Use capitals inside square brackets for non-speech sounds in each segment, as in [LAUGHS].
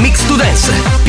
Mix to Dance,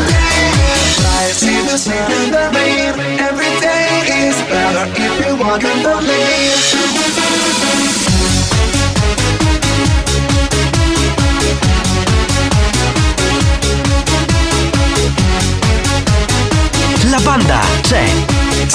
I see the sun in the rain. Every day is better if you want to believe. La banda c'è.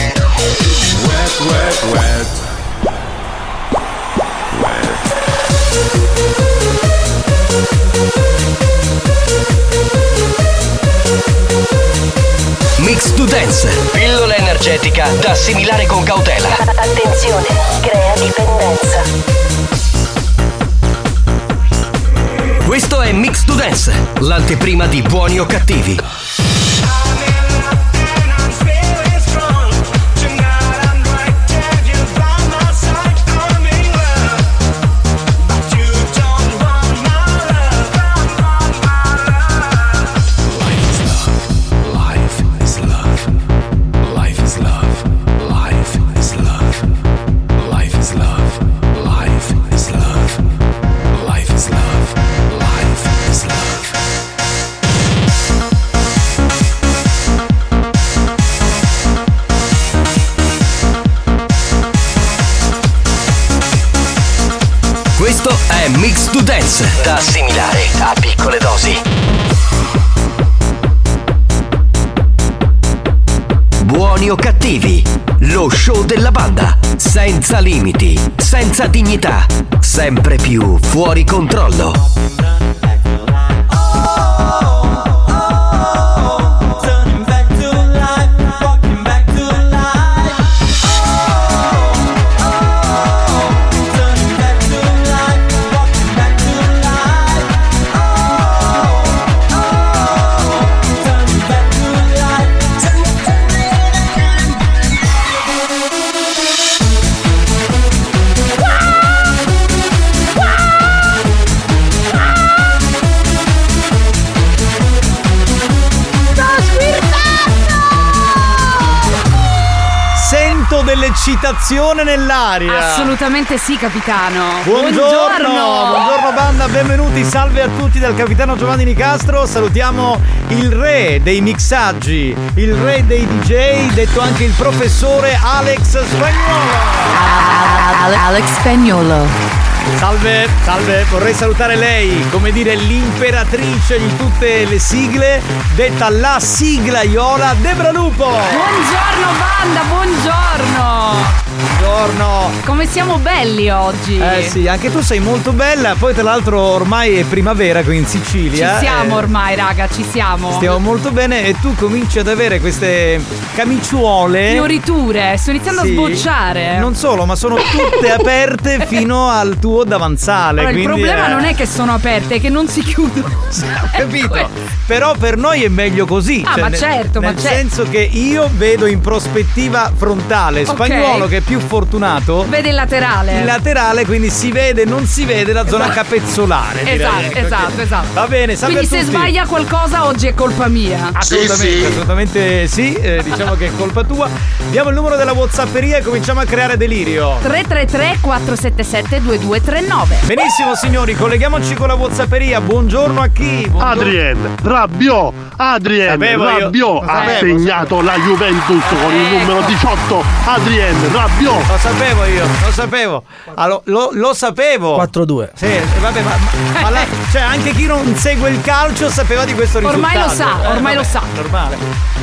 Wet, wet, wet. Mix to Dance, pillola energetica da assimilare con cautela. Attenzione, crea dipendenza. Questo è Mix to Dance, l'anteprima di buoni o cattivi. Life is love. Life is love. Life is love. Life is love. Life is love. Life is love. Life is love. Questo è Mix to Dance, da assimilare a piccole dosi. Buoni o cattivi, lo show della banda, senza limiti, senza dignità, sempre più fuori controllo. Turning back to life, walking back to life. Oh, turning back to life, walking back to life. Oh, turning back to life. Sento dell'eccitazione nell'aria. Assolutamente sì, capitano. Buongiorno, Buongiorno. buongiorno banda, benvenuti, salve a tutti dal capitano Giovanni Nicastro, salutiamo il re dei mixaggi, il re dei DJ, detto anche il professore Alex Spagnuolo. Ale- Alex Spagnolo. Salve, salve, vorrei salutare lei, come dire l'imperatrice di tutte le sigle, detta la sigla Iola Debra Lupo. Buongiorno banda, buongiorno. Buongiorno. Come siamo belli oggi. Eh sì, anche tu sei molto bella. Poi, tra l'altro, ormai è primavera qui in Sicilia. Ci siamo eh, ormai, raga, ci siamo. Stiamo molto bene e tu cominci ad avere queste camiciuole. Fioriture, sto iniziando Sì. a sbocciare. Non solo, ma sono tutte [LAUGHS] aperte fino al tuo davanzale. Allora, il quindi, problema eh, non è che sono aperte, è che non si [LAUGHS] chiudono. Capito? Però per noi è meglio così. Ah, ma nel- certo, ma nel certo. senso che io vedo in prospettiva frontale. Ok. Spagnolo che è più fortunato. Vede il laterale. Il laterale, quindi si vede, non si vede la zona capezzolare. direi, Esatto, ecco, esatto, che- esatto. Va bene, salve Quindi a se tutti. sbaglia qualcosa oggi è colpa mia. Assolutamente, assolutamente sì, eh, diciamo che è colpa tua. Diamo il numero della Whatsapperia e cominciamo a creare delirio. 333 477 2239. Benissimo signori, colleghiamoci con la Whatsapperia. Buongiorno a chi? Buongiorno- Adrien, Rabiot, Adrien, Sapevo io. Rabiot ha Sapevo, Ecco. segnato la Juventus con il numero 18, Adrien, Rabiot. Lo sapevo io, lo sapevo. Allora, lo, lo sapevo. 4-2. Sì, eh, vabbè, ma, ma- ma la- cioè anche chi non segue il calcio sapeva di questo risultato. Ormai lo sa, Eh, vabbè, ormai lo sa. Normale.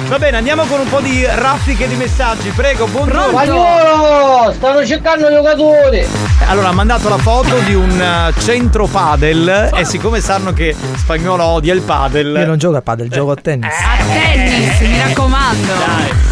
Va bene, andiamo con un po' di raffiche di messaggi, prego, buongiorno. Spagnolo, stanno cercando giocatori. Allora, ha mandato la foto di un eh, centro padel e siccome sanno che spagnolo odia il padel. Eh. Io non gioco a padel, gioco a tennis. Tennis, mi raccomando.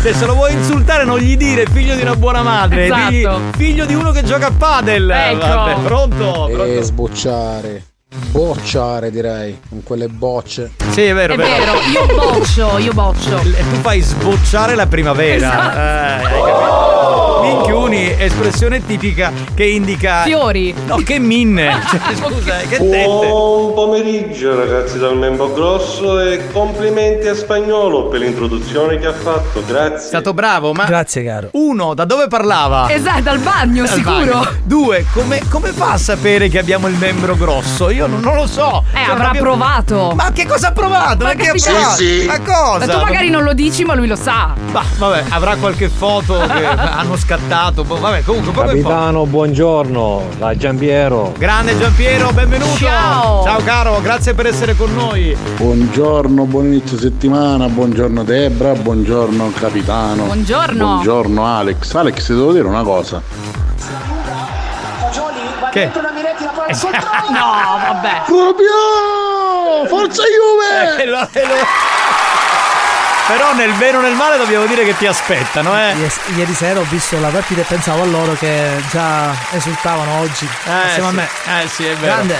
Se se lo vuoi insultare non gli dire figlio di una buona madre, Esatto. digli figlio di uno che gioca a padel. Ecco. Vabbè, pronto? E sbocciare. Bocciare direi, con quelle bocce. Sì, è vero, È vero, io boccio, io boccio. Esatto. E tu fai sbocciare la primavera. Eh, hai capito? Minchioni, espressione tipica che indica Fiori. No, che [LAUGHS] minne. Cioè, scusa, eh, che tette. Buon pomeriggio ragazzi dal Membo Grosso e complimenti a Spagnolo per l'introduzione che ha fatto, È grazie. stato bravo, ma Grazie caro. uno, da dove parlava? Esatto, dal bagno, Dal sicuro. bagno. Due, come, come fa a sapere che abbiamo il membro grosso? Io non, non lo so. Cioè, Eh, avrà proprio- provato. Ma che cosa ha provato? Ma, che ha capito? provato? Ma cosa? Ma tu magari non lo dici, ma lui lo sa. Ma vabbè, avrà qualche foto [LAUGHS] che hanno scattato. boh, Vabbè, comunque, poche foto. buongiorno, da Giampiero. Grande Giampiero, benvenuto. Ciao. Ciao caro, grazie per essere con noi. Buongiorno, buon inizio settimana, buongiorno Debra, buongiorno capitano. Buongiorno. Buongiorno Alex. Alex, ti devo dire una cosa. Che? [LAUGHS] No, vabbè. Proprio! Forza Juve! Eh, lo- eh, lo- Però nel bene o nel male dobbiamo dire che ti aspettano, eh. Ies- Ieri sera ho visto la partita e pensavo a loro che già esultavano oggi Eh, assieme a sì. me. Eh sì, è vero. Grande.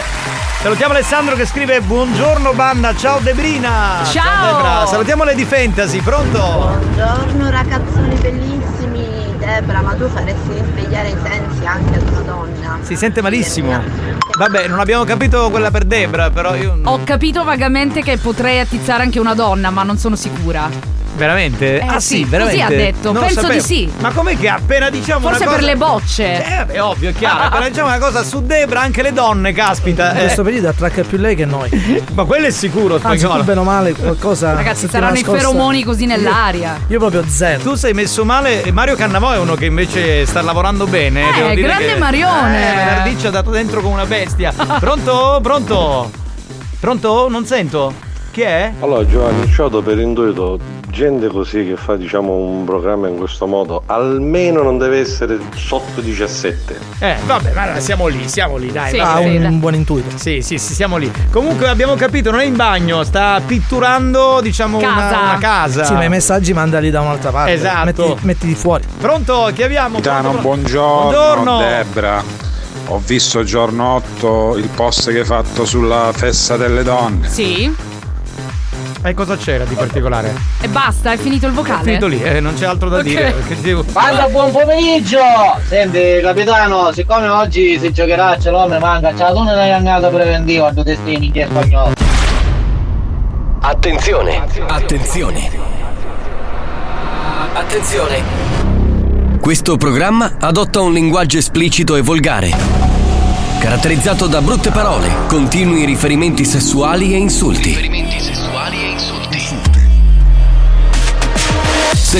Salutiamo Alessandro che scrive Buongiorno banda, ciao Debrina. Ciao. Debra. Salutiamo Lady Fantasy, pronto? Buongiorno ragazzoni bellissimi, Debra, ma tu faresti risvegliare i sensi anche ad una donna. Si sente malissimo. Vabbè, non abbiamo capito quella per Debra, però io Ho capito vagamente che potrei attizzare anche una donna, ma non sono sicura. veramente? Eh, ah sì, sì, così veramente. ha detto, Non lo penso sapevo. di sì. Ma com'è che appena diciamo Forse una per cosa [LAUGHS] le bocce. Eh, vabbè, ovvio, chiaro. appena diciamo una cosa su Debra, anche le donne, caspita. In Eh, questo periodo attracca più lei che noi. [LAUGHS] ma quello è sicuro, Anzi, tu spagnolo. bene o male qualcosa. Ragazzi, settimana saranno i scorsa- feromoni così nell'aria. Io proprio zero. Tu sei messo male e Mario Cannavò è uno che invece sta lavorando bene. Eh, devo dire grande che- Marione. Eh, venerdì ci ha dato dentro come una bestia. Pronto? Pronto? Pronto? Non sento. Chi è? Allora Giovanni, ciao da per intuito, gente così che fa diciamo un programma in questo modo, almeno non deve essere sotto 17. Eh, vabbè, ma allora siamo lì, siamo lì, dai. Sì, va. Ha sì, un, dai. Ah, un buon intuito. Sì, sì, sì, siamo lì. Comunque abbiamo capito, non è in bagno, sta pitturando, diciamo, una- Casa. Una, casa. Sì, ma i messaggi mandali da un'altra parte. Esatto. Metti, mettili fuori. Pronto? Chiamiamo. Capitano, Pronto? buongiorno. Buongiorno. Debra. Ho visto giorno 8 il post che hai fatto sulla festa delle donne. Sì. E Eh, cosa c'era di particolare? E basta, è finito il vocale. È finito lì, eh, non c'è altro da Ok. dire. perché devo- Banda, buon pomeriggio! Senti, capitano, siccome oggi si giocherà a Celone, manca, c'è la donna della annata preventiva, due destini che è spagnolo. Attenzione, attenzione. Attenzione. Questo programma adotta un linguaggio esplicito e volgare, caratterizzato da brutte parole, continui riferimenti sessuali e insulti. Riferimenti sessuali e insulti. Se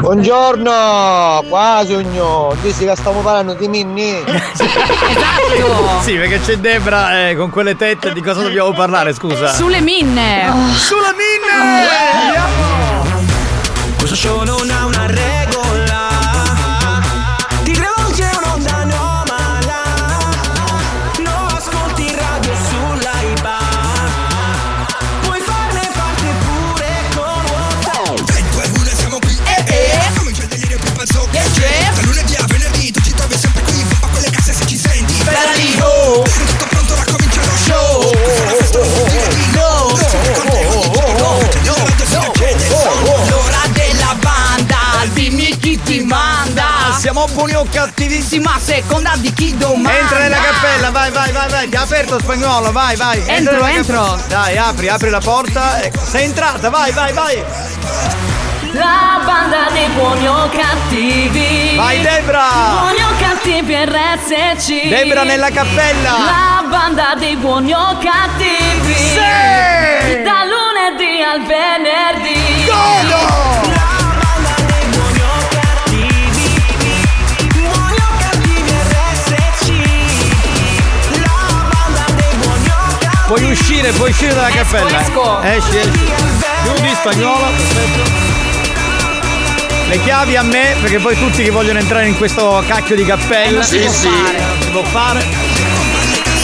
Buongiorno, qua sogno, tu si che stiamo parlando di Minni. Sì, perché c'è Debra eh, con quelle tette, di cosa dobbiamo parlare, scusa? Sulle minne. Oh. Eh. Sulle minne. Questo show non ha una regola. Ti credo c'è un'onda anomala. Non ascolti radio sull'AIBA. Puoi farne parte pure con WhatsApp. 3, 2, 1, siamo qui. Eh, eh. Comincia il delirio più pazzo che c'è. Da lunedì a venerdì tu ci trovi sempre qui. Pompa quelle casse se ci senti. Bella lì, oh. Tutto pronto, va comincia lo show. Questa è la festa, non dire di no. Non siete con te ogni giorno. C'è la radio, si accende il suono. L'ora della banda. Dimmi chi ti manda. Siamo buoni o cattivissimi a seconda di chi domanda. Entra nella cappella, vai, vai, vai, vai. Ah, Ti ha aperto spagnolo, vai, vai. Entra Entro, nella entro. cappella. Dai, apri, apri la porta. Ecco, Sei entrata, vai, vai, vai. La banda dei buoni o cattivi. Vai, Debra! Buoni o cattivi RSC. Debra nella cappella. La banda dei buoni o cattivi. Sì! Da lunedì al venerdì. Puoi uscire, puoi uscire dalla cappella. esco. Esci, esci. Chiudi spagnolo, perfetto. Le chiavi a me, perché poi tutti che vogliono entrare in questo cacchio di cappella. Eh, non si può fare. Non si può fare.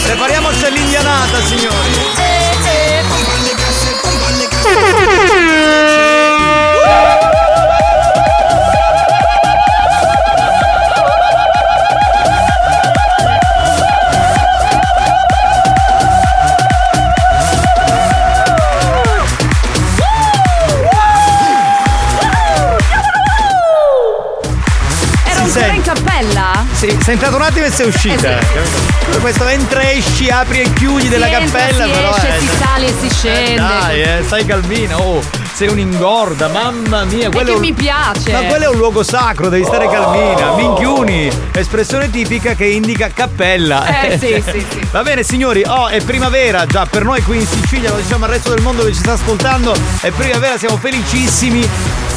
Prepariamoci all'indianata, signori. Era Si ancora sente. in cappella? Sì, sei entrato un attimo e sei uscita. Eh sì. capito? Questo entra, esci, apri e chiudi della si entra, cappella, si però. esce, eh, si sale e si scende. Dai, eh, sai Calvino, oh, sei un'ingorda, mamma mia, È quello che è un- mi piace. Oh. Ma quello è un luogo sacro, devi stare calmina. Minchiuni, espressione tipica che indica cappella. Eh, [LAUGHS] sì, sì, sì. Va bene signori, oh è primavera già per noi qui in Sicilia, lo diciamo al resto del mondo che ci sta ascoltando, è primavera, siamo felicissimi,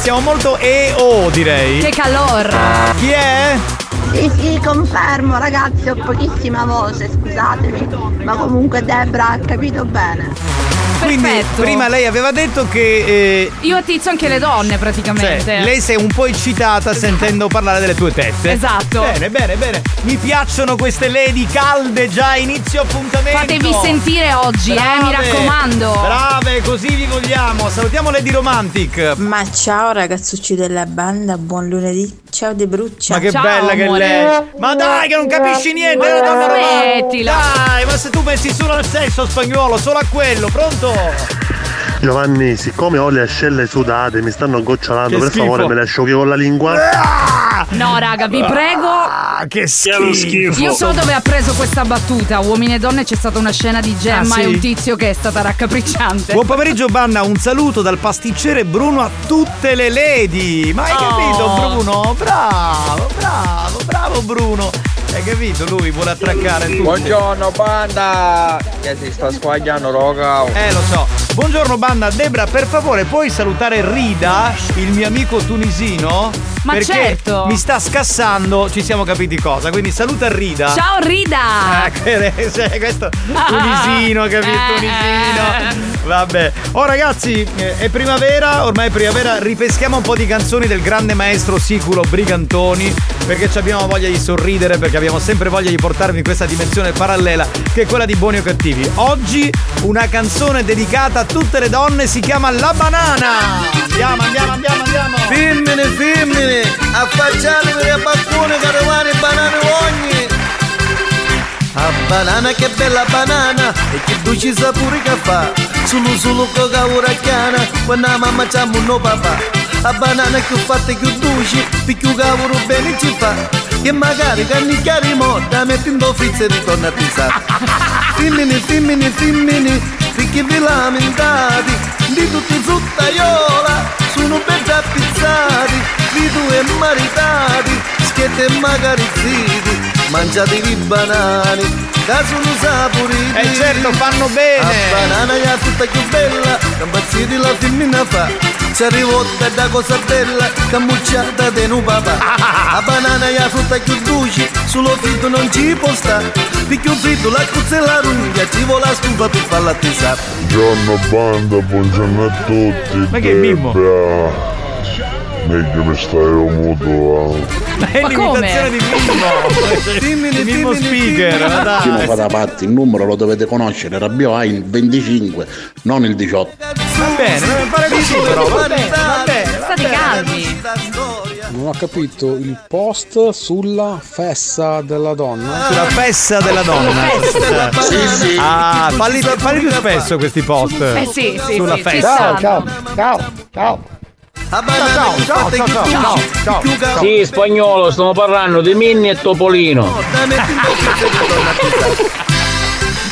siamo molto EO direi. Che calor! Chi è? Sì, sì, confermo ragazzi, ho pochissima voce, scusatemi, ma comunque Debra ha capito bene. Quindi prima lei aveva detto che eh, Io attizzo anche le donne Cioè, praticamente. lei si è un po' eccitata sentendo parlare delle tue tette. Esatto. Bene, bene, bene. Mi piacciono queste lady calde già a inizio appuntamento. Fatevi sentire oggi, eh, mi Brave, raccomando. Brave, così vi vogliamo. Salutiamo Lady Romantic. Ma ciao ragazzucci della banda, buon lunedì. Ciao De Bruccia. Ma che bella che lei. Ma dai, che non capisci niente. la donna romantica. Dai, ma se tu pensi solo al sesso spagnolo, solo a quello, pronto? Giovanni, siccome ho le ascelle sudate, mi stanno gocciolando, Che per schifo. Eh, favore me le asciughi con la lingua. No, raga, vi prego. Ah, che schifo. Io so dove ha preso questa battuta. Uomini e donne c'è stata una scena di Gemma Ah, sì? e un tizio che è stata raccapricciante. Buon pomeriggio Banna, un saluto dal pasticcere Bruno a tutte le lady. Ma hai capito Bruno? Bravo, bravo, bravo Bruno. Hai capito? Lui vuole attraccare tutti. Buongiorno banda! Che si sta squagliando roga! Eh lo so. Buongiorno Banna, Debra, per favore puoi salutare Rida, il mio amico tunisino? Ma Perché certo. mi sta scassando, ci siamo capiti cosa, quindi saluta Rida. Ciao Rida! Ah, que- cioè, questo tunisino, capito? eh. Tunisino. Vabbè, oh ragazzi, eh, è primavera, ormai è primavera, ripeschiamo un po' di canzoni del grande maestro Siculo Brigantoni, perché ci abbiamo voglia di sorridere, perché abbiamo sempre voglia di portarvi in questa dimensione parallela, che è quella di buoni o cattivi. Oggi una canzone dedicata a tutte le donne si chiama La banana! Andiamo, andiamo, andiamo, andiamo! Femmine, femmine, affacciatevi dai balconi che trovate banane ogni. A banana che bella banana e che dolci sapori che fa. Sulu sulu coca uragana, quando la mamma c'ha no papà. A banana che fatta più dolci, picchio cavolo bene ci fa. Che magari cannicchiare morta, mettendo frizze e ritorna a pisare. Femmine, femmine, femmine, perché vi lamentate, di tutti zuttaiola, sono ben pizzati, di due maritati, schiette e magari ziti, mangiatevi i banani, da sono saporiti. Eh certo, fanno bene. La banana è la frutta più bella, cambazziti la femmina fa. C'è rivolta da cosa bella, cammucciata di un papà. Ah. La banana è la frutta più dolce, sullo fritto non ci può stare. Picchio fritto, la cozza e la rugna, ci vuole la stufa per farla attesa. Buongiorno banda, buongiorno a tutti. Ma che bimbo? Debra. Meglio mi stai muto Ma è l'imitazione di Mimmo! Dimmi, Mimmo speaker, ma Prima dai! fa da parte, il numero lo dovete conoscere, Rabbio ha il 25, non il 18. Va bene, non fare così però, va bene, va bene. State calmi. Non ho capito il post sulla festa della donna. La Ah, festa della donna. Eh. Sì, sì. Ah, falli, falli più spesso questi post. Eh sì, sì, Sulla sì, ci festa. stanno. Ciao, ciao, ciao. Ciao, ciao, ciao, ciao, ciao, ciao, ciao. Sì, spagnolo, stiamo parlando di Minni e Topolino. Eh,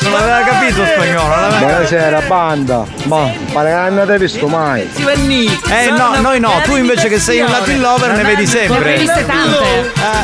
Non aveva Eh, capito spagnolo, non aveva Buonasera banda, ma pare che non avete visto mai. Eh no, noi no, tu invece che sei un Latin lover ne vedi sempre.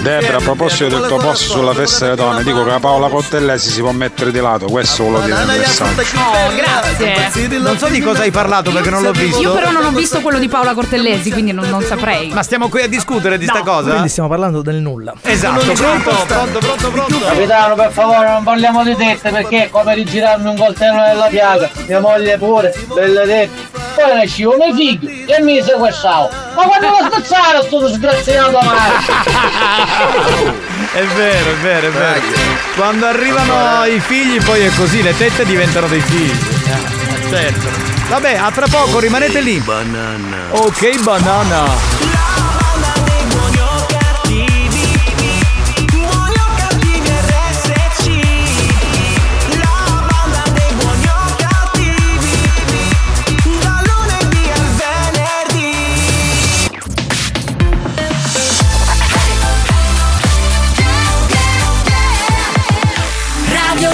Debra, a proposito del tuo post sulla festa delle donne, dico che la Paola Cortellesi si può mettere di lato, questo volevo dire nel messaggio. Oh, grazie. Non so di cosa hai parlato perché non l'ho visto. Io però non ho visto quello di Paola Cortellesi, quindi non, non saprei. Ma stiamo qui a discutere di sta cosa? Quindi stiamo parlando del nulla. Esatto, pronto, pronto, pronto, pronto. Capitano, per favore, non parliamo di tette perché è come rigirarmi un coltello nella piaga. Mia moglie pure, belle tette. Poi ne scivo un figlio e mi sequestravo. Ma quando lo spazzare sto disgraziato male! È vero, è vero, è vero. Quando arrivano i figli poi è così, le tette diventano dei figli. Eh, Certo. Vabbè, a tra poco, rimanete lì. Banana. Ok, banana. Radio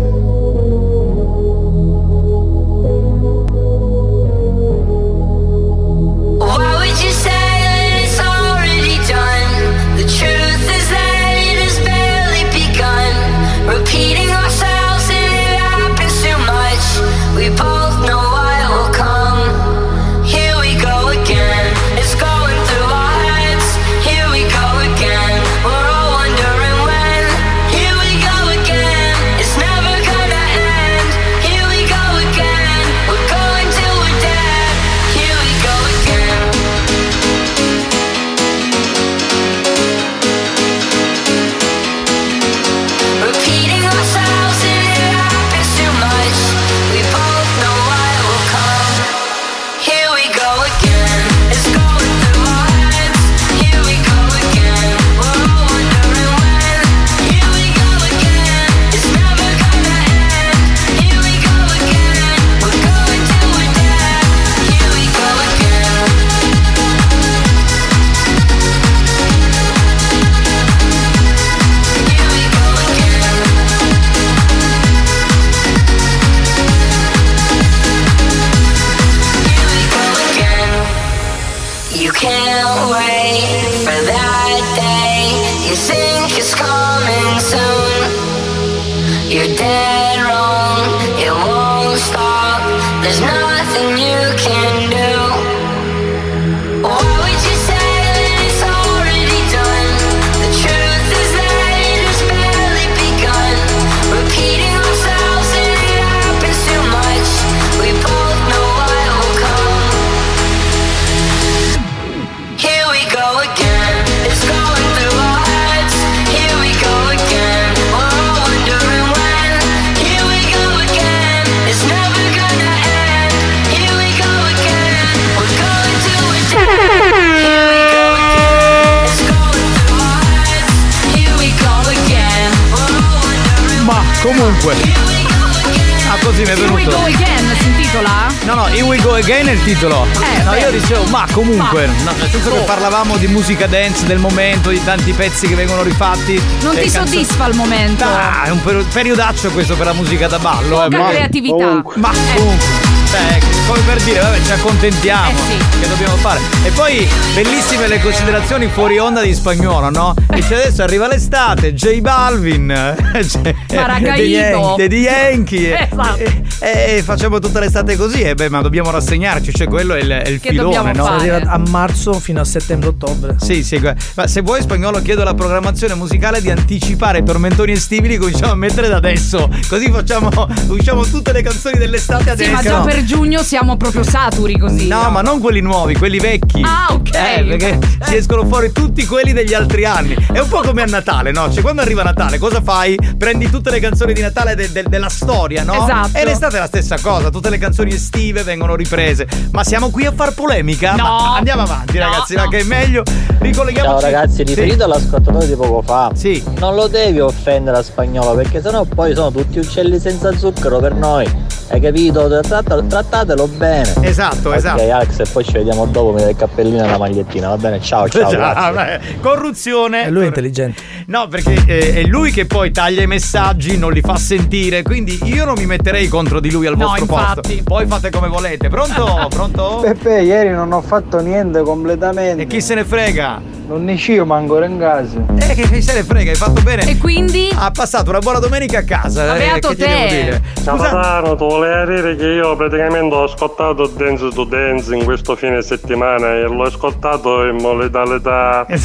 Why would you say that it's already done? The truth is that it has barely begun. Repeating ourselves and it happens too much. We both know what will come. Here we go again. It's going through our heads. Here we go again. We're all wondering when. Here we go again. It's never gonna end. Here we go again. We're going till we're dead. Here we go again. Repeating ourselves and it happens too much. We both know what will come. Here we go again. It's going through our heads. Here we go again. We're all wondering when. Here we go again. It's never gonna end. Here we go again. We're going till we're dead. Here we go again. You can't wait for that day. You think it's coming soon. You're dead wrong. It won't stop. There's nothing you can do. Why would you say that it's already done? The truth is that it has barely begun. Repeating ourselves and it happens too much. We both know what will come. Here we go again. It's going through our heads. Here we go again. We're all wondering when. Here we go again. It's never gonna end. Here we go again. We're going to a Here we go again. It's going through our heads. Here we go again. We're all wondering Ma comunque. Ah, così mi è Here we go venuto. again, sentite. titola? No, no, Here We Go Again è il titolo. Eh, no, beh. io dicevo, ma comunque, Ma. no, nel senso che Oh. parlavamo di musica dance del momento, di tanti pezzi che vengono rifatti. Non eh, ti canzoni- soddisfa al momento. Ah, è un peri- periodaccio questo per la musica da ballo, eh, Poca ma- creatività. Eh. Ma comunque, cioè, come per dire, vabbè, ci accontentiamo. Che dobbiamo fare? E poi bellissime le considerazioni fuori onda di spagnolo, no? Dice adesso arriva l'estate, J Balvin, [LAUGHS] cioè, Maracaibo. The Yan- The Yankee. E, Esatto. e- e facciamo tutta l'estate così, e beh, ma dobbiamo rassegnarci, cioè quello è il, è il Che filone, dobbiamo no? fare? Si arriva a marzo fino a settembre-ottobre. Sì, sì, gu- ma se vuoi spagnolo chiedo alla programmazione musicale di anticipare i tormentoni estivi, li cominciamo a mettere da adesso, così facciamo, usciamo tutte le canzoni dell'estate Sì, adesso. ma già per giugno siamo proprio saturi così. No, ma non quelli nuovi, quelli vecchi. Ah, ok. Eh, perché ci escono fuori tutti quelli degli altri anni. È un po' come a Natale, no? Cioè, quando arriva Natale, cosa fai? Prendi tutte le canzoni di Natale de- de- della storia, no? Esatto. E l'estate è la stessa cosa, tutte le canzoni estive vengono riprese. Ma siamo qui a far polemica? No. Ma andiamo avanti, No, ragazzi, ma che è meglio. Ricolleghiamoci. Ciao ragazzi, riferito Sì. all'ascoltatore di poco fa, non lo devi offendere a spagnolo perché sennò poi sono tutti uccelli senza zucchero per noi. Hai capito? Tratta- trattatelo bene. Esatto, esatto. Ok Alex e poi ci vediamo dopo con il cappellino e la magliettina, va bene? Ciao, Oh, ciao. [LAUGHS] Già, grazie. vabbè. corruzione. Eh, lui è intelligente. No, perché eh, è lui che poi taglia i messaggi, non li fa sentire, quindi io non mi metterei contro di lui al No, vostro infatti. posto. Poi fate come volete. Pronto? Pronto? Peppe, ieri non ho fatto niente completamente. E chi se ne frega? Non ne scio, ma ancora in casa. Eh, che che se ne frega, hai fatto bene. E quindi? Ha passato una buona domenica a casa. Ma eh, beato che ti devo te. dire? Ciao Scusa- Tataro, ti volevo dire che io praticamente ho ascoltato Dance to Dance in questo fine settimana e l'ho ascoltato in modalità... Eh,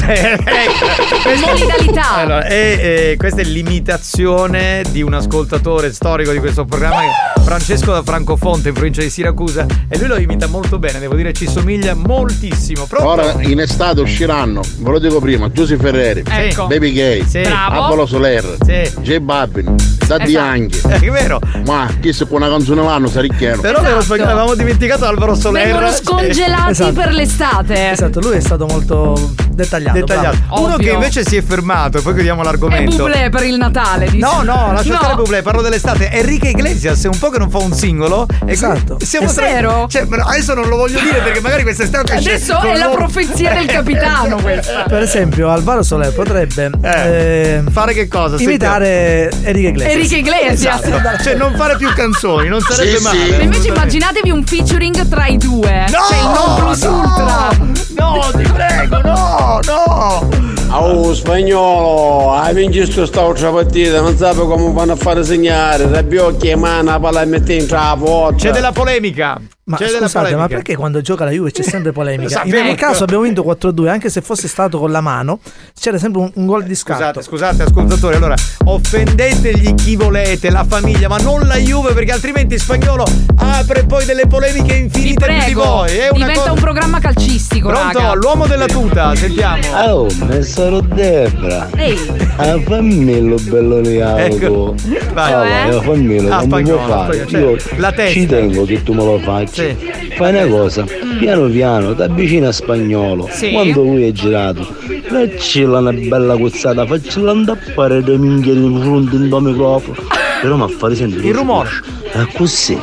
Solidalità. Allora, e, e questa è l'imitazione di un ascoltatore storico di questo programma, che- Francesco da Francofonte, in provincia di Siracusa, e lui lo imita molto bene, devo dire ci somiglia moltissimo. Pronto? Ora in estate usciranno, ve lo dico prima, Giuseppe Ferreri, Ecco. Baby Gay, Sì. Bravo. Apollo Soler, Sì. J Balvin, Daddy Esatto. Yankee. È vero. Ma chissà con una canzone l'anno sarà ricchiano. Però ve lo sbaglio, avevamo dimenticato Alvaro Soler. Esatto. Vengono scongelati Esatto. per l'estate. Esatto, lui è stato molto Esatto. dettagliato. Dettagliato. bravo. Uno che invece si è fermato, e poi chiudiamo E l'argomento. bublé per il Natale, dici? No, no, lascia No. stare Bublé, parlo dell'estate. Enrique Iglesias è un po' che non fa un singolo. E esatto. È vero? Cioè, ma adesso non lo voglio dire perché magari quest'estate estate Adesso è la profezia Eh. del [LAUGHS] capitano questa. Per esempio, Alvaro Soler potrebbe Eh. ehm, fare che cosa? Imitare Enrique Iglesias. Enrique Iglesias. Esatto. Cioè, non fare più canzoni, non sarebbe Sì, male. sì. Ma invece immaginatevi un featuring tra i due. No, cioè il non plus no. ultra. No, ti prego, no, no. Oh spagnolo, hai visto sta altra partita, non sapevo come vanno a fare segnare, rabbiocchi e mana, palla e metti in trappo. C'è della polemica. Ma C'è della scusate, polemica. ma perché quando gioca la Juve c'è sempre [LAUGHS] Lo polemica? In sapevo. ogni caso abbiamo vinto 4-2, anche se fosse stato con la mano, c'era sempre un, un gol di Scusate, scatto. scusate ascoltatori, allora offendetegli chi volete, la famiglia, ma non la Juve perché altrimenti spagnolo apre poi delle polemiche infinite più di Prego. voi. È una Diventa cosa- un programma calcistico, Pronto, raga. l'uomo della tuta, sentiamo. Oh, mi sono Debra. Ehi. Ah, fammelo bello [LAUGHS] di auto. Ecco. Vai. Ah, Cioè? vai, fammelo, Ah, come spagnolo, lo fai? spagnolo, Io cioè, la testa. Mm. ci tengo che tu me lo faccia. Fai una cosa, piano piano, ti avvicini a spagnolo. Sì. Quando lui è girato, faccela una bella cozzata, faccela andappare da minchia in fronte in due microfono. [LAUGHS] Però mi fa sentire Il rumore. È così.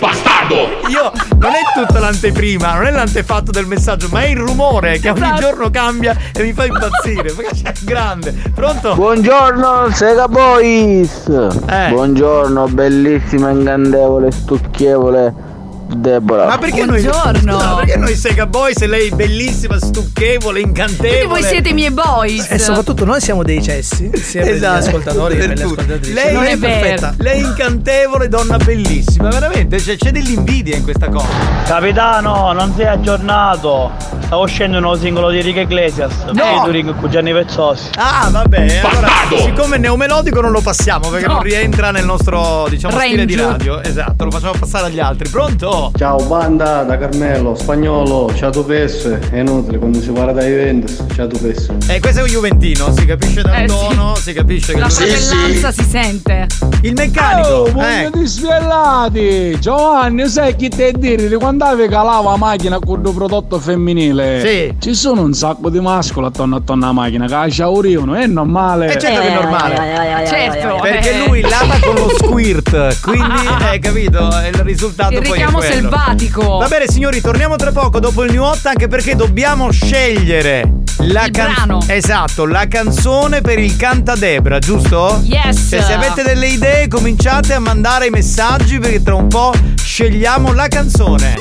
Bastardo! Io non è tutta l'anteprima, non è l'antefatto del messaggio, ma è il rumore che Esatto. ogni giorno cambia e mi fa impazzire. Perché c'è grande. Pronto? Buongiorno Sega Boys! Eh. Buongiorno, bellissima, ingandevole, stucchevole Deborah. Ma perché noi. Scusa, perché noi Sega Boys e lei è bellissima, stucchevole, incantevole. Quindi voi siete i miei boys. Eh, E soprattutto noi siamo dei cessi, sia per Esatto. gli ascoltatori che Per per le tutti. ascoltatrici. Lei non è, perfetta. Lei è incantevole, donna bellissima, veramente. Cioè, c'è dell'invidia in questa cosa. Capitano, non sei aggiornato. Stavo scendendo uno singolo di Rick Iglesias. Featuring con Gianni Pezzossi. Ah, vabbè, allora, siccome è neomelodico non lo passiamo perché No. non rientra nel nostro, diciamo, stile di Range. radio. Esatto, lo facciamo passare agli altri. Pronto? Pronto? Ciao banda da Carmelo, spagnolo, ciao tu pesse, è inutile quando si parla da Juventus, ciao tu pesse. Eh, questo è un Juventino, si capisce dal Eh, sì. tono, si capisce che La lui- fratellanza si sente. Il meccanico. Oh, eh. voglio di svelati! Giovanni, sai chi te dire? Quando avevi calava la macchina con il prodotto femminile, Sì. ci sono un sacco di mascoli attorno attorno alla macchina che la sciaurivano, è Eh, normale. E certo che è Eh, normale. Certo, Perché eh. lui lava con lo squirt, [LAUGHS] quindi [LAUGHS] Ah. hai capito? E Il risultato Il poi è richiamo quello. selvatico. Va bene signori, torniamo tra poco dopo il new hot anche perché dobbiamo scegliere la canzone. Esatto, la canzone per il Cantadebra, giusto? Yes. Cioè, se avete delle idee cominciate a mandare i messaggi perché tra un po' scegliamo la canzone.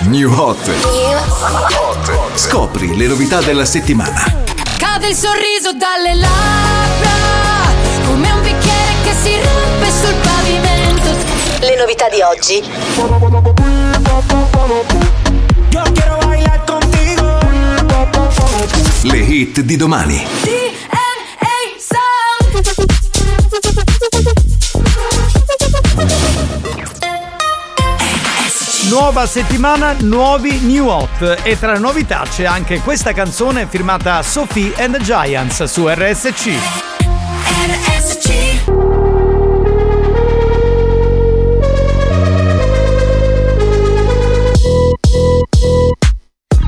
New Hot. Scopri le novità della settimana. Cade il sorriso dalle labbra, come un bicchiere che si rompe sul pavimento. Le novità di oggi. Le hit di domani. DNA Sound. Nuova settimana, nuovi new hot e tra le novità c'è anche questa canzone firmata Sophie and the Giants su RSC. RSC.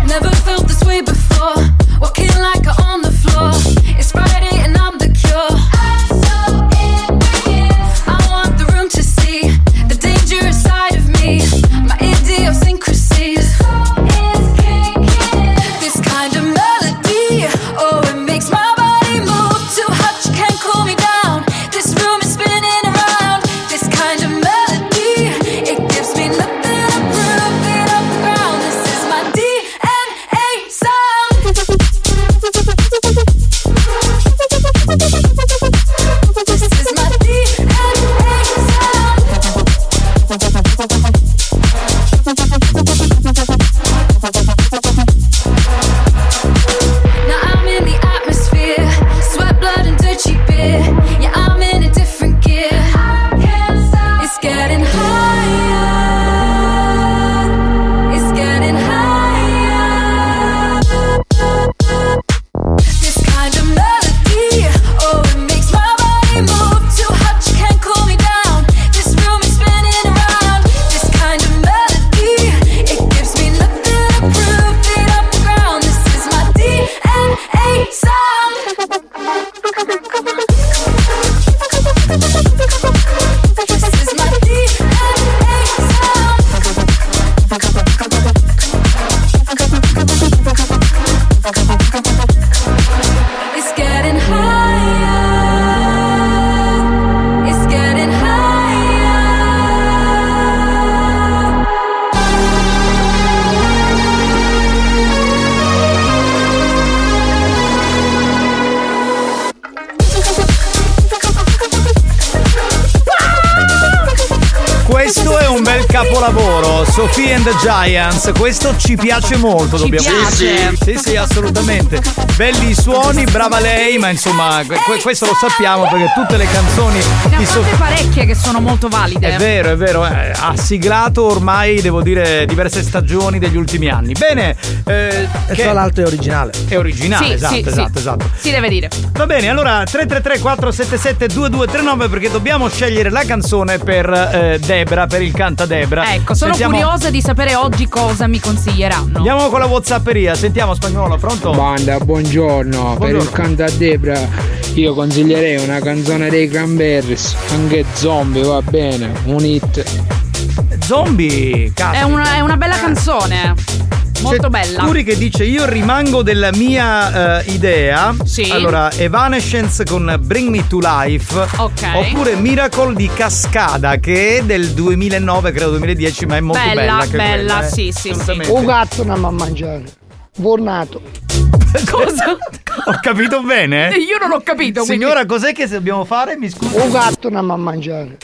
Never felt this way before. Walking like I'm on the floor. It's Friday and I'm the cure. I'm so I want the room to see the dangerous side of me. My idiosyncrasies. This kind of melody, oh, it makes my body move. Too hot, you can't cool me down. This room is spinning around. This kind of melody, it gives me nothing to prove it off the ground. This is my DNA sound. This is my DNA Now I'm in the atmosphere, sweat, blood, and dirty beer. Yeah, I'm in a different gear. It's getting higher. It's getting higher. This kind of melody, oh, it makes my body move. Too hot, you can't cool me down. This room is spinning around. This kind of melody, it gives me nothing to prove. It off the ground. This is my DNA sound. This is my DNA sound. It's getting higher. It's getting higher. Questo è un bel capolavoro, Sophie and the Giants, questo ci piace molto, Ci dobbiamo piace. Sì, sì, sì, sì, assolutamente. Belli i suoni, brava lei, ma insomma, que- que- questo lo sappiamo perché tutte le canzoni Ne di ha fatte Sophie parecchie che sono molto valide. È vero, è vero, eh, ha siglato ormai, devo dire, diverse stagioni degli ultimi anni. Bene, eh, E che- tra l'altro è originale. è originale, Sì, esatto, sì, sì. esatto, esatto. Si deve dire. Va bene, allora 333-477-2239 perché dobbiamo scegliere la canzone per eh, Debra, per il canta Debra. Ecco, sono Sentiamo- curiosa di sapere oggi cosa mi consiglieranno. Andiamo con la Whatsapperia, sentiamo spagnolo, pronto? Banda, buongiorno. Per il Buongiorno. canta Debra io consiglierei una canzone dei Cranberries, anche zombie va bene, un hit. Zombie, cazzo. È una, è una bella canzone. Molto bella. Ah. Curi che dice io rimango della mia eh, idea. Sì. Allora, Evanescence con Bring Me to Life. Ok. Oppure Miracle di Cascada che è del 2009, credo 2010, ma è molto bella. bella, anche bella, quella, eh. sì, sì, sì. Un gatto non a mangiare. Vornato. Cosa? Ho capito [LAUGHS] bene? Eh, Io non ho capito, quindi- Signora, cos'è che dobbiamo fare? Mi scusi. Un gatto non a mangiare.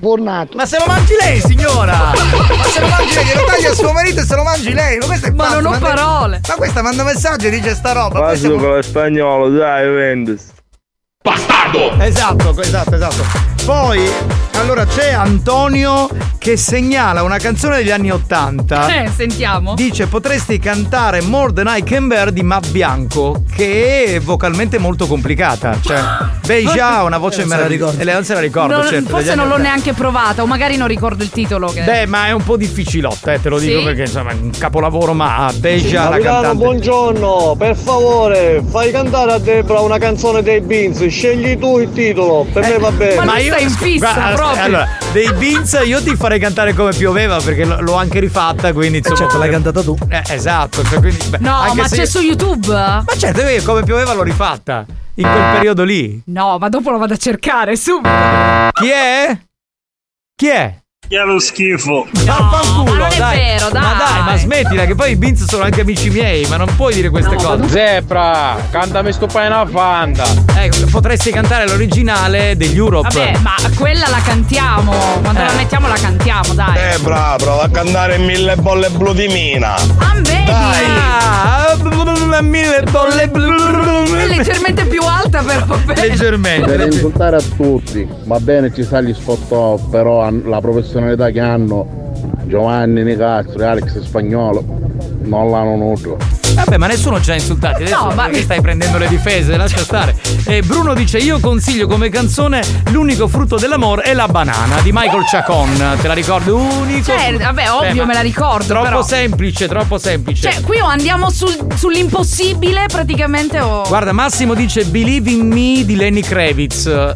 Vornato. Ma se lo mangi lei, [LAUGHS] signora! Ma se lo mangi lei, glielo taglia a suo marito e se lo mangi lei. Ma, questa è Ma pazza, non ho manda- parole. Ma questa manda messaggio e dice sta roba. Quasi questa è- con lo spagnolo, dai, Juventus. Esatto, esatto, esatto. Poi Allora c'è Antonio che segnala una canzone degli anni Ottanta. Eh, sentiamo. Dice potresti cantare More Than I Can Bear di Matt Bianco che è vocalmente molto complicata. Cioè, Beija ha una voce Eh, Non se la meravigliosa. E lei non se la ricordo, Non- certo. degli forse anni non l'ho 80. neanche provata, o magari non ricordo il titolo. Che... Beh, ma è un po' difficilotta, eh, te lo dico Sì? perché insomma è un capolavoro, ma Beija la Capitano, cantante. buongiorno, per favore fai cantare a Debra una canzone dei Beans, scegli tu il titolo, per Eh, me va bene. guarda, Allora, dei Beans io ti farei cantare come pioveva perché l- l'ho anche rifatta, quindi insomma. Certo, l'hai cantata tu. Eh, esatto, cioè, quindi, beh, No, anche ma se c'è io- su YouTube? Ma certo, io come pioveva l'ho rifatta in quel periodo lì. No, ma dopo lo vado a cercare, subito. Chi è? Chi è? Chi è lo schifo? Vaffanculo, ma non è vero, Ma dai, ma dai. smettila che poi i Beans sono anche amici miei, ma non puoi dire queste cose. Zebra, cantami sto pane una fanda. Ecco, potresti cantare l'originale degli Europe. Vabbè, ma quella la cantiamo. Quando Eh. la mettiamo la cantiamo, dai. Eh bravo, prova a cantare mille bolle blu di mina. Dai! Mille bolle blu. È leggermente più alta, però. vabbè. Per insultare a tutti, va bene ci sa gli sfottò, però han- la professionalità che hanno Giovanni Nicastro e Alex Spagnolo non l'hanno avuto. Vabbè, ma nessuno ci ha insultati. Adesso ma- perché stai prendendo le difese? Lascia stare. E Bruno dice: Io consiglio come canzone l'unico frutto dell'amore è la banana di Michael Chacon. Te la ricordo? Unico. Cioè, frutto- Eh, vabbè, ovvio ma me la ricordo, Troppo però. semplice, troppo semplice. Cioè, qui o andiamo sul- sull'impossibile praticamente o... Guarda, Massimo dice Believe in me di Lenny Kravitz. Ah,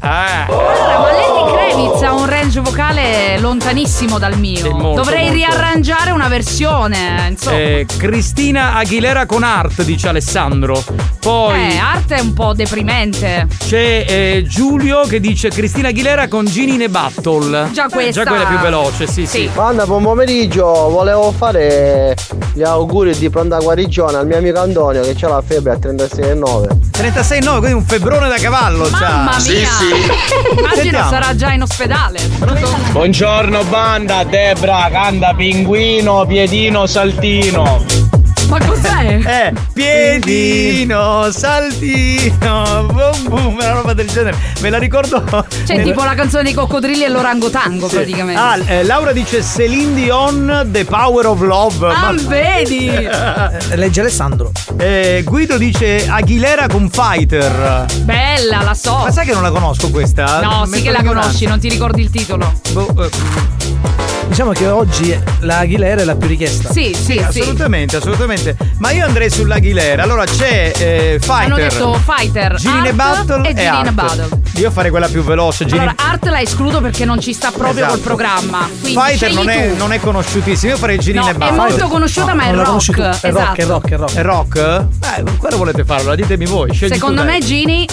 ah. Ma Lenny Kravitz ha un range vocale lontanissimo dal mio. molto, Dovrei molto. riarrangiare una versione, insomma. Eh, Cristina Aguilera con Art, dice Alessandro. Poi Eh, arte è un po' deprimente. c'è eh, Giulio che dice Cristina Aguilera con Gini in a Battle. Già questa- Già quella è più veloce, sì, sì. Guarda, buon pomeriggio, volevo fare gli auguri di pronta guarigione al mio amico Antonio che c'ha la febbre a 36,9. 36,9, quindi un febbrone da cavallo. cioè. Mamma mia! Immagino Sentiamo. sarà già in ospedale. Pronto? Buongiorno banda, Debra, canta pinguino, piedino, saltino. Ma cos'è? Eh, piedino, saltino, boom boom, una roba del genere. Me la ricordo. Cioè, nel- tipo la canzone dei coccodrilli e l'orangotango, Eh. Sì. praticamente. Ah, eh, Laura dice Celine Dion, The Power of Love. Ah, [LAUGHS] vedi? Legge Alessandro. Eh, Guido dice Aguilera con Fighter. Bella, la so. Ma sai che non la conosco questa? oh. No, Mi sì che metto la ignorante. conosci, non ti ricordi il titolo. Boh, eh, Diciamo che oggi la Aguilera è la più richiesta. Sì, sì, sì. Assolutamente, assolutamente. Ma io andrei sull'Aguilera. Allora c'è eh, Fighter. Hanno detto Fighter, Gin in a Art Battle e Gin in a Art. Battle. Io farei quella più veloce. Gin in- Allora, Art la escludo perché non ci sta proprio Esatto. col programma. Quindi Fighter scegli non è, tu. non è conosciutissimo. Io farei Gin in No, a è Battle. molto conosciuta, ma è non la rock, conosci tu. esatto. è rock. È rock? Eh, quello volete farlo, ditemi voi. Scegli Secondo tu, dai. me Gini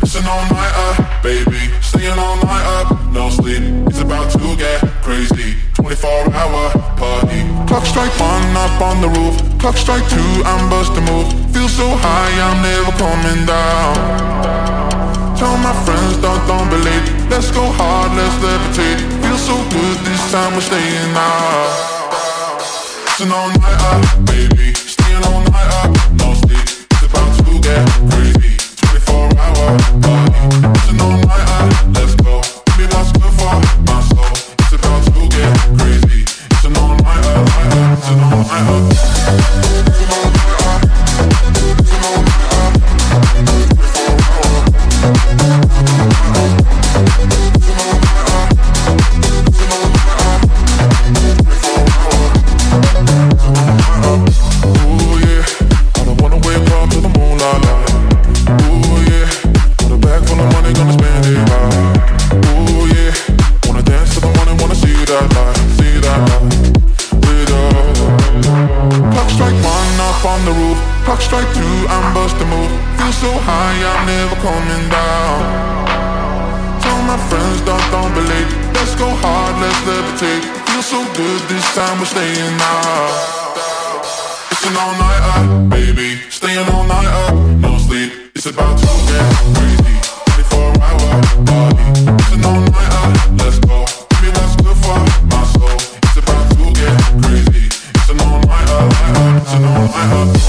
Kissing all night, uh, baby. Staying all night, uh, no sleep. It's about to get crazy. 24 hour party. Clock strike one up on the roof. Clock strike two, I'm busting move. Feel so high, I'm never coming down. Tell my friends, don't, don't believe. Let's go hard, let's levitate. Feel so good this time, we're staying out. Staying all night up, baby. Staying all night up, no sleep. It's about to get crazy. 24 hour party. Staying all night up, let's go. Give me what's good for my soul. It's about to get crazy. It's an all night up, night up, it's an all night up. It's an all night up. It's an all night up. down. Tell my friends, don't, don't be late. Let's go hard, let's levitate. Feel so good this time, we're staying out. It's an all nighter, baby. Staying all nighter, no sleep. It's about to get crazy. 24 hour party. It's an all nighter, let's go. Give me what's good for my soul. It's about to get crazy. It's an all nighter, it's an all nighter.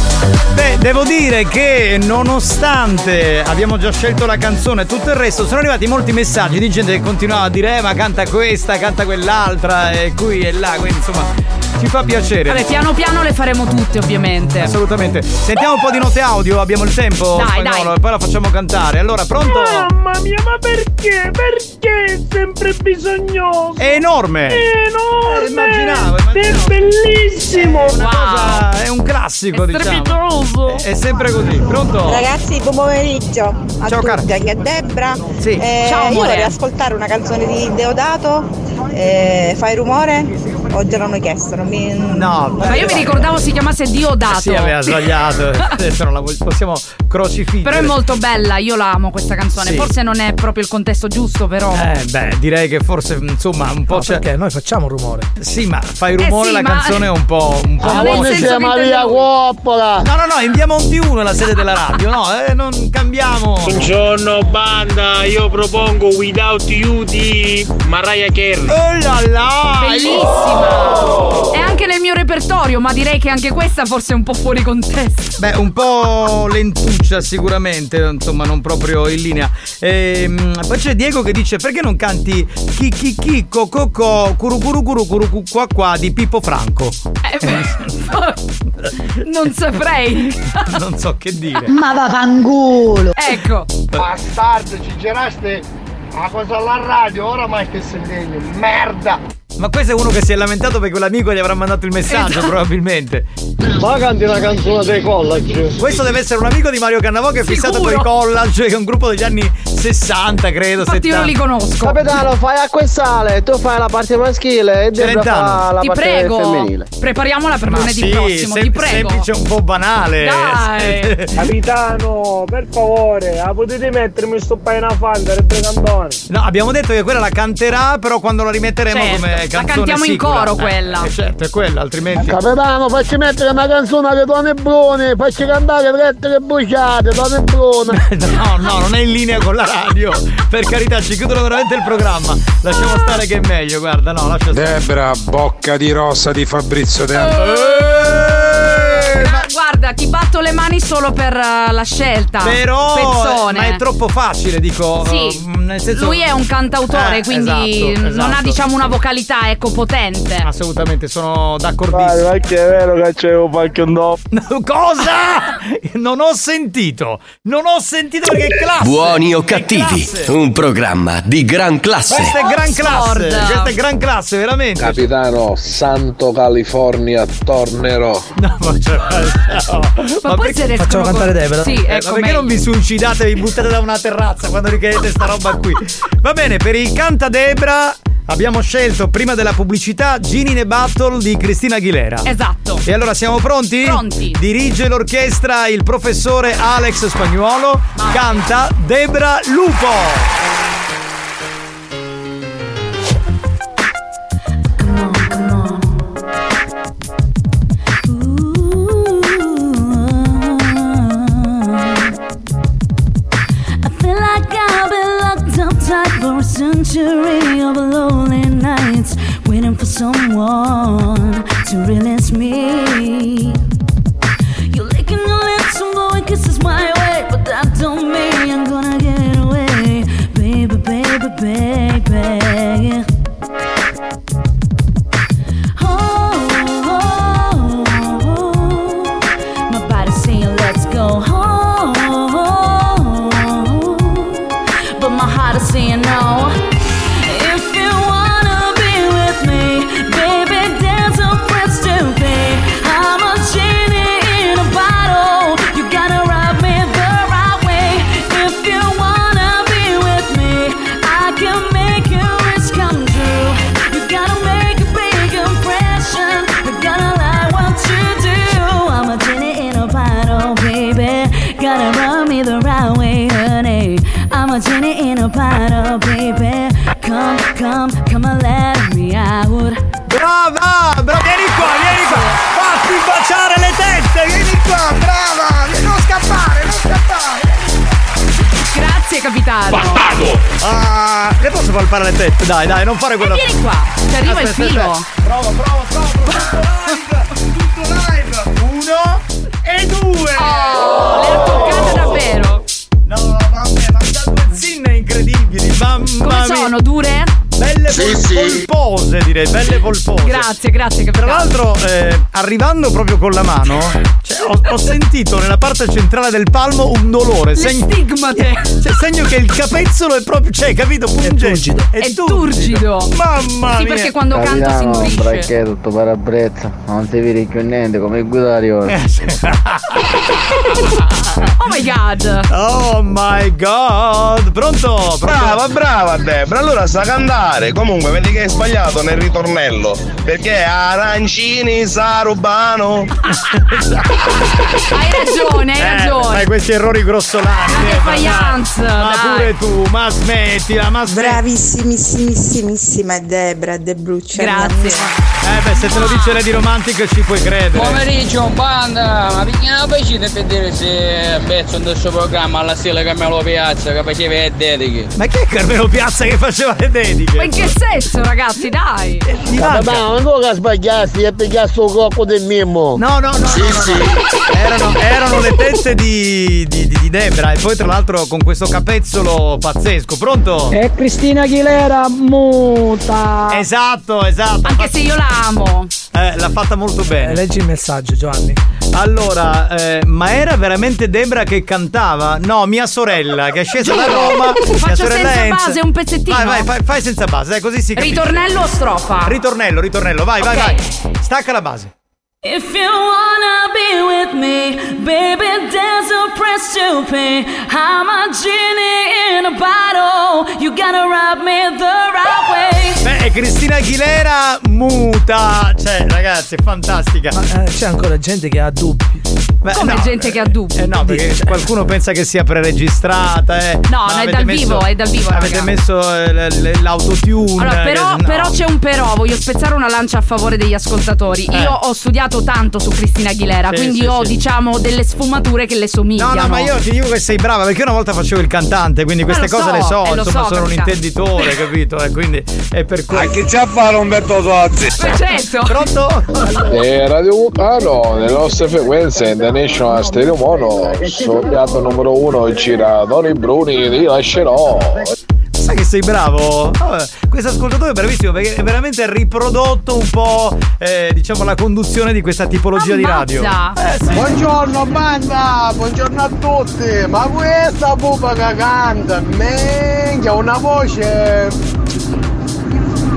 Beh, devo dire che nonostante abbiamo già scelto la canzone e tutto il resto, sono arrivati molti messaggi di gente che continuava a dire eh, ma canta questa, canta quell'altra e qui e là, quindi insomma ci fa piacere. Vabbè, piano piano le faremo tutte, ovviamente. Assolutamente. Sentiamo un po' di note audio, abbiamo il tempo Dai, Ah, spagnolo dai. e poi la facciamo cantare. Allora, pronto? Mamma mia, ma perché? Perché è sempre bisognoso? È enorme. È enorme! immaginavo, È bellissimo! Una cosa- è un classico, diciamo. strepitoso! È sempre così. Pronto? Ragazzi, buon pomeriggio a Ciao, tutti, cara. anche a Debra. Eh, Ciao, io amore. vorrei ascoltare una canzone di Deodato. eh, fai rumore? O te l'hanno chiesto? Non mi... No, Ma io mi ricordavo si chiamasse Diodato. Eh Sì, aveva [LAUGHS] sbagliato. Adesso non la vo- possiamo crocifiggere. Però è molto bella, io la amo questa canzone. Sì. Forse non è proprio il contesto giusto, però. Eh, beh, direi che forse insomma un po' c'è. Perché noi facciamo rumore. Sì, ma fai Eh rumore sì, la ma- canzone è un po'. Un po' Ah, nel Come senso si che chiama intendo- Maria Coppola! No, no, no, in via Montiuno la sede della radio, no, eh, non cambiamo. Buongiorno banda, io propongo Without You di Mariah Carey. Oh là là! Oh! Bellissima! È anche nel mio repertorio, ma direi che anche questa forse è un po' fuori contesto. Beh, un po' lentuccia sicuramente, insomma, non proprio in linea. Ehm, poi c'è Diego che dice: Perché non canti chi chi chi co co co curu curu curu curu cu- qua qua di Pippo Franco? Eh, Eh, [LAUGHS] non saprei. non so che dire. Eh, va fangulo! Ecco! Bastardo, ci giraste a cosa alla radio, ora mai stai sentendo, merda! Ma questo è uno che si è lamentato perché quell'amico gli avrà mandato il messaggio, Esatto. probabilmente. Ma canti una canzone dei college. Questo deve essere un amico di Mario Cannavò che è fissato con Sicuro. i collage, che è un gruppo degli anni 60, credo. 70. Capitano, fai acqua e sale, tu fai la parte maschile e Debra Celentano. fa la ti parte prego, femminile. prepariamola per Ma lunedì sì, prossimo, ti sem- prego. semplice un po' banale. Dai. Capitano, per favore, la potete mettermi sto paio una fanta del brigantone? No, [LAUGHS] abbiamo detto che quella la canterà, però quando la rimetteremo Certo, come la canzone cantiamo in sicura. coro Eh, quella. eh, certo, è quella, altrimenti... Capitano, facci mettere una canzone di Tony Bruni, facci cantare lettere bruciate, [LAUGHS] Tony Bruni. No, no, non è in linea con la radio. Per carità, ci chiudono veramente il programma. Lasciamo stare che è meglio, guarda, no, lascia stare. Debra, bocca di rossa di Fabrizio De Andrea. Eh! Ma guarda, ti batto le mani solo per eh, la scelta. Però eh, Pezzone. ma è troppo facile, dico. Sì, mm, nel senso- lui è un cantautore, Eh, quindi esatto, non ha esatto. diciamo una vocalità ecco potente. Assolutamente, sono d'accordissimo. Ma che è vero [LAUGHS] che Eh, c'è un pacchio no. Cosa? Non ho sentito! Non ho sentito perché è classe! Buoni o cattivi, un programma di gran classe. Questa è gran classe! Oxford. Questa è gran classe, veramente! Capitano, Santo California, tornerò. [LAUGHS] No, ma c'è. no. Ma poi se ne escono Facciamo con- cantare Debra? Sì, Eh, ecco, ma perché non vi suicidate e vi buttate da una terrazza quando richiedete sta roba qui? Va bene, per il Canta Debra abbiamo scelto prima della pubblicità Gini ne Battle di Cristina Aguilera. Esatto. E allora siamo pronti? Pronti. Dirige l'orchestra il professore Alex Spagnuolo, canta Debra Lupo. Ah, I feel like I've been locked up tight for a century of lonely nights, waiting for someone to release me. You're licking your lips and blowing kisses my way, but that don't mean I'm gonna get away, baby, baby, baby. Oh, oh, oh. my body's saying let's go home, but my heart is saying no. If you wanna be with me, baby, dance or press to me. I'm a genie in a bottle. You gotta rub me the right way. If you wanna be with me, I can make your wish come true. You gotta make a big impression. You gotta like what you do. I'm a genie in a bottle, baby. Gotta rub me the right way, honey. I'm a my genie in a bottle, baby. Come, come, come and let me out. Brava, brava, vieni qua, vieni qua. Fatti baciare le teste, vieni qua, brava. Non scappare, non scappare. Grazie capitano. Eh, Ah, le posso palpare le tette? Dai, dai, non fare quello. Vieni qua, ci arriva il Aspetta, filo. aspetta. Provo, provo, provo, provo. Tutto live, tutto live. Uno e due. Oh, le ha toccate davvero. No, vabbè, Eh, ma da due zinne incredibili, mamma Come mia. sono, dure? Belle pol- polpose, direi, belle polpose. Grazie, grazie capitano. Tra l'altro, eh, arrivando proprio con la mano, cioè, ho, ho sentito nella parte centrale del palmo un dolore. Le stigmate. Cioè, segno che il capezzolo è proprio. Cioè, capito? Pungente. È, È turgido. Mamma Sì, mia. perché quando canto si indurisce. bracchetto, parabrezza, non si vede più niente come guidare ora. Eh, Oh my god. Oh my god. Pronto? Brava, brava Debra. Allora sa cantare. Comunque, vedi che hai sbagliato nel ritornello. Perché arancini sa rubano. Hai ragione, hai Eh, ragione. Fai questi errori grossolani. Ma che eh, faglianza, Ma dai. pure tu, ma smettila, ma smettila. Bravissimissimissima Debra De Bruccia. Grazie. Eh beh, se te lo dice Lady Romantic ci puoi credere. Pomeriggio banda, Ah, ma perché non facete vedere se pezzo del suo programma alla sera che me lo piazza, che faceva le dediche. Ma chi è Carmelo Piazza che faceva le dediche? Ma in che senso, ragazzi, dai? Eh, Ma ancora sbagliasti e pigliasti il corpo del mimmo. No, no, no. Sì, sì. Erano, erano le tette di, di, di- di Debra e poi tra l'altro con questo capezzolo pazzesco, pronto? E Ecco. Cristina Aguilera muta. Esatto, esatto. Anche se io la amo. Eh, l'ha fatta molto bene. Leggi il messaggio, Giovanni. Allora, eh, ma era veramente Debra che cantava? No, mia sorella che è scesa da Roma. mia Faccio sorella senza Enza. base un pezzettino. eh. Vai, vai, fai, fai senza base, dai, così si capisce. Ritornello o strofa? Ritornello, ritornello, vai, Ok. vai, vai. Stacca la base. If you wanna be with me, baby, there's no price to pay. I'm a genie in a bottle. You gotta rub me the right way. Beh, Eh, è Cristina Aguilera muta. Cioè, ragazzi, è fantastica. Ma eh, c'è ancora gente che ha dubbi. Beh, Come no, gente che ha dubbi. Eh no, perché Cioè, qualcuno pensa che sia preregistrata, eh. No, Ma no, è avete dal messo- vivo, è dal vivo, Avete raga. messo eh, l- l- l'autotune. Allora, però, eh, no. però c'è un però, voglio spezzare una lancia a favore degli ascoltatori. Eh. Io ho studiato tanto su Cristina Aguilera, Sì, quindi sì, ho sì. diciamo delle sfumature che le somigliano. No, no, ma io ti dico che sei brava perché una volta facevo il cantante, quindi Ma queste lo cose so, le so, eh, lo insomma so, sono un capitano. intenditore, capito? E quindi è per questo. Ma che c'ha a fare Umberto Tozzi? Ma [LAUGHS] certo. Pronto? [LAUGHS] E Radio Vulcano, nelle nostre frequenze International Stereo Mono, sul piatto numero uno c'era Doni Bruni, li lascerò. Sai che sei bravo? Vabbè, Questo ascoltatore è bravissimo perché è veramente riprodotto un po', eh, diciamo, la conduzione di questa tipologia di radio. Eh, Buongiorno banda, buongiorno a tutti, ma questa pupa che canta, minchia, una voce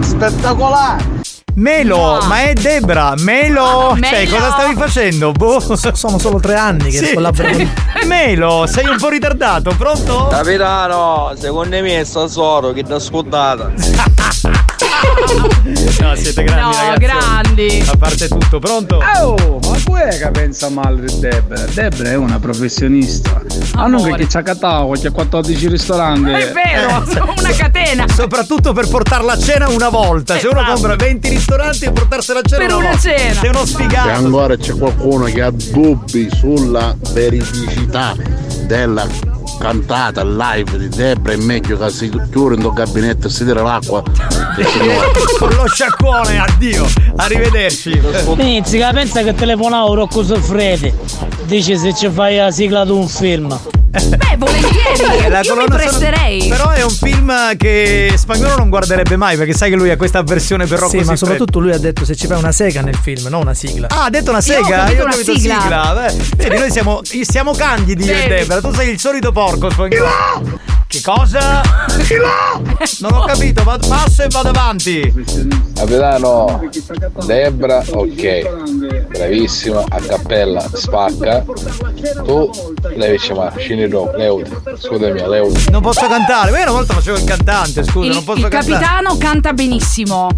spettacolare. Melo, ma è Debra, Melo, Ah, cioè Melo. cosa stavi facendo? Boh. sono solo tre anni che collaboro con- [LAUGHS] Melo, sei un po' ritardato, pronto? Capitano, secondo me è Sassoro che ti ha scottata. [LAUGHS] [LAUGHS] No, siete No, grandi ragazzi. grandi. A parte tutto, pronto? Oh, ma è che pensa male di Debra? Debra è una professionista. Ah, non perché ci ha catato qualche 14 ristoranti. È vero, sono una catena. Eh, Soprattutto per portarla a cena una volta. Se uno compra 20 ristoranti e portarsela a cena Per una volta. cena. Sei uno Se sfigato. ancora c'è qualcuno che ha dubbi sulla veridicità della cantata live di Debra, è meglio che si chiude in tuo gabinetto e si tira [LAUGHS] l'acqua. Con lo sciacquone, eh, addio. Arrivederci. Pizzica, pensa che telefonavo Rocco Soffredi. Dice se ci fai la sigla di un film. Beh, volentieri. Eh, La Eh, io colonna mi sonora- presterei. Però è un film che spagnolo non guarderebbe mai perché sai che lui ha questa avversione per Rocco Sì, ma Siffredi. soprattutto lui ha detto se ci fai una sega nel film, non una sigla. Ah, ha detto una Io ho sega? capito ho una capito sigla. Beh, vedi, noi siamo, siamo candidi io e Vedi. Debra. Tu sei il solito porco spagnolo. Che cosa? Non ho capito, ma passo e vado avanti. Capitano, Debra, ok. bravissima, a cappella, spacca. Tu lei dice ma scinirò, Leud, scusami, Leud. Non posso cantare, ma io una volta facevo il cantante, scusa, il non posso il cantare. capitano [LAUGHS] canta benissimo.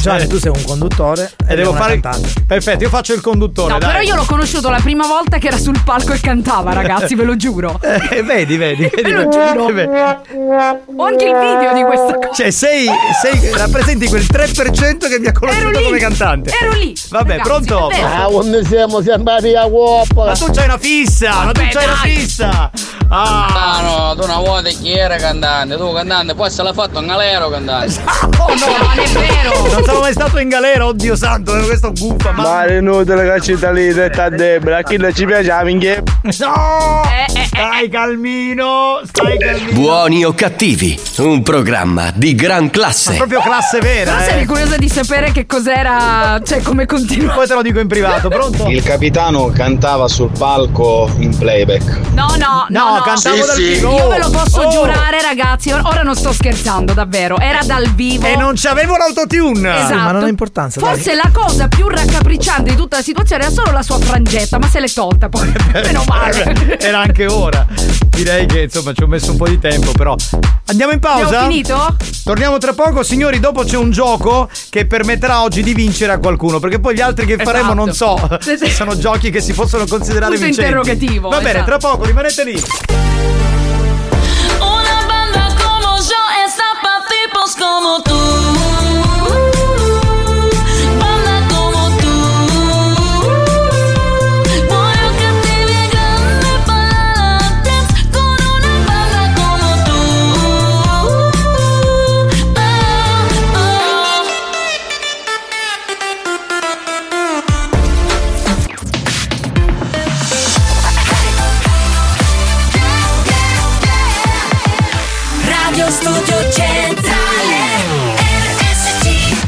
Gianni, tu sei un conduttore e devo una fare. Perfetto, io faccio il conduttore. No, dai. però io l'ho conosciuto la prima volta che era sul palco e cantava, [LAUGHS] ragazzi, ve lo giuro. Eh, vedi, vedi, vedi. Ve lo giuro. Ho anche il video di questa cosa. Cioè, sei, sei- rappresenti quel 3% che mi ha conosciuto come cantante. Ero lì. Vabbè, pronto? Ah, quando siamo, siamo andati a uopa. Ma tu c'hai una fissa, ma tu c'hai una fissa. Ah no, tu una volta chi era cantante? Tu cantante, poi se l'ha fatto un galero cantante. Esatto. Non sono mai stato in galera, oddio santo, eh, questo è gufa. Ma... Ma è inutile che ci dà lì, detta a Debra, a chi non ci piace la minchia. No! Stai calmino, stai calmino. Buoni o cattivi, un programma di gran classe. classe vera. Però sarei curiosa di sapere che cos'era, cioè come continua. Poi te lo dico in privato, [LAUGHS] pronto? Il capitano cantava sul palco in playback. No, no, no, No, no. cantavo Sì, dal sì. vivo. Io ve lo posso Oh. giurare, ragazzi. or- Ora non sto scherzando, davvero. Era dal vivo. E non c'avevo l'autotune. Esatto. Sì, ma non ha importanza. dai. Forse la cosa più raccapricciante di tutta la situazione era solo la sua frangetta, ma se l'è [LAUGHS] tolta poi. Meno male. Eh, Era anche ora. Direi che insomma ci ho messo un po' di tempo, però. Andiamo in pausa? Abbiamo finito? Torniamo tra poco, signori. Dopo c'è un gioco che permetterà oggi di vincere a qualcuno. Perché poi gli altri che faremo non so. se Sono giochi che si possono considerare Esatto. Punto vincenti. interrogativo, Va bene, tra esatto. poco, rimanete lì. Una banda como yo está para tipos como tú. Banda como tú. Voy a que te grande para dance con una banda como tú. Ah, ah. Radio Studio Centrale RSC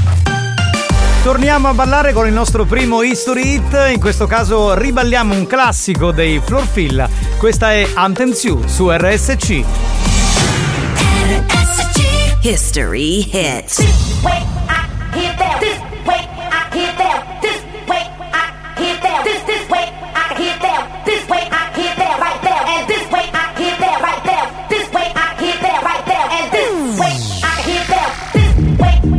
Torniamo a ballare con il nostro primo History Hit. In questo caso riballiamo un classico dei Florfilla. Questa è Anthem Sioux su RSC. History hits. Hit that This way I hit that This way I hit that This this way I hit that This way I hit that right there And this way I hit that right there This way I hit that right there And this way I hit that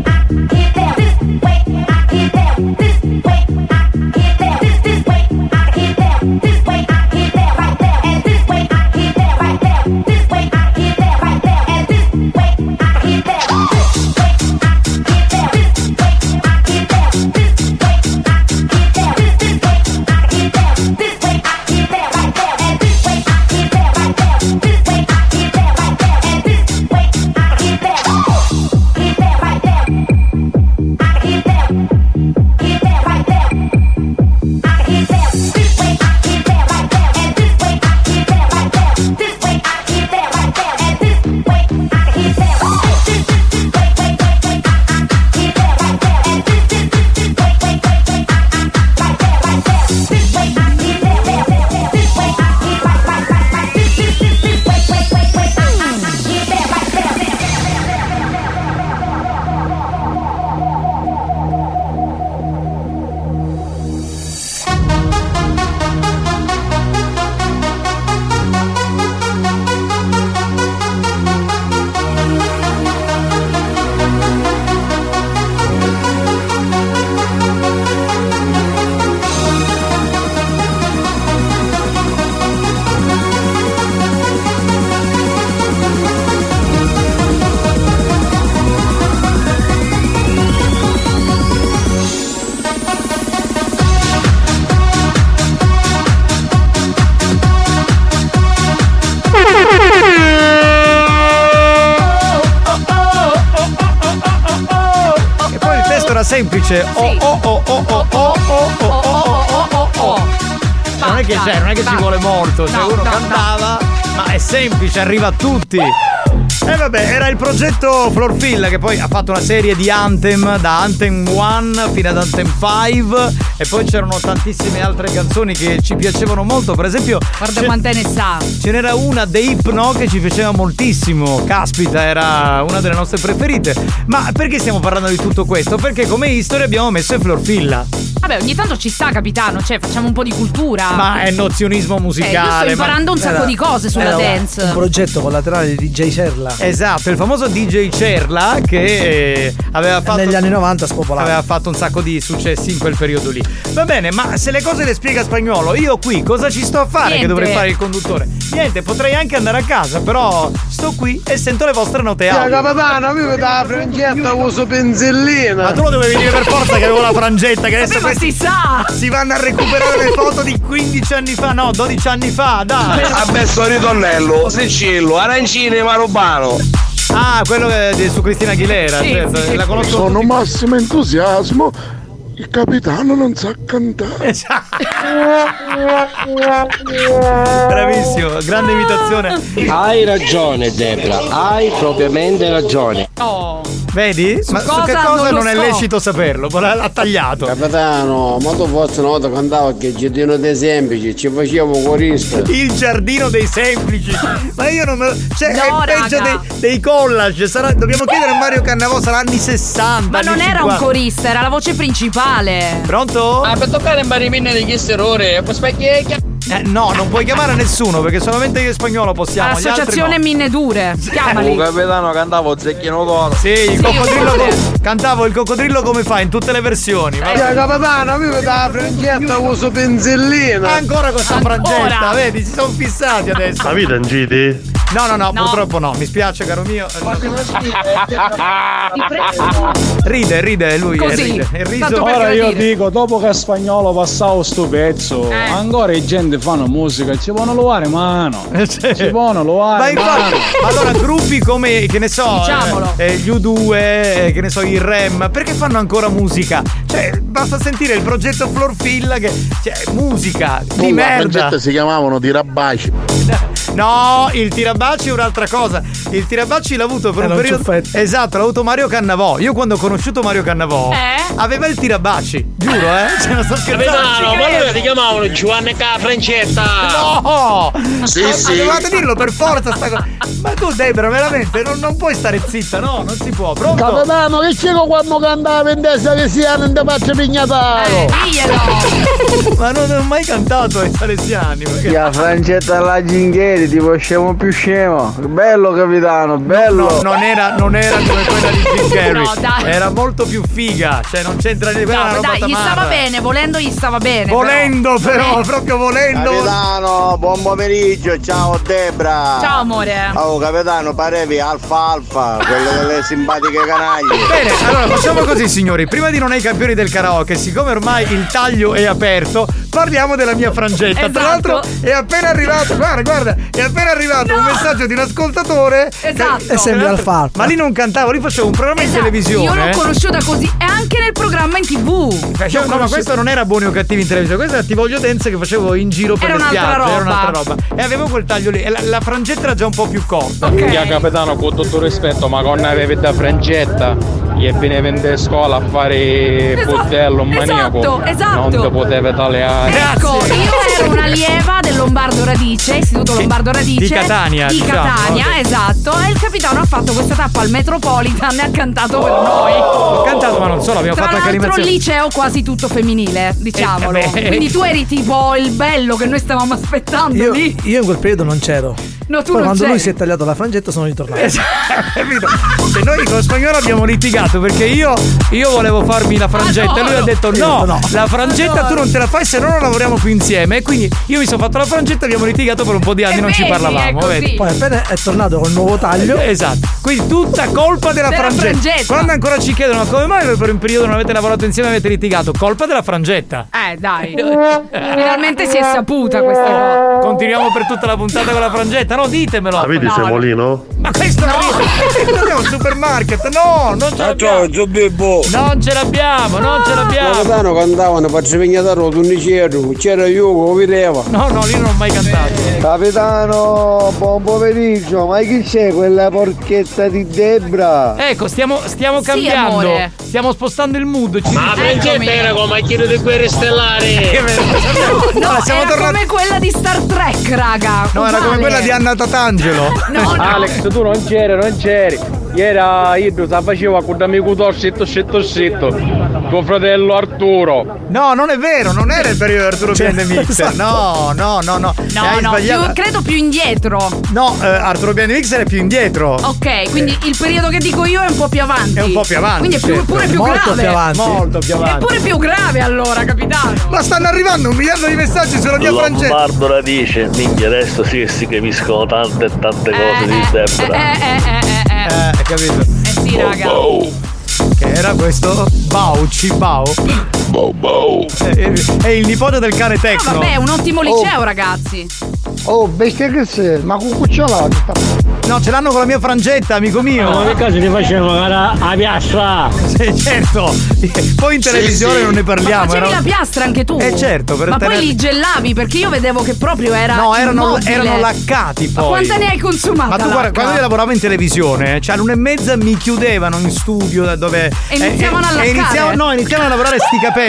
E poi il testo era semplice. Oh oh oh oh oh oh oh oh oh oh oh oh. Ma Non è che cioè, c'è, non è che ci vuole molto, se uno cantava, ma è semplice, arriva a tutti. Eh vabbè, era il progetto Florfilla che poi ha fatto una serie di Anthem, da Anthem 1 fino ad Anthem 5 e poi c'erano tantissime altre canzoni che ci piacevano molto, per esempio Guarda ce- quante ne sa. ce n'era una dei Hypno che ci piaceva moltissimo, caspita, era una delle nostre preferite. Ma perché stiamo parlando di tutto questo? Perché come history abbiamo messo Florfilla. Vabbè, ogni tanto ci sta, capitano, cioè facciamo un po' di cultura. Ma è nozionismo musicale. Ah. Eh, io sto ma- imparando un sacco Era- di cose sulla era un- dance. Un progetto collaterale di DJ Cerla. Esatto, il famoso DJ Cerla che eh, aveva fatto. Negli anni 90 spopolava. Aveva fatto un sacco di successi in quel periodo lì. Va bene, ma se le cose le spiega spagnolo, io qui cosa ci sto a fare Niente. che dovrei fare il conduttore? Niente, potrei anche andare a casa, però sto qui e sento le vostre note Ciao audio. capitano, mi vedo la frangetta con su penzellina. Ma tu lo dovevi dire per forza che avevo la frangetta che adesso questi si vanno a recuperare le foto di 15 anni fa, no, 12 anni fa, dai. Vabbè, sto ritornello, Sicillo, arancine marobano. Ah, quello eh, di- su Cristina Aguilera, certo, la conosco Sono massimo entusiasmo. Il capitano non sa cantare. Esatto. Bravissimo, grande imitazione. Hai ragione Debra, hai propriamente ragione. Vedi? Ma su che cosa non, è lecito saperlo? Ma l'ha- L'ha tagliato. Capitano, ma tu forse una volta cantavo che il giardino dei semplici, ci facevo corista. Il giardino dei semplici. Ma io non me lo. Cioè, No, è peggio raga. dei, dei collage. Sarà- dobbiamo chiedere a Mario Cannavò, sarà anni 60. Ma anni non era un 50. corista, era la voce principale. Pronto? Ah, per toccare in barimina di questo errore, pues perché Eh, no, non puoi chiamare nessuno perché solamente io in spagnolo possiamo. gli altri Associazione no. Minne Dure. Chiamali. capitano cantavo Zecchino d'oro. Sì, il coccodrillo. co- cantavo il coccodrillo come fa in tutte le versioni. Eh, va Ciao capitano, mi vedo la frangetta con su penzellina. Ancora con sta frangetta, vedi, si sono fissati adesso. La vita in GT? No, no, no, purtroppo no, mi spiace caro [LAUGHS] mio. Oh. Ride, ride lui. eh, Ride. Il riso. Ora io dico, dopo che a spagnolo passavo sto pezzo, ancora i gente fanno musica, ci vanno lavare [LAUGHS] mano. Eh, Ci vanno Ma lavare infatti, mano. allora gruppi come, che ne so, Diciamolo. eh, eh, gli U2, eh, che ne so, i Rem, perché fanno ancora musica? Cioè, basta sentire il progetto Florfilla che. Cioè, musica di Comunque, La merda. frangetta si chiamavano Tirabaci. No, il tirabacci è un'altra cosa. Il tirabacci l'ha avuto per Era un un periodo. esatto, l'ha avuto Mario Cannavò. Io quando ho conosciuto Mario Cannavò Eh? aveva il tirabacci, giuro, eh. [LAUGHS] Ce la sto scherzando. Capitano, ma loro ti chiamavano Giovanni Ca Francetta. No! Sì, Ma- sì. Dovevate dirlo per forza sta cosa. Ma tu Debra, veramente non, non puoi stare zitta, no, non si può. Pronto? Capitano, che c'è quando cantava in testa che si hanno in faccia Eh, pignataro? Ma non ho mai cantato ai salesiani. perché- La frangetta alla Gingheri, tipo scemo più scemo. Bello capitano, bello. No, non era, non era come quella di Jim Carrey. No, dai. Era molto più figa, cioè non c'entra niente. Quella No, era ma una dai, roba gli stava tamarra. bene, volendo gli stava bene. Volendo però, proprio volendo. Capitano, buon pomeriggio, ciao Debra. Ciao, amore. Oh capitano, parevi alfa alfa, quello delle simpatiche canaglie. Bene, allora facciamo così signori, prima di non ai campioni del karaoke, siccome ormai il taglio è aperto, parliamo della mia frangetta. Tra Esatto. l'altro è appena arrivato, guarda, guarda, è appena arrivato un messaggio di un ascoltatore. Esatto. E sembra Alfalfa. Ma lì non cantavo, lì facevo un programma in televisione. Io l'ho eh. conosciuta così e anche nel programma in tv. Cioè, no, ma questo non era buoni o cattivi in televisione, questo era ti voglio dance che facevo in giro per Era le un'altra spiagge, era roba. un'altra roba. E avevo quel taglio lì, e la, la frangetta era già un po' più corta. Minchia capitano, con tutto rispetto, ma con avevi da frangetta e venivate a scuola a fare bordello, un maniaco. esatto, esatto. Non ti poteva tagliare. Ecco, io ero un'allieva del Lombardo Radice, istituto Lombardo Radice. di Catania, Di diciamo, Catania, ok. esatto. E il capitano ha fatto questa tappa al Metropolitan e ha cantato per noi. Oh! Ho cantato, ma non solo, abbiamo Tra fatto anche l'altro animazione. il liceo quasi tutto femminile, diciamolo. Eh, beh. Quindi tu eri tipo il bello che noi stavamo aspettando Io, lì. io in quel periodo non c'ero. No, Poi tu non quando c'eri. lui si è tagliato la frangetta sono ritornato. Esatto, [LAUGHS] Capito? Cioè, noi con lo spagnolo abbiamo litigato perché io, io volevo farmi la frangetta e lui ha detto no, la frangetta tu non te la fai se no non lavoriamo più insieme. E quindi io mi sono fatto la frangetta e abbiamo litigato per un po' di anni, non ci parlavamo. Vedi? Poi appena è tornato col nuovo taglio. Esatto. Quindi tutta colpa della, Della frangetta. frangetta. Quando ancora ci chiedono "Ma come mai voi per un periodo non avete lavorato insieme e avete litigato, colpa della frangetta. Eh dai. Finalmente si è saputa questa cosa. Eh. Continuiamo per tutta la puntata con la frangetta? No, ditemelo. La vedi No, Semolino? Ma questo no. Dobbiamo supermarket. No, non ce Ah, l'abbiamo. Non ce l'abbiamo, non ce l'abbiamo. Loredano cantavano per Civignataro Tunnicero, c'era io che vedeva. No, no, lì non ho mai cantato. Capitano, buon pomeriggio, ma chi c'è quella porchetta di Debra? Ecco, stiamo, stiamo Sì, cambiando. amore. stiamo spostando il mood. Ci Ma la Frangetta era come Achille di Guerre Stellari. No, Allora, Ah, siamo era tornati- come quella di Star Trek, raga. No, era come Uguale. quella di Anna Tatangelo. Alex, tu non c'eri, non c'eri. Ieri Idro si faceva con un amico tuo, scetto, scetto, scetto. Tuo fratello Arturo. No, non è vero, non era il periodo di Arturo Cioè, Piandemixer. No, no, no, no. esatto. No, Eh, Hai no, sbagliato. più- credo più indietro. No, eh, Arturo Piandemixer è più indietro. Ok, quindi il periodo che dico io è un po' più avanti. È un po' più avanti. Quindi è più- certo. pure più grave. Molto più avanti. È pure più grave allora, capitano. Ma stanno arrivando un miliardo di messaggi sulla mia Francesca. Barbara dice, minchia adesso sì si capiscono tante e Eh, tante cose di Debra. Eh, hai capito? Eh sì, Oh, raga. Che era questo? Bau, Cibao. Bau, Bau. È, è il nipote del cane tecno. Eh, Vabbè, è un ottimo liceo, ragazzi. Oh, bestia che sei, ma con cucciolata. No, ce l'hanno con la mia frangetta, amico mio. Ma che cosa ti facevano cara a piastra? Sì, certo. Poi in televisione non ne parliamo. Ma facevi era- la piastra anche tu. Eh, certo, per Ma tenere- poi li gellavi perché io vedevo che proprio era. No, erano, immobile. erano laccati poi. Ma quante ne hai consumate? Ma tu guarda, lacca? quando io lavoravo in televisione, cioè all'una e mezza mi chiudevano in studio da dove. Eh, E iniziavano a e laccare. iniziavano- no, iniziavano a lavorare sti capelli.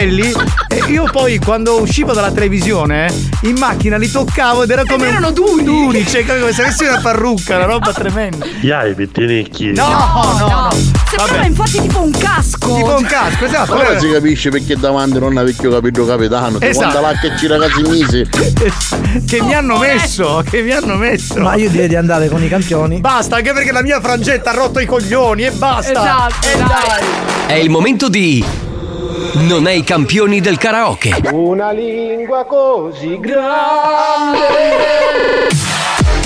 e io poi quando uscivo dalla televisione, in macchina li toccavo ed era come. erano duri! Duri, cioè come se avessi una parrucca, una roba tremenda. Iai, pittinicchi. No, no, no. Sembrava infatti tipo un casco. Tipo un casco, esatto. Ora si capisce perché davanti non avevo più capito capitano. Esatto. Esatto. Quanta lacca ci ragazzi misi. Che mi hanno messo, che mi hanno messo. Ma io direi di andare con i campioni. Basta, anche perché la mia frangetta ha rotto i coglioni e basta. Esatto, e dai. È il momento di. Non è i campioni del karaoke. Una lingua così grande.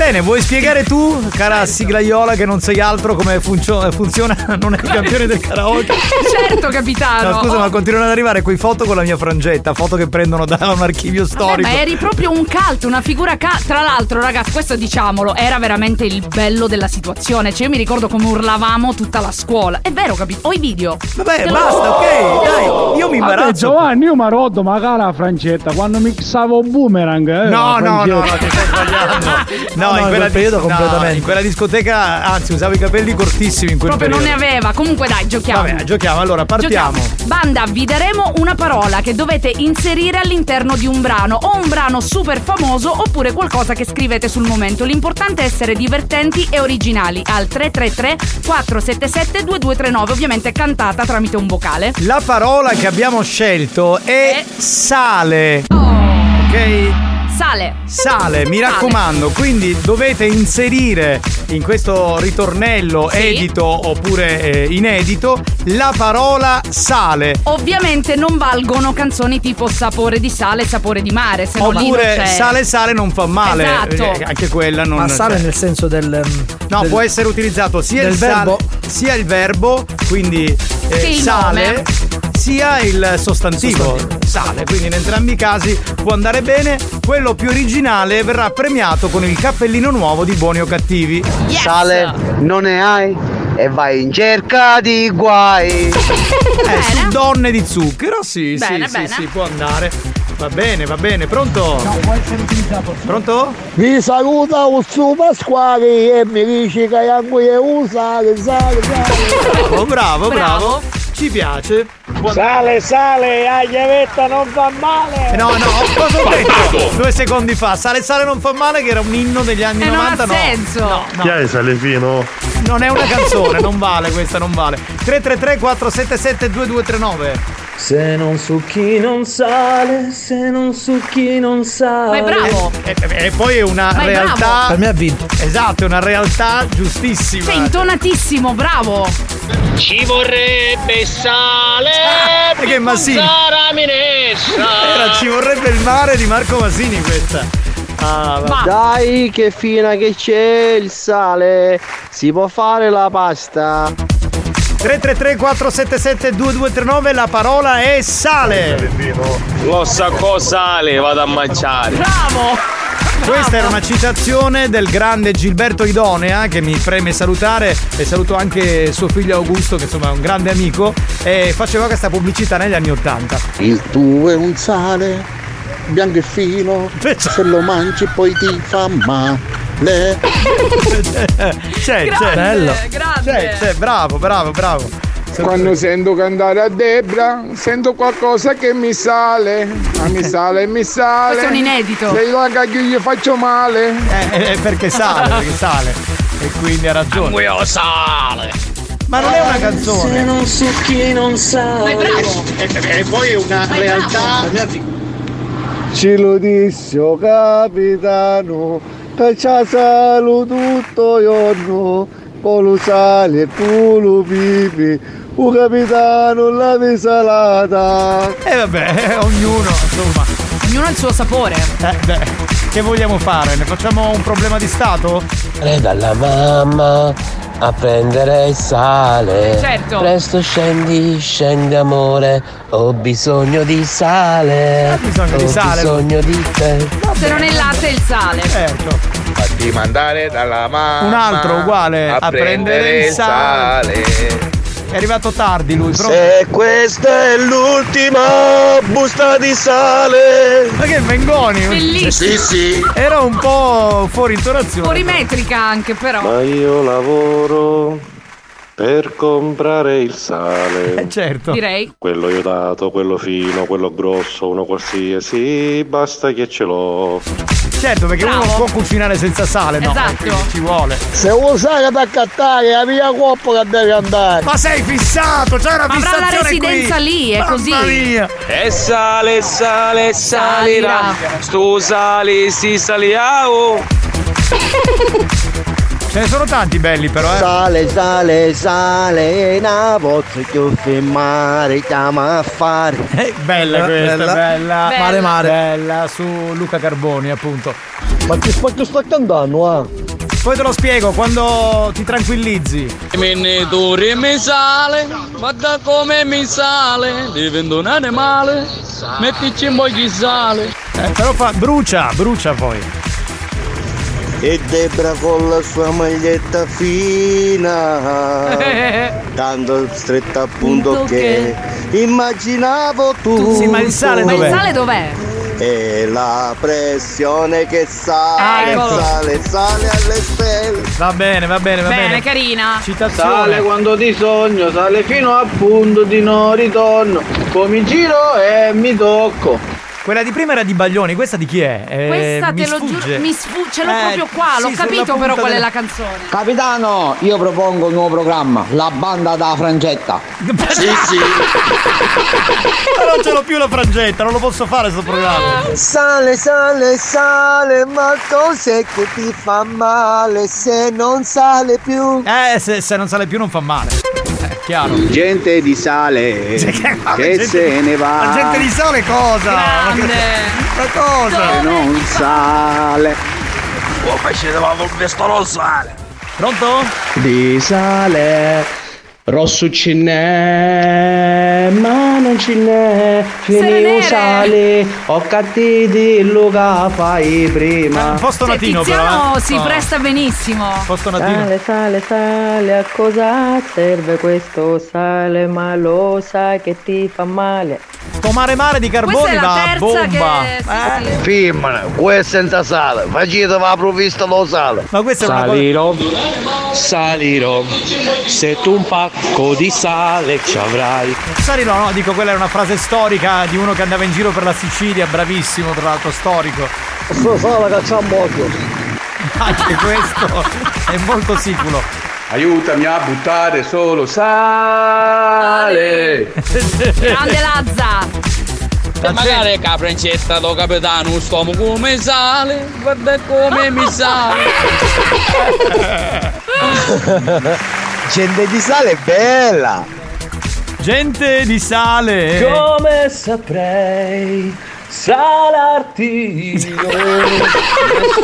Bene, vuoi spiegare tu, cara siglaiola, che non sei altro, come funzio- funziona? [LAUGHS] Non è il campione del karaoke. [LAUGHS] certo, capitano. No, scusa, ma continuano ad arrivare quei foto con la mia frangetta, foto che prendono da un archivio Vabbè, storico. ma eri proprio un cult, una figura cult. Tra l'altro, ragazzi, questo diciamolo, era veramente il bello della situazione. Cioè, io mi ricordo come urlavamo tutta la scuola. È vero, capito? Ho i video. Vabbè, basta, ok, dai, io mi Vabbè, Giovanni, io mi rotto, ma cara la Francetta, quando mixavo boomerang. eh, No, la no, no, no, Francetta. ti stai sbagliando. No, in quel periodo no, completamente. in quella discoteca, anzi, usavo i capelli cortissimi in quel Proprio non periodo. ne aveva. Comunque, dai, giochiamo. Vabbè, giochiamo, allora partiamo. Giochiamo. Banda, vi daremo una parola che dovete inserire all'interno di un brano, o un brano super famoso, oppure qualcosa che scrivete sul momento. L'importante è essere divertenti e originali. Al 333-477-2239, ovviamente cantata tramite un vocale. La parola che abbiamo scelto è Eh. sale. Ok? Oh. Sale. Sale, mi raccomando, quindi dovete inserire in questo ritornello edito oppure eh, inedito la parola sale. Ovviamente non valgono canzoni tipo sapore di sale, sapore di mare, se no lì non Oppure c'è. sale sale non fa male. Esatto. Eh, Anche quella non Ma sale cioè- nel senso del. ehm, No, del- può essere utilizzato sia del il sale- verbo. sia il verbo, quindi eh, Sì, il sale, nome. sia il sostantivo, sale. Quindi in entrambi i casi può andare bene. Quello più originale verrà premiato con il cappellino nuovo di buoni o cattivi. Sale, non ne hai? E vai in cerca di guai. Eh, su donne di zucchero, sì, Bene, sì, bene. sì, sì, può andare. Va bene, va bene, pronto? Pronto? Vi saluta Uzzu Pasquali e mi dice che anche io usare, sale, sale. Oh, Bravo, bravo, bravo. Ci piace. Sale, sale, agliavetta non fa male. Eh, No, no, cosa ho detto? Due secondi fa, sale sale non fa male, che era un inno degli anni Eh, non 90. ha no. senso. No, no. Chi è Salefino? Non è una canzone, non vale questa, non vale. 333 477 2239. Se non succhi non sale, se non succhi non sale. E, Eh, e- e poi è una Ma è bravo. realtà. Per me ha vinto. Esatto, è una realtà giustissima. Sei Cioè, intonatissimo, bravo. Ci vorrebbe sale Eh, Perché è Massini. la minestra. Ah, Era Ci vorrebbe il mare di Marco Masini questa. Ah, va. Dai, che fina che c'è il sale. Si può fare la pasta. 333 477 2239 la parola è sale. Lo sacco sale, vado a mangiare. Questa era una citazione del grande Gilberto Idonea che mi preme salutare e saluto anche suo figlio Augusto che insomma è un grande amico e faceva questa pubblicità negli anni 80. Il tuo è un sale bianco e fino, se lo mangi poi ti fa male. [LAUGHS] C'è, c'è. Grande, Bello. grande. C'è, c'è, Cioè, bravo, bravo, bravo. Quando sento cantare a Debra, sento qualcosa che mi sale, ma mi sale, mi sale. Questo è un inedito. Se io la caglio gli faccio male. Eh, eh, perché sale, perché sale. E quindi ha ragione. Io sale. Ma non è una canzone. Se non succhi non sa. E poi è una realtà. Ci lo disse oh capitano, che ci ha saluto tutto il giorno, con lo sale e con lo pipi, un capitano la salata. E Eh, vabbè, ognuno, insomma. Ognuno ha il suo sapore. Eh, beh, che vogliamo fare? Ne facciamo un problema di Stato? dalla mamma a prendere il sale. Certo. Presto scendi, scendi amore, ho bisogno di sale. Ho bisogno di sale. Ho bisogno di te. Se non è il latte è il sale. Certo. Fatti mandare dalla mamma. Un altro uguale, A, prendere, il sale. È arrivato tardi lui, però. Se questa è l'ultima busta di sale. Ma che vengoni! Bellissimo. Sì, sì. Era un po' fuori intonazione. Fuorimetrica anche però. Ma io lavoro per comprare il sale. Eh, certo. Direi. Quello iodiato, quello fino, quello grosso, uno qualsiasi, basta che ce l'ho. Certo, perché uno può cucinare senza sale, no? Esatto. Ci vuole. Se vuoi sai da accattare, la mia coppa che devi andare. Ma sei fissato, c'è una Ma avrà la residenza lì, è così. E sale, sale, salirà. Sto sale, si saliao. Ce ne sono tanti belli però, eh. Sale, sale, sale, una volta che ho filmare, chiama a fare. Eh? Bella questa, bella. Bella. Mare, mare. Bella su Luca Carboni, appunto. Ma che spacchio sta cantando, eh? Poi te lo spiego quando Oh, ti tranquillizzi. Me ne dure mi sale, guarda come mi sale, divento un animale, mettici un po' di sale. Eh, però fa brucia, brucia poi. E Debra con la sua maglietta fina, tanto stretta appunto Punto che immaginavo tu. Uh, Sì, ma il Uh, sale Ma il dov'è? Eh, sale dov'è? E la pressione che Ah, sale, eccolo. sale, sale alle stelle. Va bene, va bene, va Bene, bene. carina. Citazione. Sale quando ti sogno, sale fino al punto di non ritorno. Poi mi giro e mi tocco. Quella di prima era di Baglioni, questa di chi è? Eh, Questa mi te lo sfugge. giuro, mi sfu- ce l'ho Eh, proprio qua, sì, l'ho sulla capito punta però qual è della- la canzone. Capitano, io propongo un nuovo programma, la banda da [LAUGHS] frangetta. Sì, sì. [LAUGHS] Ma non ce l'ho più la frangetta, non lo posso fare sto programma. Sale, sale, sale, ma cos'è che ti fa male se non sale più? Eh, se, se non sale più non fa male. È chiaro. Gente di sale Ma Cioè, gente- La gente di sale cosa? Ma che- Ma cosa? non sale O facete la volpe sto lo sale. Pronto? di sale rosso ce n'è ma non ce n'è finito sale ho cattivi lo che fai prima Posto Cioè, natino Tiziano però. eh. si No. presta benissimo. Posto natino. Sale, sale, sale, a cosa serve questo sale? Ma lo sai che ti fa male. Sto mare mare di Questa carboni è va la a terza bomba. che... eh, sì, sì. firmane Eh, questo è senza sale facete la provvista lo sale Ma questa è una cosa. salirò salirò se tu un pacco di sale ci avrai Salirò, no, dico quella era una frase storica di uno che andava in giro per la Sicilia, bravissimo, tra l'altro storico. Sto sale che c'ha un occhio. Anche questo è molto sicuro. Aiutami a buttare solo sale. Grande Lazza. E magari che la francetta do capitano, stiamo come sale, guarda come [LAUGHS] mi sale. [LAUGHS] Gente di sale è bella! Gente di sale. Come saprei salarti io.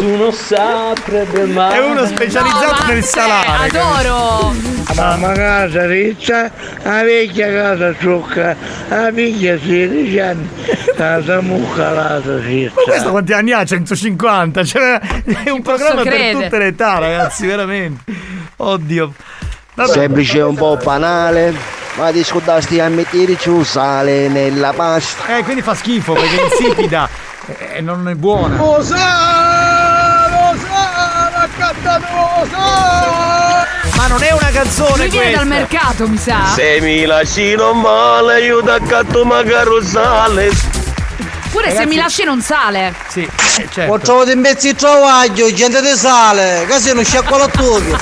Nessuno saprebbe mai. È uno specializzato nel salare. Adoro! Mamma casa riccia, la vecchia casa ciocca, la figlia 16 anni, casa mucca la Ma riccia. questo quanti anni ha? 150? Cioè, è un programma per credere. tutte le età, ragazzi, veramente. Oddio. Vabbè. Semplice un po' banale, ma discutasti a mettere giù sale nella pasta. Eh, quindi fa schifo perché è insipida e non è buona. Oh, Osana, Osana, accattato Osana! Ma non è una canzone Lui viene questa. dal mercato, mi sa. Se mi lasci non male, aiuta catto magari sale. Pure se Ragazzi- mi lasci non sale. Sì, eh, certo. Ho trovato in mezzo il travaglio, gente di sale, che se non sciacqua la tuga.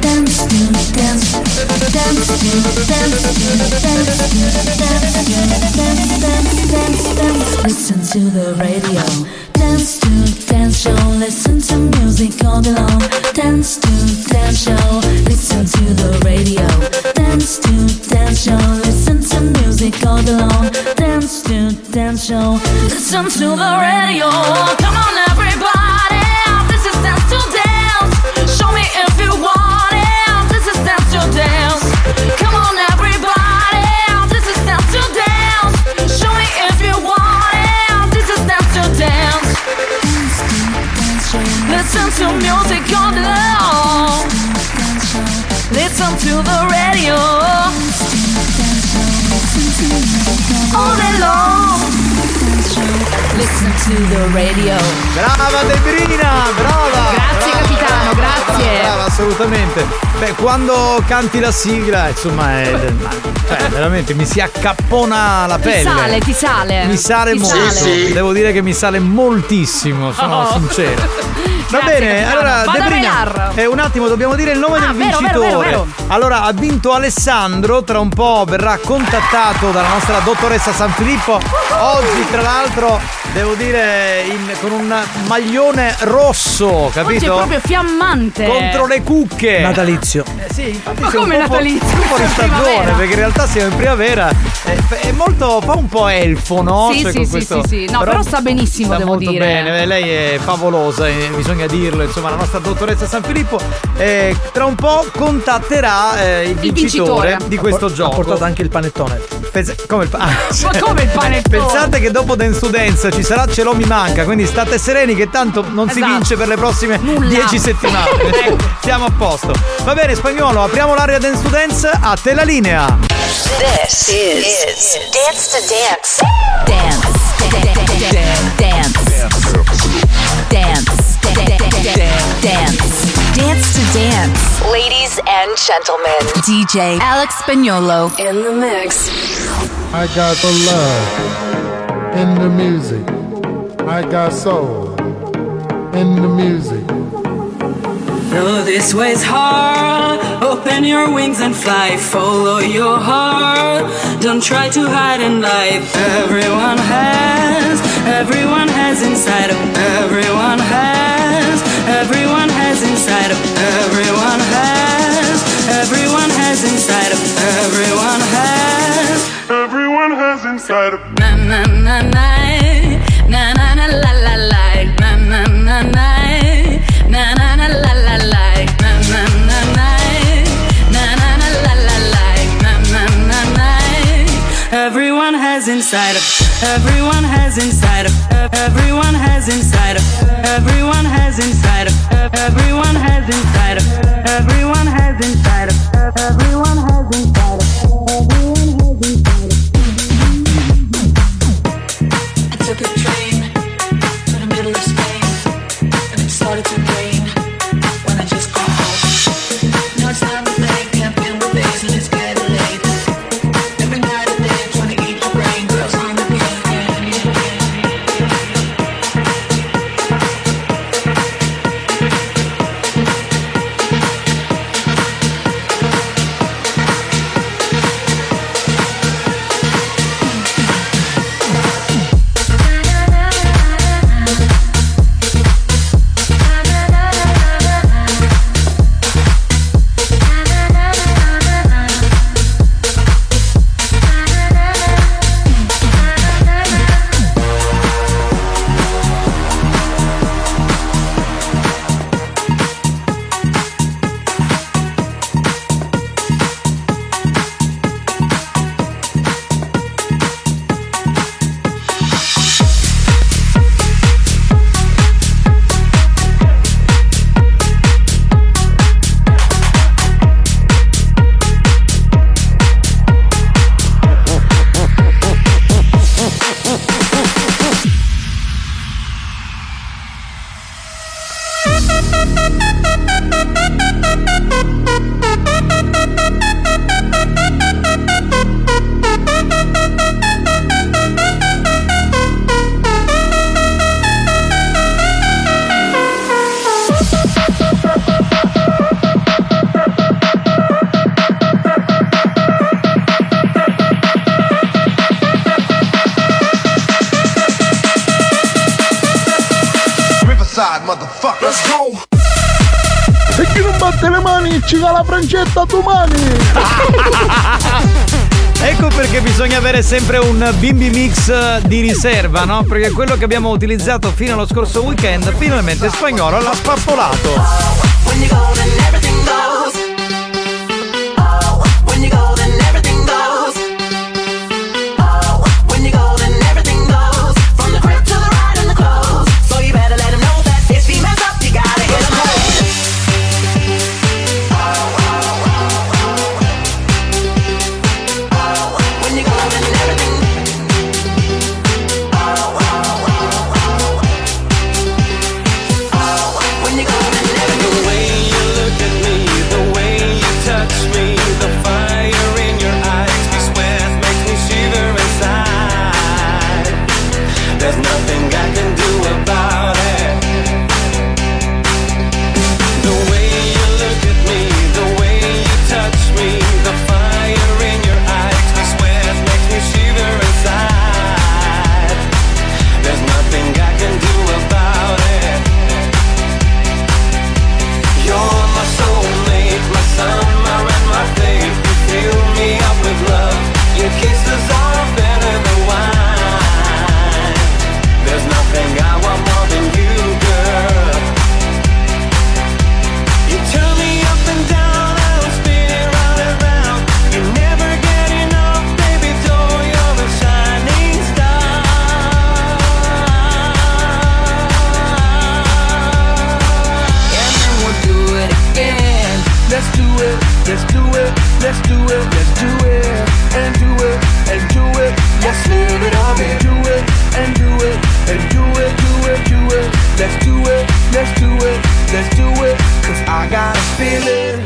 Dance to Dance Dance to Dance to Dance to Dance to Dance Dance Dance Dance Listen to the radio Dance to Dance Show Listen to music all day long Dance to Dance Show Listen to the radio Dance to Dance Show Listen to music all day long Dance to Dance Show Listen to the radio Come on everybody This is Dance to Dance Show me if you want it This is Dance to Dance Come on everybody This is Dance to Dance Show me if you want it This is Dance to Dance Listen to music all day long Listen to the radio All day long Listen to the radio Brava Debrina, brava! Grazie capitano, grazie. Brava, assolutamente. Beh, quando canti la sigla, insomma, [LAUGHS] è. ma- Cioè, veramente mi si accappona la Ti pelle. sale, ti sale. Mi sale Ti molto. sale. Devo dire che mi sale moltissimo, sono Oh. sincero. [LAUGHS] Va Grazie, bene, capitano. allora Vado a Debrina, bailar. eh, un attimo dobbiamo dire il nome del vero, vincitore. vero, vero, vero. Allora ha vinto Alessandro, tra un po' verrà contattato dalla nostra dottoressa San Filippo. Oggi tra l'altro devo dire in- con un maglione rosso, Oggi è capito? proprio fiammante. Contro le cucche. Natalizio. Eh sì, infatti Ma siamo come un po' fuori- natalizio? cioè, un po' fuori Questa è stagione, primavera. perché in realtà siamo in primavera. È, è molto, fa un po' elfo, no? sì, Cioè, sì, con sì, questo- sì, sì. No, però, sta benissimo, Sta devo molto dire. bene, eh, lei è favolosa, eh, bisogna dirlo, insomma, la nostra dottoressa San Filippo eh, tra un po' contatterà eh, il, vincitore, di questo Ha por- gioco. Ha portato anche il panettone. Pensa- come il pa- ah, cioè, Ma come il panettone? Pensate che dopo Dance to Dance ci sarà Ce l'ho mi manca, quindi state sereni che tanto non si vince per le prossime 10 settimane. Ecco, Siamo a posto. Va bene, spagnolo, apriamo l'area Dance to Dance, a te la linea. This is, Dance to Dance. Dance. Dance. Dance. Dance. Dance. Dance to Dance. Ladies and gentlemen, DJ Alex Spagnolo. in the mix. I got the love in the music. I got soul in the music. No know Oh, this way's hard. Open your wings and fly, follow your heart. Don't try to hide and lie. Everyone has, everyone has inside of everyone has, everyone has inside of everyone has, everyone has inside of everyone has, everyone has inside of. Na na na na na na na la la la na na na na. Na na na la la la na na na na na na na la la la na na na na Everyone has inside of everyone has inside of everyone has inside of everyone has inside of everyone has inside of everyone has inside of everyone has inside of everyone has inside of I took a train to the middle of Spain and it started to rain when I just got home. Now it's time to play, camping with days and it's getting late. Every night and day, trying to eat your brain, girls on the plane. Riverside, motherfucker. Let's go. E chi non batte le mani ci dà la francetta domani! [LAUGHS] Ecco perché bisogna avere sempre un bimbi mix eh, di riserva, no? Perché quello che abbiamo utilizzato fino allo scorso weekend, finalmente spagnolo l'ha spappolato. Oh, Oh, Oh, oh. Oh, Oh, The way you look at me, the way you touch me, the fire in your eyes, we sweat makes me shiver inside. There's nothing I can do about it. The way you look at me, the way you touch me, the fire in your eyes, we sweat makes me shiver inside. There's nothing I can do about it. You're my soulmate, my summer and my fate. You fill me up with love. Your kisses are better than wine. There's nothing I want more than you, girl. You turn me up and down, I'll spin round and round. You never get enough, baby, though you're the shining star. And then we'll do it again. Let's do it, let's do it, let's do it, let's do it, and do it, and do it, let's live it up and do it, and do it, and do it, do it, do it, let's do it, let's do it, let's do it, cause I got a feeling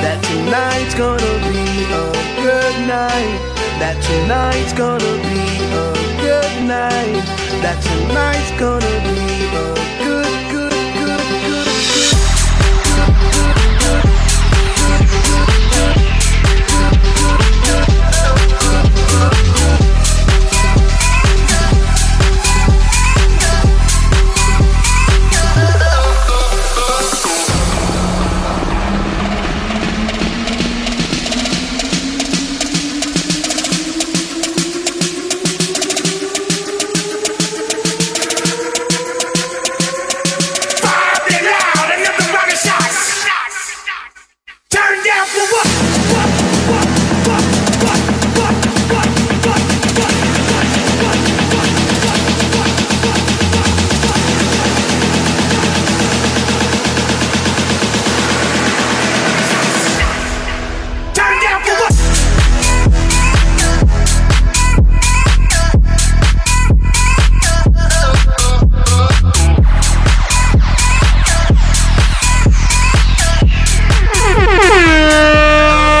that tonight's gonna be a good night, that tonight's gonna be a good night, that tonight's gonna be a good, good, good, good. eh,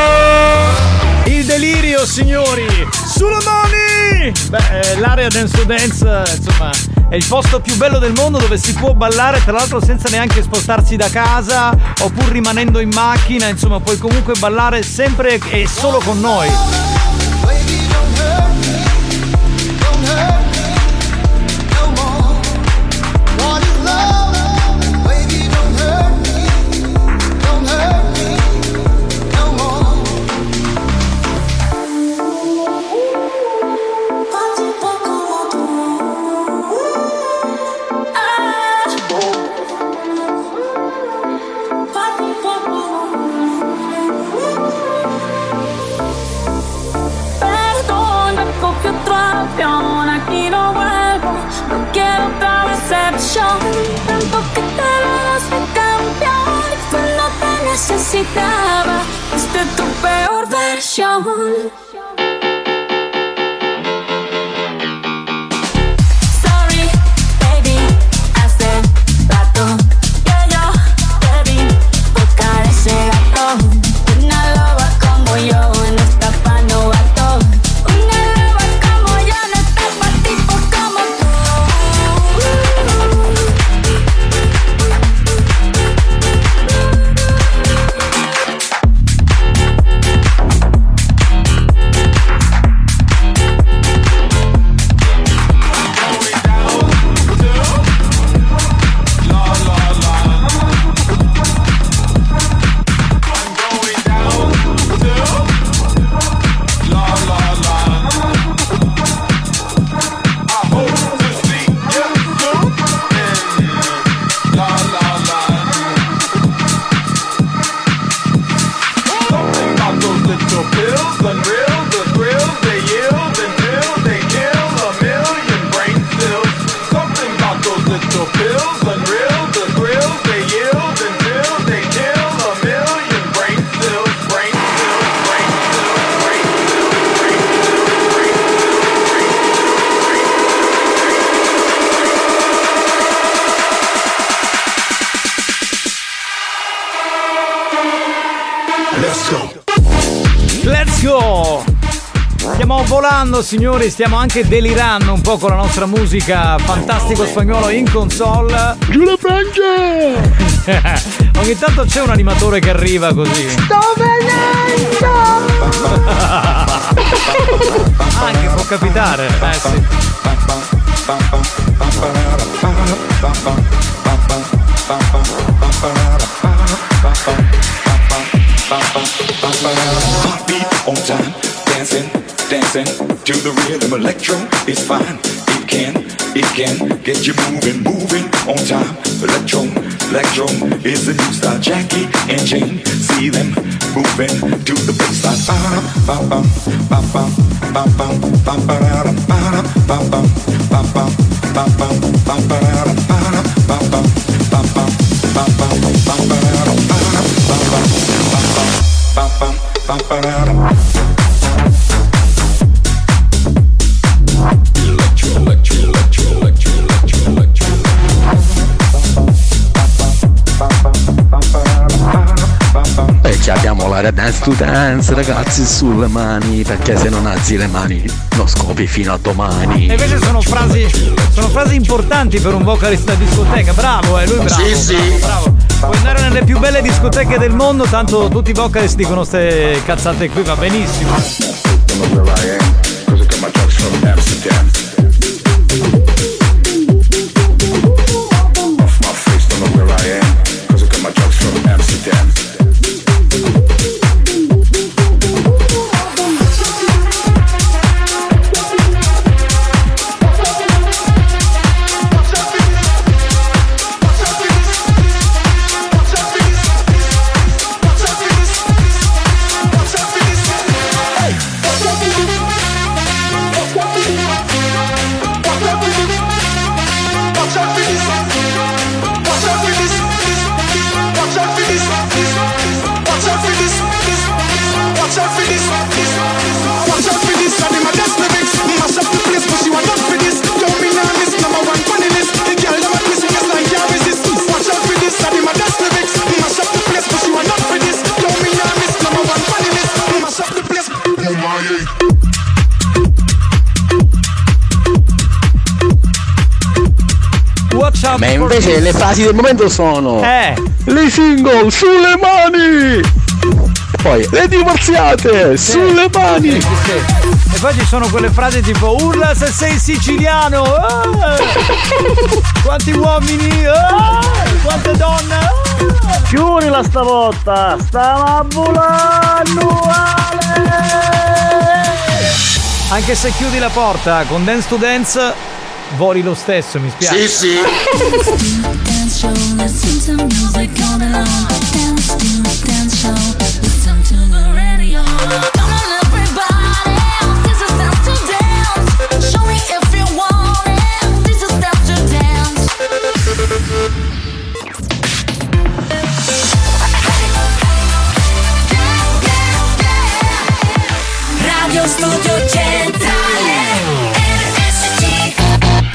Dance to Dance, insomma, è il posto più bello del mondo dove si può ballare, tra l'altro senza neanche spostarsi da casa, oppur rimanendo in macchina, insomma, puoi comunque ballare sempre e solo con noi. Perdón, me cogió otro avión, aquí no vuelvo, no quiero otra recepción. Tampoco te vas a cambiar, tú no te necesitaba, fuiste tu peor versión. Sorry, baby, hace rato que yo te vi tocar ese gato. Una loba como yo no está pa' novato. Una loba como yo no está pa' tipo como tú. Let's go. Let's go! Stiamo volando signori, stiamo anche delirando un po' con la nostra musica fantastico spagnolo in [LAUGHS] console. Giù le frange! Ogni tanto c'è un animatore che arriva così. Anche può capitare, eh sì. Heartbeat on time, dancing, dancing to the rhythm. Electro is fine. It can, it can get you moving, moving on time. Electro, electro is the new style. Jackie and Jane, see them moving to the baseline. Bum, bum, bum, bum, bum, bum, bum, ba-da-dum, ba-dum, bum, bum, bum, bum, bum, bum, bum, ba-da-dum, ba-dum, bum, bum, bum, bum, bum, bum, bum, ba-da-dum, ba-dum, bum, bum, bum, bum, bum, bum, bum, ba-da-dum. E ci abbiamo la dance to dance ragazzi sulle mani perché se non alzi le mani lo scopi fino a domani. E invece sono frasi, sono frasi importanti per un vocalist da discoteca. Bravo, eh, lui bravo. Sì, bravo, sì. bravo. Puoi andare nelle più belle discoteche del mondo, tanto tutti i vocalist dicono ste cazzate qui, va benissimo. Hey! up Ma for invece me. le frasi del momento sono Eh. Le single sulle mani Poi le divorziate sulle mani Sì, sì. E poi ci sono quelle frasi tipo urla se sei siciliano! eh! Quanti uomini! eh! Quante donne! Chiudila stavolta! Stava volando! Anche se chiudi la porta con Dance to Dance, voli lo stesso, mi spiace. sì. Dance show, listen to music all day long. Dance to the dance show, listen to the radio. Come on, everybody, this is dance to dance. Show me if you want it. This is dance to dance. Radio Studio Centrale. RSC.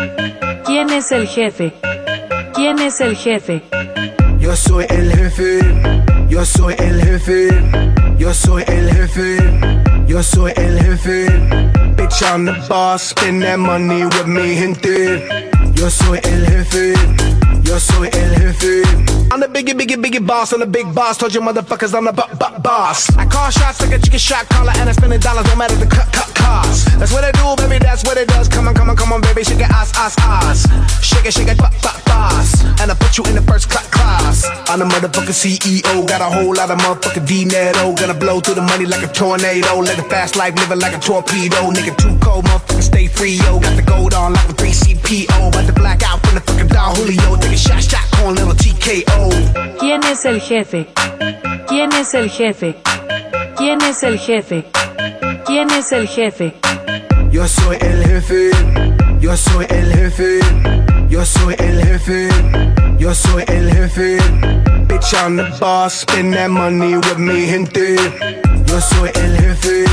¿Quién es el jefe? ¿Quién es el jefe? Yo soy el jefe, yo soy el jefe, yo soy el jefe, yo soy el jefe. Bitch, I'm the boss, spend that money with me, gente. Yo soy el jefe, yo soy el jefe. I'm the biggie, biggie, biggie boss, I'm the big boss. Told you motherfuckers I'm the b- b- boss. I call shots like a chicken shot caller, and I spending dollars, no matter the cut, cut, cost. That's what I do, baby, that's what it does. Come on, come on, come on, baby, shake it, ass, ass, ass. Shake it, shake it, fuck, fuck, boss. And I put you in the first cla- class. I'm the motherfucking CEO, got a whole lot of motherfucking D-Netto. Gonna blow through the money like a tornado. Let the fast life live it like a torpedo. Nigga, too cold, motherfucker, stay free, yo. Got the gold on like a 3CPO. About to black out from the fucking Don Julio. Take a shot, shot, on little TKO. ¿Quién es el jefe? ¿Quién es el jefe? ¿Quién es el jefe? ¿Quién es el jefe? Yo soy el jefe, yo soy el jefe, yo soy el jefe, yo soy el jefe. Bitch, I'm the boss, spend that money with me, gente. Yo soy el jefe,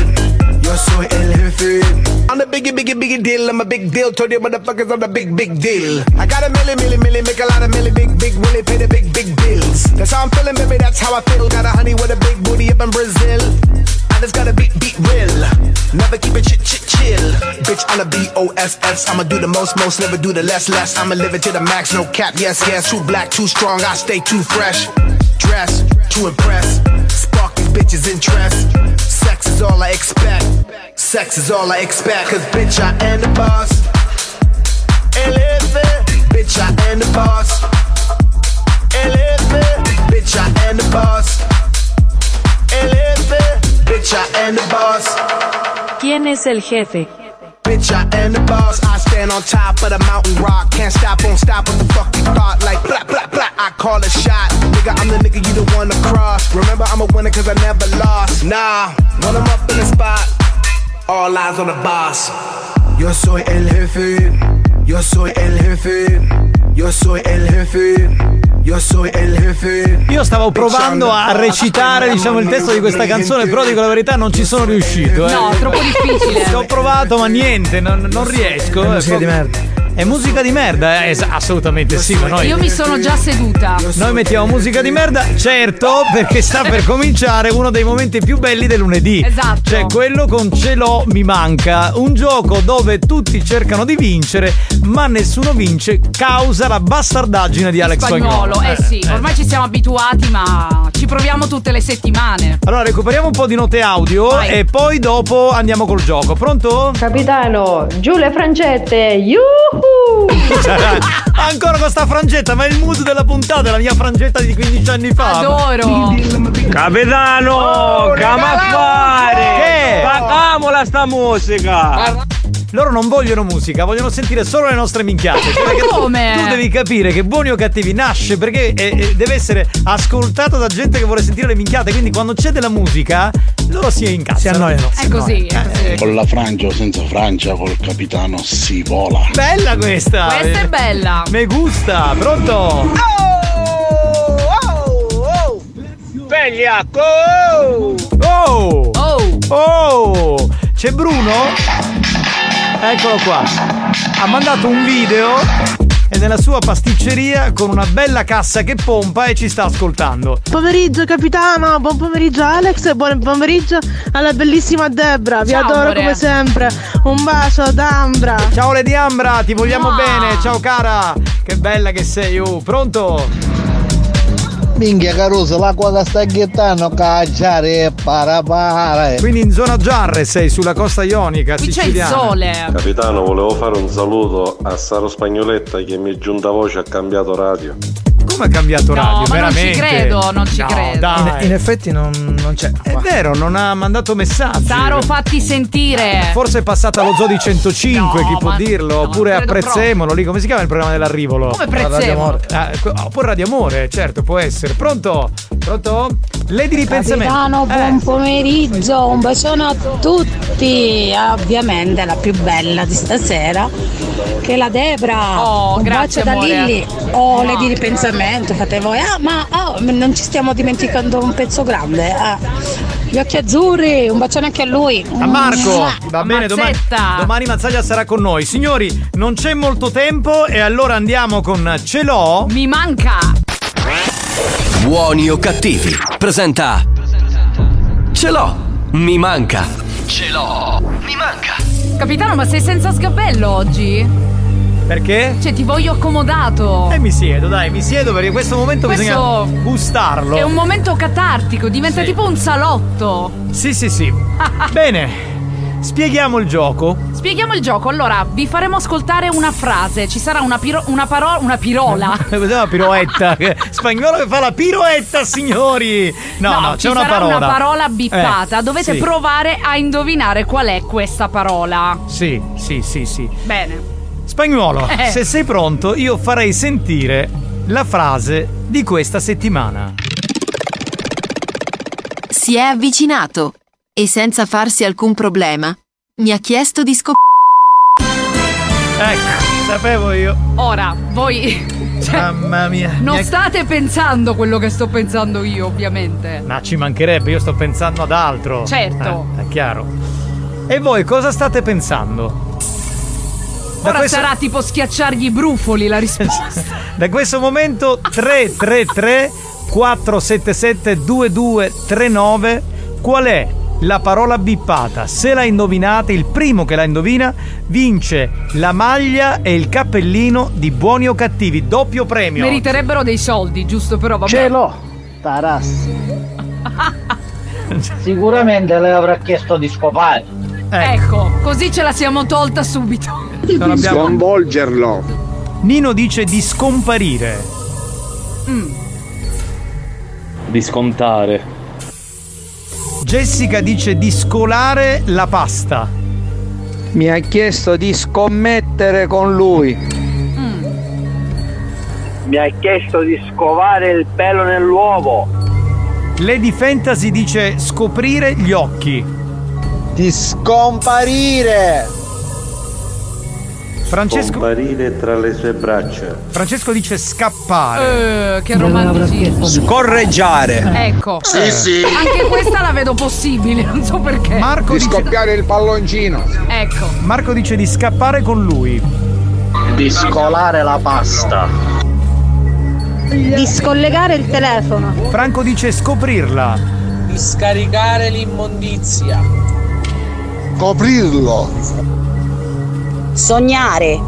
yo soy el jefe. I'm the biggie, biggie, biggie deal. I'm a big deal. Told you motherfuckers I'm the big, big deal. I got a milli, milli, milli, make a lot of milli, big, big, willy, pay the big, big bills. That's how I'm feeling, baby, that's how I feel. Got a honey with a big booty up in Brazil. I just gotta be be real. Never keep it chit chit chill. Bitch, I'm a B O S S. I'ma do the most, most, never do the less, less. I'ma live it to the max, no cap. Yes, yes. Too black, too strong. I stay too fresh. Dress to impress. Spark these bitches' interest. Sex is all I expect. Sex is all I expect. Cause bitch, I am the boss. And live it. Bitch, I am the boss. And live it. Bitch, I am the boss. And live it. Bitch, I am the boss. ¿Quién es el jefe? Bitch, I am the boss. I stand on top of the mountain rock. Can't stop, won't stop with the fuck you thought. Like, blah, blah, blah. I call a shot. Nigga, I'm the nigga you don't wanna cross. Remember, I'm a winner cause I never lost. Nah, when I'm up in the spot, all eyes on the boss. Yo soy el jefe. Yo soy el jefe. Yo soy el jefe. Yo soy el jefe. Io stavo provando a recitare diciamo, il testo di questa canzone, però dico la verità non ci sono riuscito. Eh. No, troppo difficile. Ci ho provato, ma niente, non, non riesco. È musica di merda. È musica di merda, eh, es- assolutamente sì, ma noi. Io mi sono già seduta. Noi mettiamo musica di merda, certo, perché sta per cominciare uno dei momenti più belli del lunedì. Esatto. Cioè quello con Ce l'ho mi manca, un gioco dove tutti cercano di vincere, ma nessuno vince causa la bastardaggine di Alex Spagnolo. Spagnolo, eh sì, ormai ci siamo abituati, ma ci proviamo tutte le settimane. Allora recuperiamo un po' di note audio e poi dopo andiamo col gioco. Pronto? Capitano, Oh, giù le francette! Yuhu! [LAUGHS] Ancora con sta frangetta, ma è il mood della puntata, la mia frangetta di 15 anni fa. Adoro. Capitano, come a fare? Che? Facciamola sta musica! Loro non vogliono musica, vogliono sentire solo le nostre minchiate. Cioè, perché tu- come? Tu devi capire che buoni o cattivi nasce perché eh, eh, deve essere ascoltato da gente che vuole sentire le minchiate. Quindi quando c'è della musica, loro si incazzano. Eh, Si annoiano. È così, è così. Con la Francia o senza Francia, col capitano si vola. Bella questa! Questa è bella. Me gusta, pronto? Svegliaco! Oh! Oh! Oh! C'è Bruno? Eccolo qua. Ha mandato un video è nella sua pasticceria con una bella cassa che pompa e ci sta ascoltando. Pomeriggio capitano, buon pomeriggio Alex e buon pomeriggio alla bellissima Debra. Vi Ciao, adoro amore. come sempre. Un bacio da Ambra. Ciao Lady Ambra, ti Ah. vogliamo bene. Ciao cara, che bella che sei. oh. Pronto? Minchia Caruso, l'acqua che sta ghettando cacciare para Eh. para. Quindi in zona giarre sei sulla costa ionica Qui c'è il siciliana. sole. Capitano, volevo fare un saluto a Saro Spagnoletta che mi è giunta voce ha cambiato radio. Come ha cambiato radio? No, ma non ci Veramente. credo, non ci No, credo. dai. In effetti non, non [LAUGHS] c'è. È vero, non ha mandato messaggi. Saro, fatti sentire. Eh, Forse è passata allo Zoo di 105, chi può Eh. ma- dirlo? oppure a credo Prezzemolo, lì come si chiama il programma dell'arrivolo? Come Prezzemolo? Radio Amore. Ah, co- ah, oppure Radio Amore, certo, può essere. Pronto? Pronto? Lady di pensamento. Eh, Capitano, buon pomeriggio, un bacione a tutti. Eh, Ovviamente la più bella di stasera che è la Debra. un Oh, grazie, bacio amore. Ah. da Lilli. Oh, le di ripensamento, fate voi. Ah, ma oh, non ci stiamo dimenticando un pezzo grande. Ah, Gli occhi azzurri, un bacione anche a lui. A Marco, va Mua. bene, domani, domani Mazzaglia sarà con noi. Signori, non c'è molto tempo e allora andiamo con Ce l'ho. Mi manca. Buoni o cattivi? Presenta. Ce l'ho, mi manca. Ce l'ho, mi manca. Capitano, ma sei senza sgabello oggi? Perché? Cioè, ti voglio accomodato. E mi siedo, dai, mi siedo perché in questo momento Questo bisogna gustarlo. È un momento catartico, diventa tipo un salotto. Sì, sì, sì. Ah. Bene, spieghiamo il gioco. Spieghiamo il gioco. Allora, vi faremo ascoltare una frase. Ci sarà una, piro- una parola. Una pirola. Cos'è una piroetta? [LAUGHS] Spagnolo che fa la piroetta, signori! No, [LAUGHS] no, ci c'è una sarà parola. una parola bippata. Eh, Dovete sì. provare a indovinare qual è questa parola. Sì, sì, sì, sì. Bene. Spagnuolo, Eh. se sei pronto, io farei sentire la frase di questa settimana. Si è avvicinato e senza farsi alcun problema mi ha chiesto di scop... Ecco, sapevo io. Ora, voi. [LAUGHS] cioè, Mamma mia. non Mi ha- state pensando quello che sto pensando io, ovviamente. Ma ci mancherebbe, io sto pensando ad altro. Certo. Eh, è chiaro. E voi cosa state pensando? Da Ora questo- sarà tipo schiacciargli i [LAUGHS] brufoli la risposta. Da questo momento 333 477 2239 qual è la parola bippata? Se la indovinate, il primo che la indovina vince la maglia e il cappellino di buoni o cattivi, doppio premio. Meriterebbero dei soldi, giusto? Però vabbè. Ce l'ho, Taras. Sicuramente lei avrà chiesto di scopare. Ecco, così ce la siamo tolta subito. [LAUGHS] Non abbiamo- Sconvolgerlo. Nino dice di scomparire. Mm, Di scontare. Jessica dice di scolare la pasta. Mi ha chiesto di scommettere con lui. mm. Mi ha chiesto di scovare il pelo nell'uovo. Lady Fantasy dice scoprire gli occhi. Di scomparire. Francesco, Comparire tra le sue braccia. Francesco dice scappare. Eh, che romanticismo. Scorreggiare. Ecco. Sì, sì. Anche questa la vedo possibile, non so perché. Marco Di dice- scoppiare il palloncino. Ecco. Marco dice di scappare con lui. Di scolare la pasta. Di scollegare il telefono. Franco dice scoprirla. Di scaricare l'immondizia. Coprirlo. Sognare.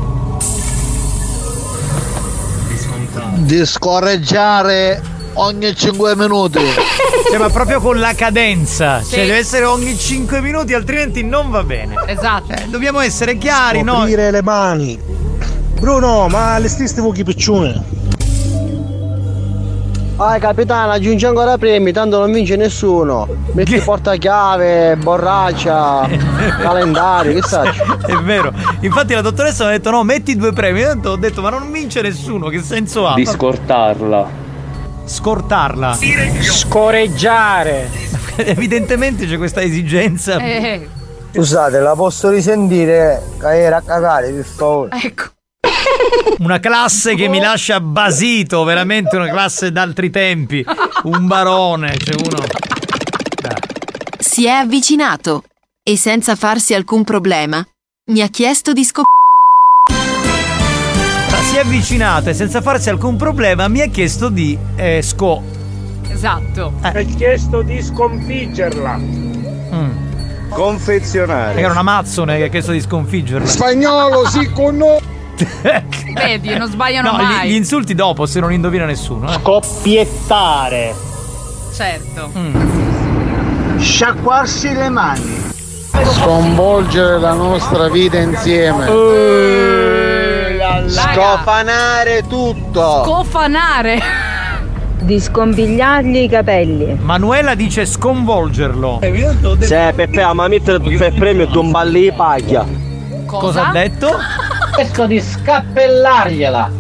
Di scorreggiare ogni 5 minuti. [LAUGHS] Cioè, ma proprio con la cadenza. Sì. Cioè, deve essere ogni 5 minuti, altrimenti non va bene. Cioè, Esatto. dobbiamo essere chiari, no? Aprire le mani. Bruno, ma le stesse pochi piccione. Ah, capitano, aggiungi ancora premi, tanto non vince nessuno. Metti portachiave, [LAUGHS] borraccia, calendario, che sai? [LAUGHS] È vero. Infatti la dottoressa mi ha detto no, metti due premi. Io tanto ho detto ma non vince nessuno, che senso ha? Di scortarla. Scortarla. Scoreggiare. [LAUGHS] Evidentemente c'è questa esigenza. Eh, Scusate, la posso risentire? Che era a cagare, per favore. Ecco. Una classe che mi lascia basito, veramente una classe d'altri tempi. Un barone, c'è uno. Si è avvicinato e senza farsi alcun problema mi ha chiesto di scop... Ah, Si è avvicinato e senza farsi alcun problema mi ha chiesto di eh, sco. Esatto. Eh. Ha chiesto di sconfiggerla. Confezionare. Era un amazzone che ha chiesto di sconfiggerla. Spagnolo, sì, con noi. [LAUGHS] Vedi, non sbagliano No, gli- mai. gli, insulti dopo, se non indovina nessuno. Eh. Coppiettare. Certo. Sciacquarsi le mani. Sconvolgere la nostra vita insieme. Eh, Scofanare tutto. Cofanare. Di scompigliargli i capelli. Manuela dice sconvolgerlo. Cioè, Peppe, a mamma per premio tu un balli paglia. Cosa ha detto? Cerco di scappellargliela.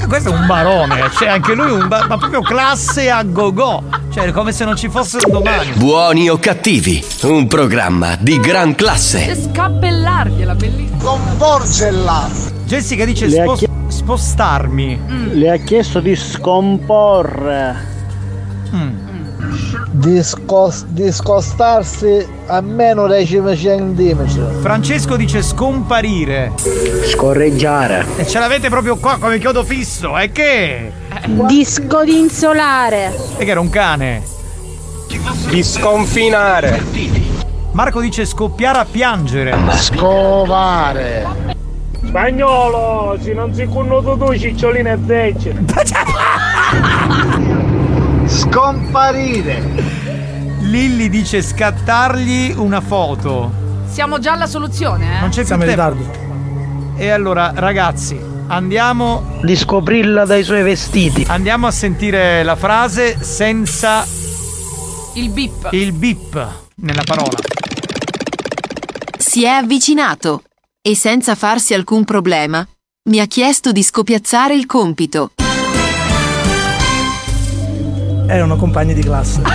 Eh, Questo è un barone, cioè anche lui un ba- ma proprio classe a go-go. Cioè, come se non ci fosse un domani. Buoni o cattivi, un programma di gran classe. Scappellargliela, bellissima. Conforgella. Jessica dice Le ha spos- spostarmi. Mm. Le ha chiesto di scomporre. Mm. Discos- discostarsi almeno 10 centimetri. Francesco dice scomparire. Scorreggiare. E ce l'avete proprio qua come chiodo fisso, e che? Disco di insolare. E che era un cane. Di sconfinare. Marco dice scoppiare a piangere. Scovare. Spagnolo, se non si conosco tu, ciccioline e zecce. [LAUGHS] Scomparire. Lilli dice scattargli una foto. Siamo già alla soluzione, eh? Non c'è Siamo in più tempo. E allora, ragazzi, andiamo. Di scoprirla dai suoi vestiti. Andiamo a sentire la frase senza Il bip. il bip nella parola. Si è avvicinato e senza farsi alcun problema mi ha chiesto di scopiazzare il compito. Erano compagni di classe. [LAUGHS]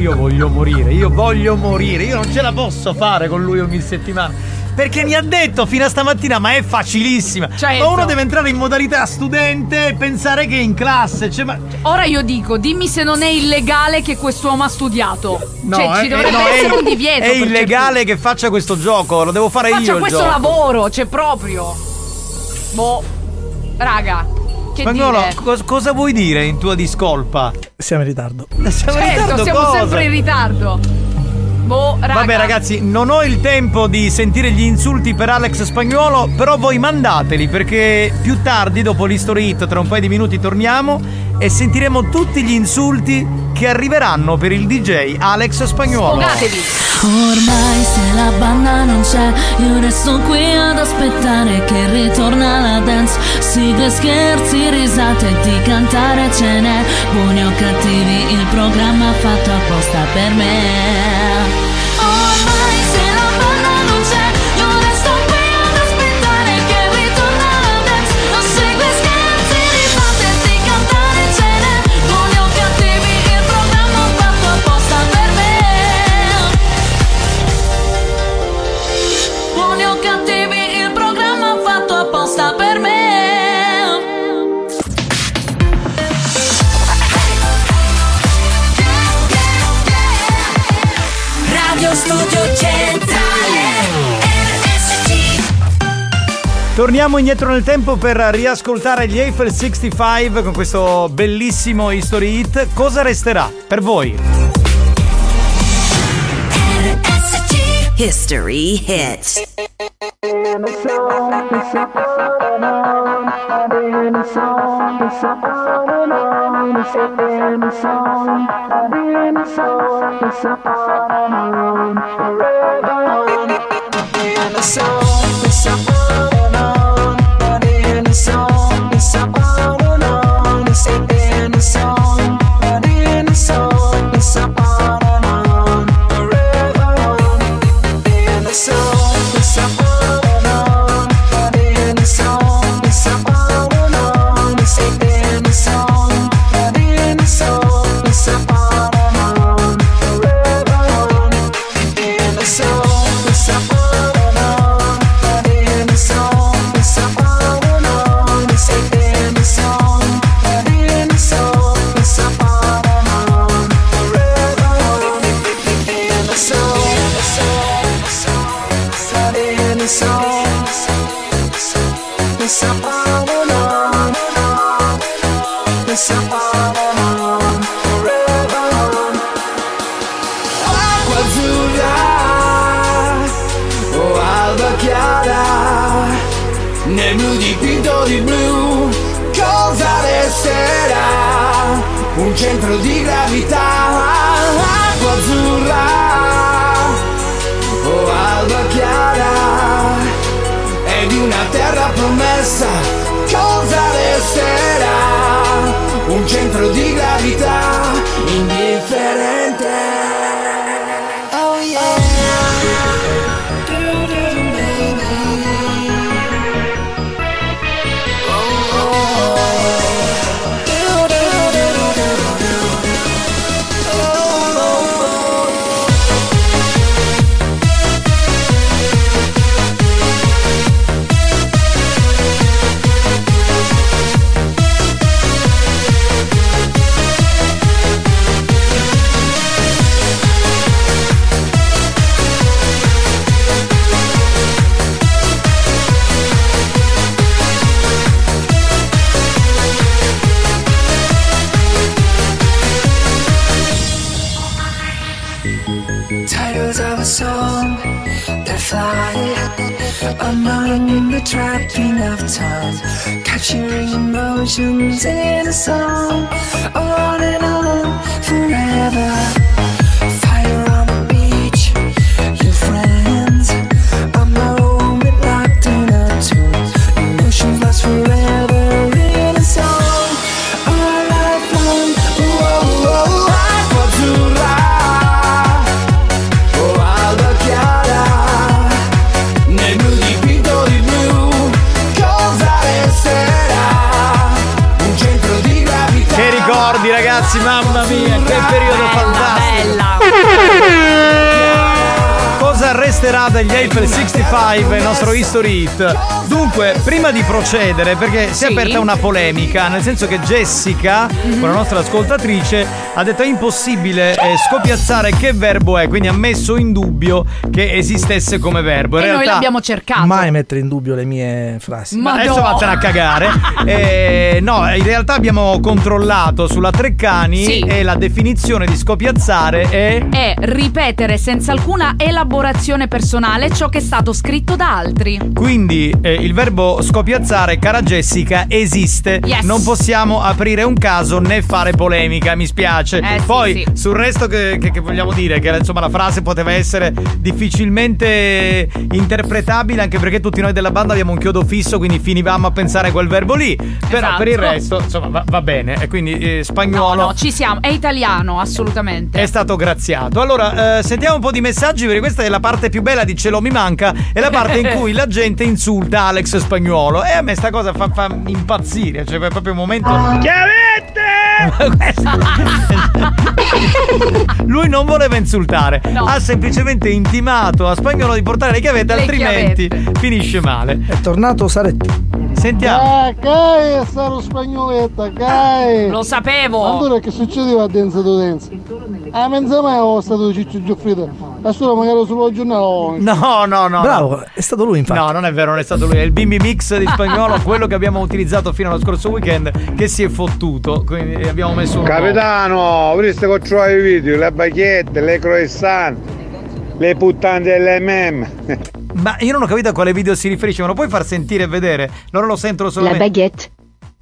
Io voglio morire, io voglio morire, io non ce la posso fare con lui ogni settimana. Perché mi ha detto fino a stamattina, ma è facilissima. Certo. Ma uno deve entrare in modalità studente e pensare che è in classe. Cioè, ma... Ora io dico, dimmi se non è illegale che quest'uomo ha studiato. cioè, ci eh, dovrebbe no, è- essere un divieto. È per illegale che faccia questo gioco, lo devo fare certi- io. Faccia il questo gioco. lavoro, c'è proprio. Boh. Raga, che Spagnolo, dire? cos- cosa vuoi dire in tua discolpa? Siamo in ritardo. [LAUGHS] Siamo in Certo, ritardo, siamo cosa? sempre in ritardo. Boh, raga. Vabbè ragazzi, non ho il tempo di sentire gli insulti per Alex Spagnuolo, però voi mandateli perché più tardi, dopo l'History Hit, tra un paio di minuti torniamo e sentiremo tutti gli insulti che arriveranno per il DJ Alex Spagnuolo. Ormai se la banda non c'è, io resto qui ad aspettare che ritorna la dance. Sigle, scherzi, risate, di cantare ce n'è. Buoni o cattivi, il programma fatto apposta per me. Ormai se la banda non c'è, io resto qui ad aspettare che ritorna la dance. Non segue scherzi, risate, di cantare ce n'è. Buoni o cattivi, il programma fatto apposta per me. Buoni o cattivi, il programma fatto apposta per me. Radio Studio Centrale RSC Torniamo indietro nel tempo per riascoltare gli Eiffel 65 con questo bellissimo History Hit. Cosa resterà per voi? History hit. It's a Questa parola, questa parola, forever on. Acqua azzurra, o alba chiara, nel blu dipinto di blu, cosa resterà? Un centro di gravità, acqua azzurra, o alba chiara, e di una terra promessa cosa resterà un centro di gravità indifferente oh yeah Oh, oh, oh. Titles of a song that fly among the trapping of time, capturing emotions in a song, on and on forever. Fire on the beach, your friends, a moment locked in a tune, emotions last forever in a song, our lifelong. Whoa, whoa, Acqua azzurra, o alba chiara, nel blu dipinto di blu, cosa resterà? Un centro di gravità. Che ricordi ragazzi, mamma mia, che periodo fantastico. Cosa resterà dagli Eiffel 65, il nostro history hit? Dunque, prima di procedere, perché si è Sì. aperta una polemica, nel senso che Jessica, Mhm. la nostra ascoltatrice, ha detto è impossibile eh, scopiazzare che verbo è, quindi ha messo in dubbio che esistesse come verbo. In E noi realtà, l'abbiamo cercato. Mai mettere in dubbio le mie frasi. Ma adesso vattene a [LAUGHS] cagare. Eh, no, in realtà abbiamo controllato sulla Treccani Sì. e la definizione di scopiazzare è. È ripetere senza alcuna elaborazione personale ciò che è stato scritto da altri. Quindi eh, il verbo scopiazzare, cara Jessica, esiste. Yes. Non possiamo aprire un caso né fare polemica, mi spiace. Eh, sì, Poi sì. sul resto che, che- che vogliamo dire, che insomma la frase poteva essere difficilmente interpretabile, anche perché tutti noi della banda abbiamo un chiodo fisso, quindi finivamo a pensare a quel verbo lì. Però Esatto. per il resto, insomma, va, va bene. E quindi eh, spagnolo. No, ci siamo. È italiano, assolutamente. È stato graziato. Allora, eh, sentiamo un po' di messaggi perché questa è la parte più bella di Ce l'ho mi manca, è la parte in cui la gente insulta Alex Spagnuolo e a me sta cosa fa, fa impazzire, cioè è proprio un momento [LAUGHS] Lui non voleva insultare, ha semplicemente intimato a Spagnolo di portare le chiavette Le altrimenti finisce male. È tornato Saretti. Sentiamo. Eh, che è stato spagnoletta, che Lo sapevo. Allora che succedeva a Denza Dodenza? A mezza mai ho stato Ciccio Giuffrida. La sua magari sullo giornale. No, no, no. Bravo, è stato lui infatti. No, non è vero, non è stato lui. È il bimbi mix [LAUGHS] di spagnolo, quello che abbiamo utilizzato fino allo scorso weekend, che si è fottuto. Quindi eh, abbiamo messo un. Capitano, avreste controllato i video, le baghette, le croissant, le puttane delle meme. Ma io non ho capito a quale video si riferisce, me lo puoi far sentire e vedere? Loro lo sentono La solamente. baguette,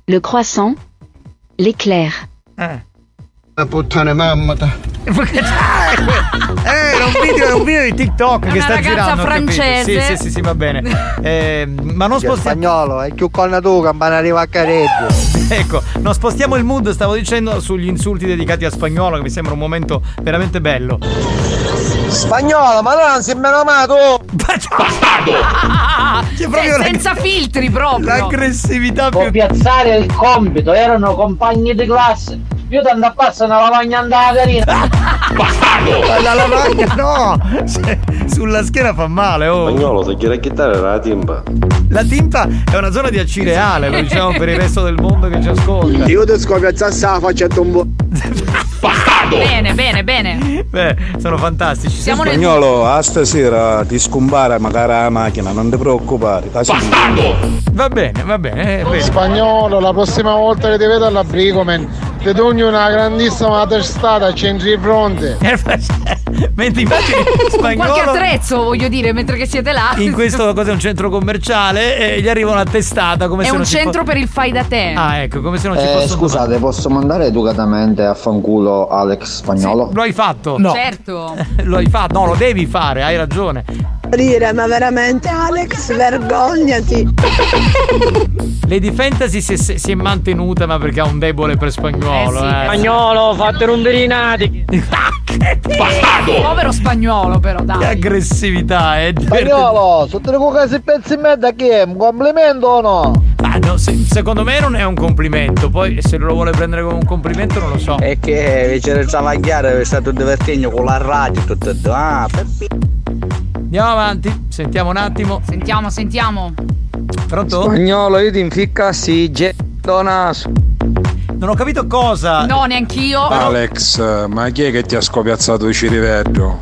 le croissant, l'éclair. La puttane mamma. Eh, era un video, era un video di TikTok [LAUGHS] È che una sta ragazza girando. ho capito. francese. Sì, sì, sì, sì, va bene. [LAUGHS] Eh, ma non Lo spostiamo. spagnolo, è più con la tua, campana arriva a careggio. Ecco, non spostiamo il mood, stavo dicendo, sugli insulti dedicati a spagnolo, che mi sembra un momento veramente bello. Spagnolo, ma non si è meno amato! Cioè, proprio la- senza filtri proprio. L'aggressività più piazzare il compito, erano compagni di classe. Io ti andavo a passare una lavagna andata carina. Ma La lavagna no! Se- sulla schiena fa male, oh! Spagnolo, se chiede chitarra era la timba. La timpa è una zona di acireale, lo diciamo per il resto del mondo che ci ascolta. Io ti scopiazza la faccia a tombo. Bene, [LAUGHS] bene, bene. Beh, sono fantastici. Siamo nel- Spagnolo, a stasera ti scompare magari la macchina, non ti preoccupare. Va bene, va bene, eh, bene. Spagnolo, la prossima volta che ti vedo all'abricomen, ti togno una grandissima testata, centri [LAUGHS] di fronte. Eh, Mentre [LAUGHS] infatti Qualche spagnolo attrezzo, voglio dire, mentre che siete là. in [LAUGHS] questo cosa è un centro commerciale e gli arriva una testata come È se un non ci fo- centro per il fai da te. Ah, ecco, come se non ci Eh, fosse scusate, posso mandare educatamente a fanculo Alex Spagnolo? Lo hai fatto? Certo. [LAUGHS] Lo hai fatto? No, lo devi fare, hai ragione. Rire, ma veramente Alex, vergognati. Lady Fantasy si è, si è mantenuta, ma perché ha un debole per spagnolo. Eh Ah, Spagnolo, fate ronderinati. [LAUGHS] Povero spagnolo, però, Che dai. aggressività, eh. Spagnolo, sotto le cuoche si pezzi in mezzo a chi è? Un complimento o no? Ah, no, se- secondo me non è un complimento. Poi se lo vuole prendere come un complimento, non lo so. E che invece del travagliare è stato divertente con la radio tutto ah, Andiamo avanti, sentiamo un attimo. Sentiamo, sentiamo. Pronto? Spagnolo, io ti inficca si gettonaso. Non ho capito cosa. No, neanch'io. Alex, ma chi è che ti ha scopiazzato il cirivello?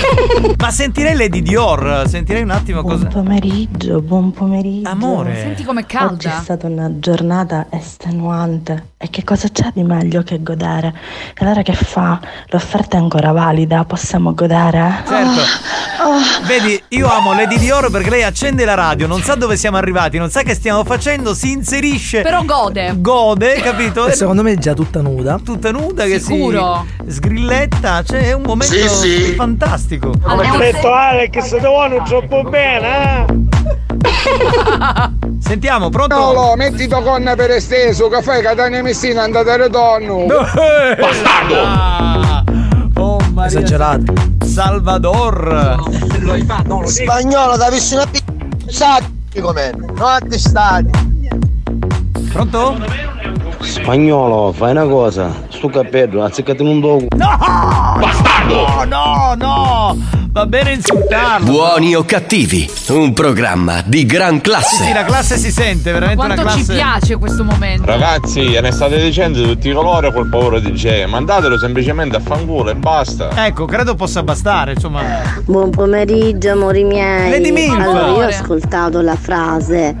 [LAUGHS] Ma sentirei Lady Dior, sentirei un attimo cosa. Oh. Buon pomeriggio, buon pomeriggio. Amore. Senti com'è calda. Oggi è stata una giornata estenuante. E che cosa c'è di meglio che godere? E allora che fa? L'offerta è ancora valida, possiamo godere? Certo. Ah. Vedi, io amo Lady Dior perché lei accende la radio, non sa dove siamo arrivati, non sa che stiamo facendo, si inserisce. Però gode. Gode, capito? E secondo me è già tutta nuda. Tutta nuda che Sicuro. si sgrilletta, cioè è un momento Sì, sì. fantastico. Ho detto Alex, se te vuoi non troppo bene, eh? [LAUGHS] Sentiamo, pronto? Spagnolo, metti tua conna per esteso, che fai Catania e Messina andate a ritorno. Oh Maria. Esagerato. Salvador. Lo hai fatto. Spagnolo, da vicino a pizzati com'è, non a testati. Pronto? Spagnolo, fai una cosa, sto cappello, azzeccati un dopo. No, no, no. Va bene insultarlo. Buoni o cattivi, un programma di gran Sì, sì, classe. la classe si sente, veramente Quanto una ci classe. piace questo momento. Ragazzi, ne state dicendo di tutti i colori col paura di G. Mandatelo semplicemente a fanculo e basta. Ecco, credo possa bastare, insomma. Buon pomeriggio, amori miei. Lady Milf. Allora, io ho Amore. ascoltato la frase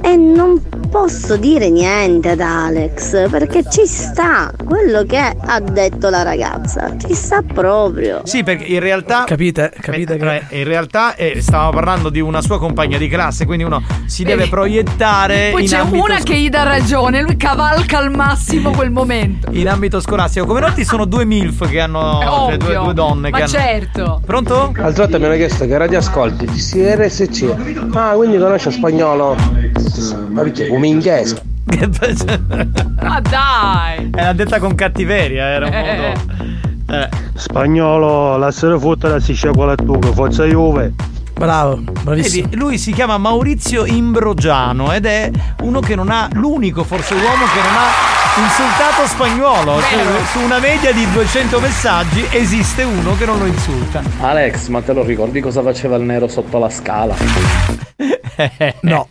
e non posso dire niente ad Alex perché ci sta quello che ha detto la ragazza. Ci sta proprio. Sì, perché in realtà. Capite? Capite Eh, eh, In realtà eh, stavamo parlando di una sua compagna di classe, quindi uno si Vedi? deve proiettare Eh, Poi in c'è ambito, una che gli dà ragione, lui cavalca al massimo quel momento. in ambito scolastico. Come noti sono due MILF che hanno. È cioè, due, Eh, ovvio. due donne Ma che hanno. certo. Pronto? L'altra volta mi hanno chiesto che radio ascolti, dissi RSC. Ah, quindi conosce spagnolo. Ma perché? Un minchese. Ma Ah, dai. eh, Era detta con cattiveria, era un modo. Eh. Spagnolo, la sera fotta si sciacola tu, che forza Juve. Bravo, Vedi, lui si chiama Maurizio Imbrogiano ed è uno che non ha, l'unico forse uomo che non ha insultato spagnolo. Su, Vero. su una media di 200 messaggi esiste uno che non lo insulta. Alex, ma te lo ricordi cosa faceva il nero sotto la scala? No.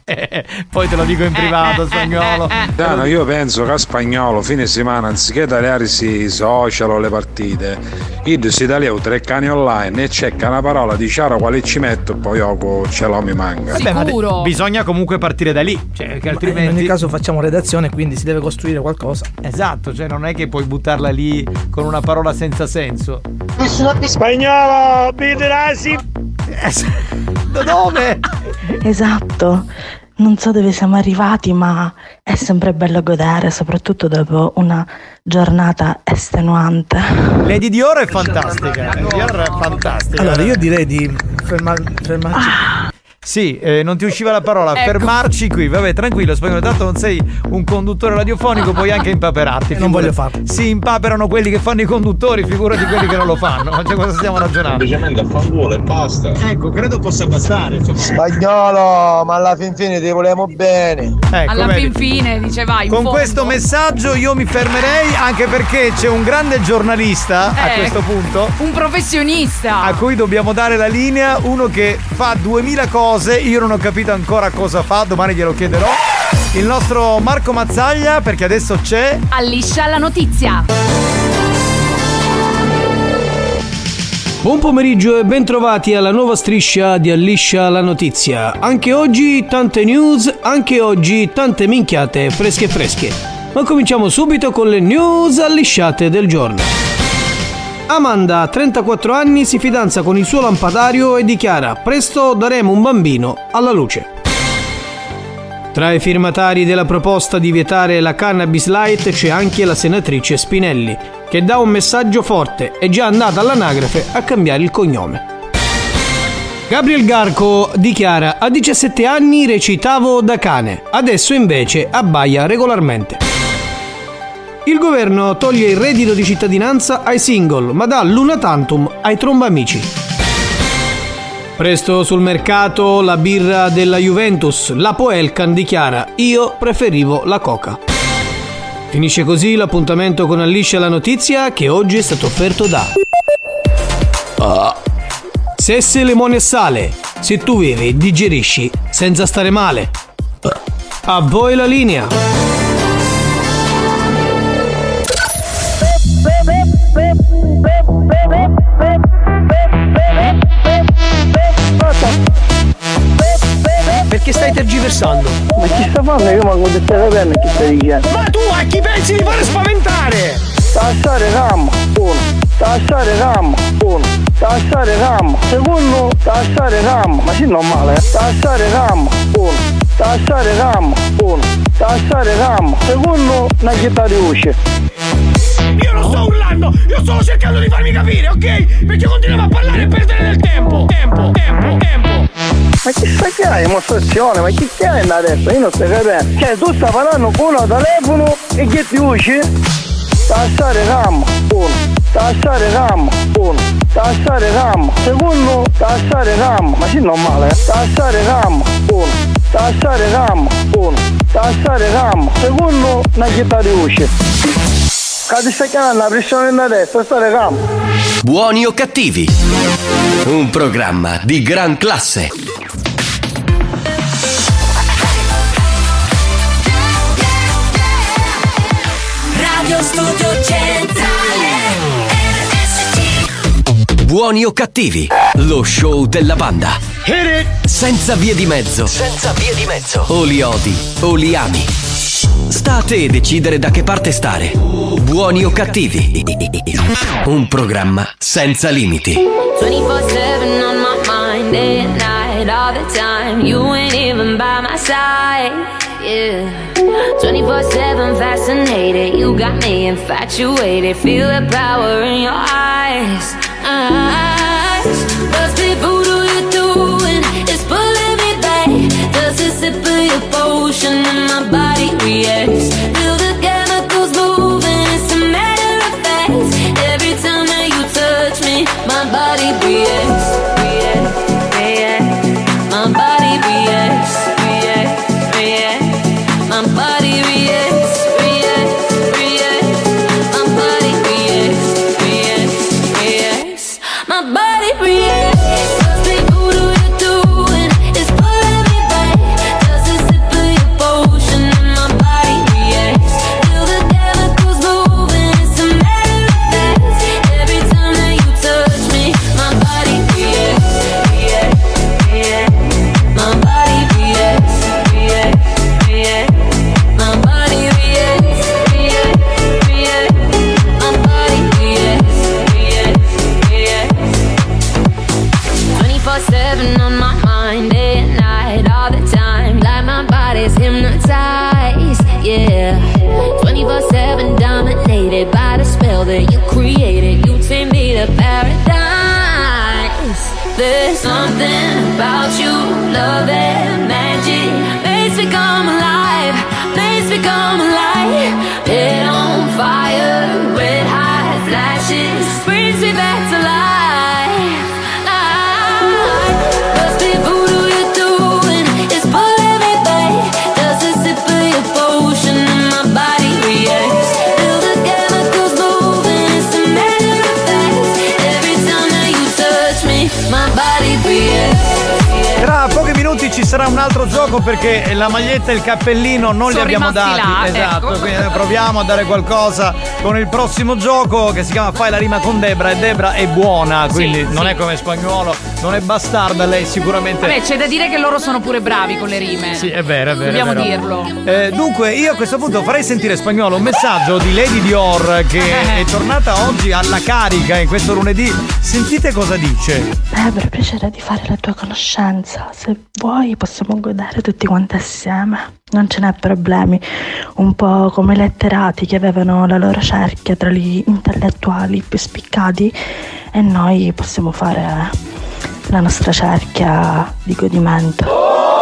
Poi te lo dico in Eh, privato, spagnolo. Dano, io penso che a spagnolo fine settimana anziché tagliarsi i social o le partite, io si tagliavo tre cani online e cerca una parola di Ciaro quale ci metto e poi dopo ce l'ho mi manca. Vabbè, ma de- bisogna comunque partire da lì. Cioè, che altrimenti. In ogni caso facciamo redazione, quindi si deve costruire qualcosa. Esatto, cioè non è che puoi buttarla lì con una parola senza senso. Spagnolo, bidrasi. Eh, Da dove? Esatto. Non so dove siamo arrivati, ma è sempre bello godere, soprattutto dopo una giornata estenuante. Lady Dior eh. è fantastica. eh. Lady Dior è fantastica. Ah. Allora, io direi di fermar- fermarci. Sì, eh, non ti usciva la parola, Ecco. fermarci qui. Vabbè, tranquillo, spagnolo, tanto non sei un conduttore radiofonico, puoi anche impaperarti. Non voglio farlo. Si impaperano quelli che fanno i conduttori, figurati quelli che non lo fanno. Ma cioè, cosa stiamo ragionando? Semplicemente a fanculo e basta. Ecco, credo possa bastare. Spagnolo, ma alla fin fine ti volevo bene. Ecco, Ecco, Alla fin fine dice vai. in Con fondo. questo messaggio io mi fermerei anche perché c'è un grande giornalista a Eh, questo punto. Un professionista. A cui dobbiamo dare la linea, uno che fa 2000 cose, io non ho capito ancora cosa fa, domani glielo chiederò. Il nostro Marco Mazzaglia, perché adesso c'è. Alliscia la notizia. Buon pomeriggio e bentrovati alla nuova striscia di Alliscia la notizia. Anche oggi tante news, anche oggi tante minchiate fresche fresche. Ma cominciamo subito con le news allisciate del giorno. Amanda, 34 anni, si fidanza con il suo lampadario e dichiara: Presto daremo un bambino alla luce. Tra i firmatari della proposta di vietare la cannabis light c'è anche la senatrice Spinelli, che dà un messaggio forte, è già andata all'anagrafe a cambiare il cognome. Gabriel Garco dichiara a 17 anni recitavo da cane, adesso invece abbaia regolarmente. Il governo toglie il reddito di cittadinanza ai single, ma dà l'una tantum ai trombamici. Presto sul mercato la birra della Juventus, la Poelcan dichiara io preferivo la coca. Finisce così l'appuntamento con Alliscia la notizia che oggi è stato offerto da Ah. Sesse, limone e sale. Se tu vivi, digerisci senza stare male. A voi la linea. Perché stai tergiversando? Ma chi sta facendo? Io manco di stare bene chi sta dicendo. Ma tu a chi pensi di fare spaventare? Tassare RAM, uno. Tassare RAM, uno. Tassare RAM, secondo. Tassare RAM, ma sì normale. eh. Tassare RAM, uno. Tassare RAM, uno. Tassare RAM, secondo. Una città di usce. Io non sto urlando, io sto cercando di farmi capire, ok? Perché continuiamo a parlare e perdere del tempo. Tempo, tempo, tempo. Ma che sta che hai dimostrazione? Ma chi stai andando adesso? Io non sto capendo. Cioè tu stai parlando con uno al telefono e che ti usci? Tassare RAM, uno. Tassare RAM, uno. Tassare RAM, secondo. Tassare RAM, ma sì normale. eh. Tassare RAM, uno. Tassare RAM, uno. Tassare RAM, secondo. Una città di usci. Cazzo stai chiamando la pressione da destra, stare RAM. Buoni o cattivi? Un programma di gran classe. Radio Studio Centrale Buoni o cattivi? Lo show della banda. Senza vie di mezzo. Senza vie di mezzo O li odi o li ami. Sta a te decidere da che parte stare. Buoni o cattivi? Un programma senza limiti. 24-7 on my mind Day and night all the time You ain't even by my side Yeah 24-7 fascinated You got me infatuated Feel the power in your eyes Eyes What's the voodoo you're doing It's pulling me back Just a sip of your potion And my body reacts Feel the chemicals moving It's a matter of fact Every time that you touch me My body reacts reacts, reacts. My body reacts, reacts, reacts. My body reacts, reacts, reacts. My body reacts, reacts, reacts. My body reacts. Say, "Ooh, do you do it?" It's pulling me back. Just a sip of your potion and my body reacts. love and magic makes me come alive, makes me come alive. Lit on fire, red hot flashes brings me back to life. life. Must be voodoo you're doing, it's pulling me back. Does a sip of your potion and my body reacts? Feel the chemicals moving, it's a matter of fact. Every time that you touch me, my body reacts. Tra pochi minuti ci sarà un altro gioco perché la maglietta e il cappellino non li Sono abbiamo dati. rimasti là, esatto, ecco. quindi proviamo a dare qualcosa con il prossimo gioco che si chiama Fai la rima con Debra e Debra è buona, quindi non è come spagnolo, non è bastarda, lei sicuramente Vabbè, c'è da dire che loro sono pure bravi con le rime. Sì, è vero, è vero. Dobbiamo è vero. dirlo. Eh, dunque, io a questo punto farei sentire spagnolo un messaggio di Lady Dior [LAUGHS] che è tornata oggi alla carica in questo lunedì. Sentite cosa dice. Debra, Eh, piacere di fare la tua conoscenza. Se vuoi possiamo godere tutti quanti assieme. Non ce n'è problemi. Un po' come i letterati che avevano la loro cerchia tra gli intellettuali più spiccati e noi possiamo fare la nostra cerchia di godimento.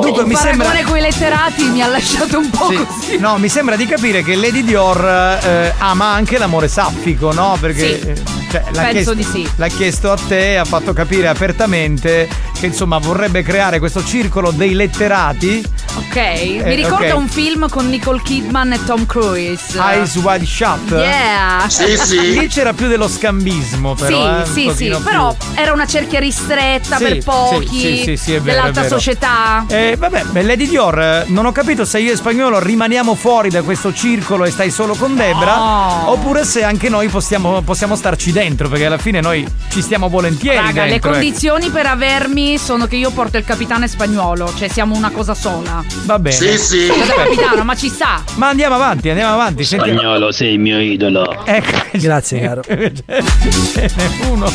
Dunque, Il mi sembra- paragone coi letterati mi ha lasciato un po' così. No, mi sembra di capire che Lady Dior eh, ama anche l'amore saffico, no? Perché Sì. eh, cioè, l'ha, Penso chiesto, di sì. l'ha chiesto a te, ha fatto capire apertamente che insomma vorrebbe creare questo circolo dei letterati. Ok, mi ricorda Eh, ok. un film con Nicole Kidman e Tom Cruise. Eyes Wide Shut. Yeah. Sì, sì. Lì c'era più dello scambismo, però. eh, un sì, sì, pochino più. sì, però era una cerchia ristretta Sì, per sì, pochi sì, sì, sì, è vero, è dell'alta vero. società. Eh, vabbè, beh, Lady Dior, eh, non ho capito se io e spagnolo rimaniamo fuori da questo circolo e stai solo con Debra, oppure se anche noi possiamo, possiamo starci dentro, perché alla fine noi ci stiamo volentieri. Raga, le dentro, ecco. condizioni per avermi sono che io porto il capitano e spagnolo, cioè siamo una cosa sola. Va bene. Cosa [LAUGHS] capitano, ma ci sta. Ma andiamo avanti, andiamo avanti. senti- Spagnolo, sei il mio idolo. Ecco. [LAUGHS] Grazie, caro. Ce n'è uno.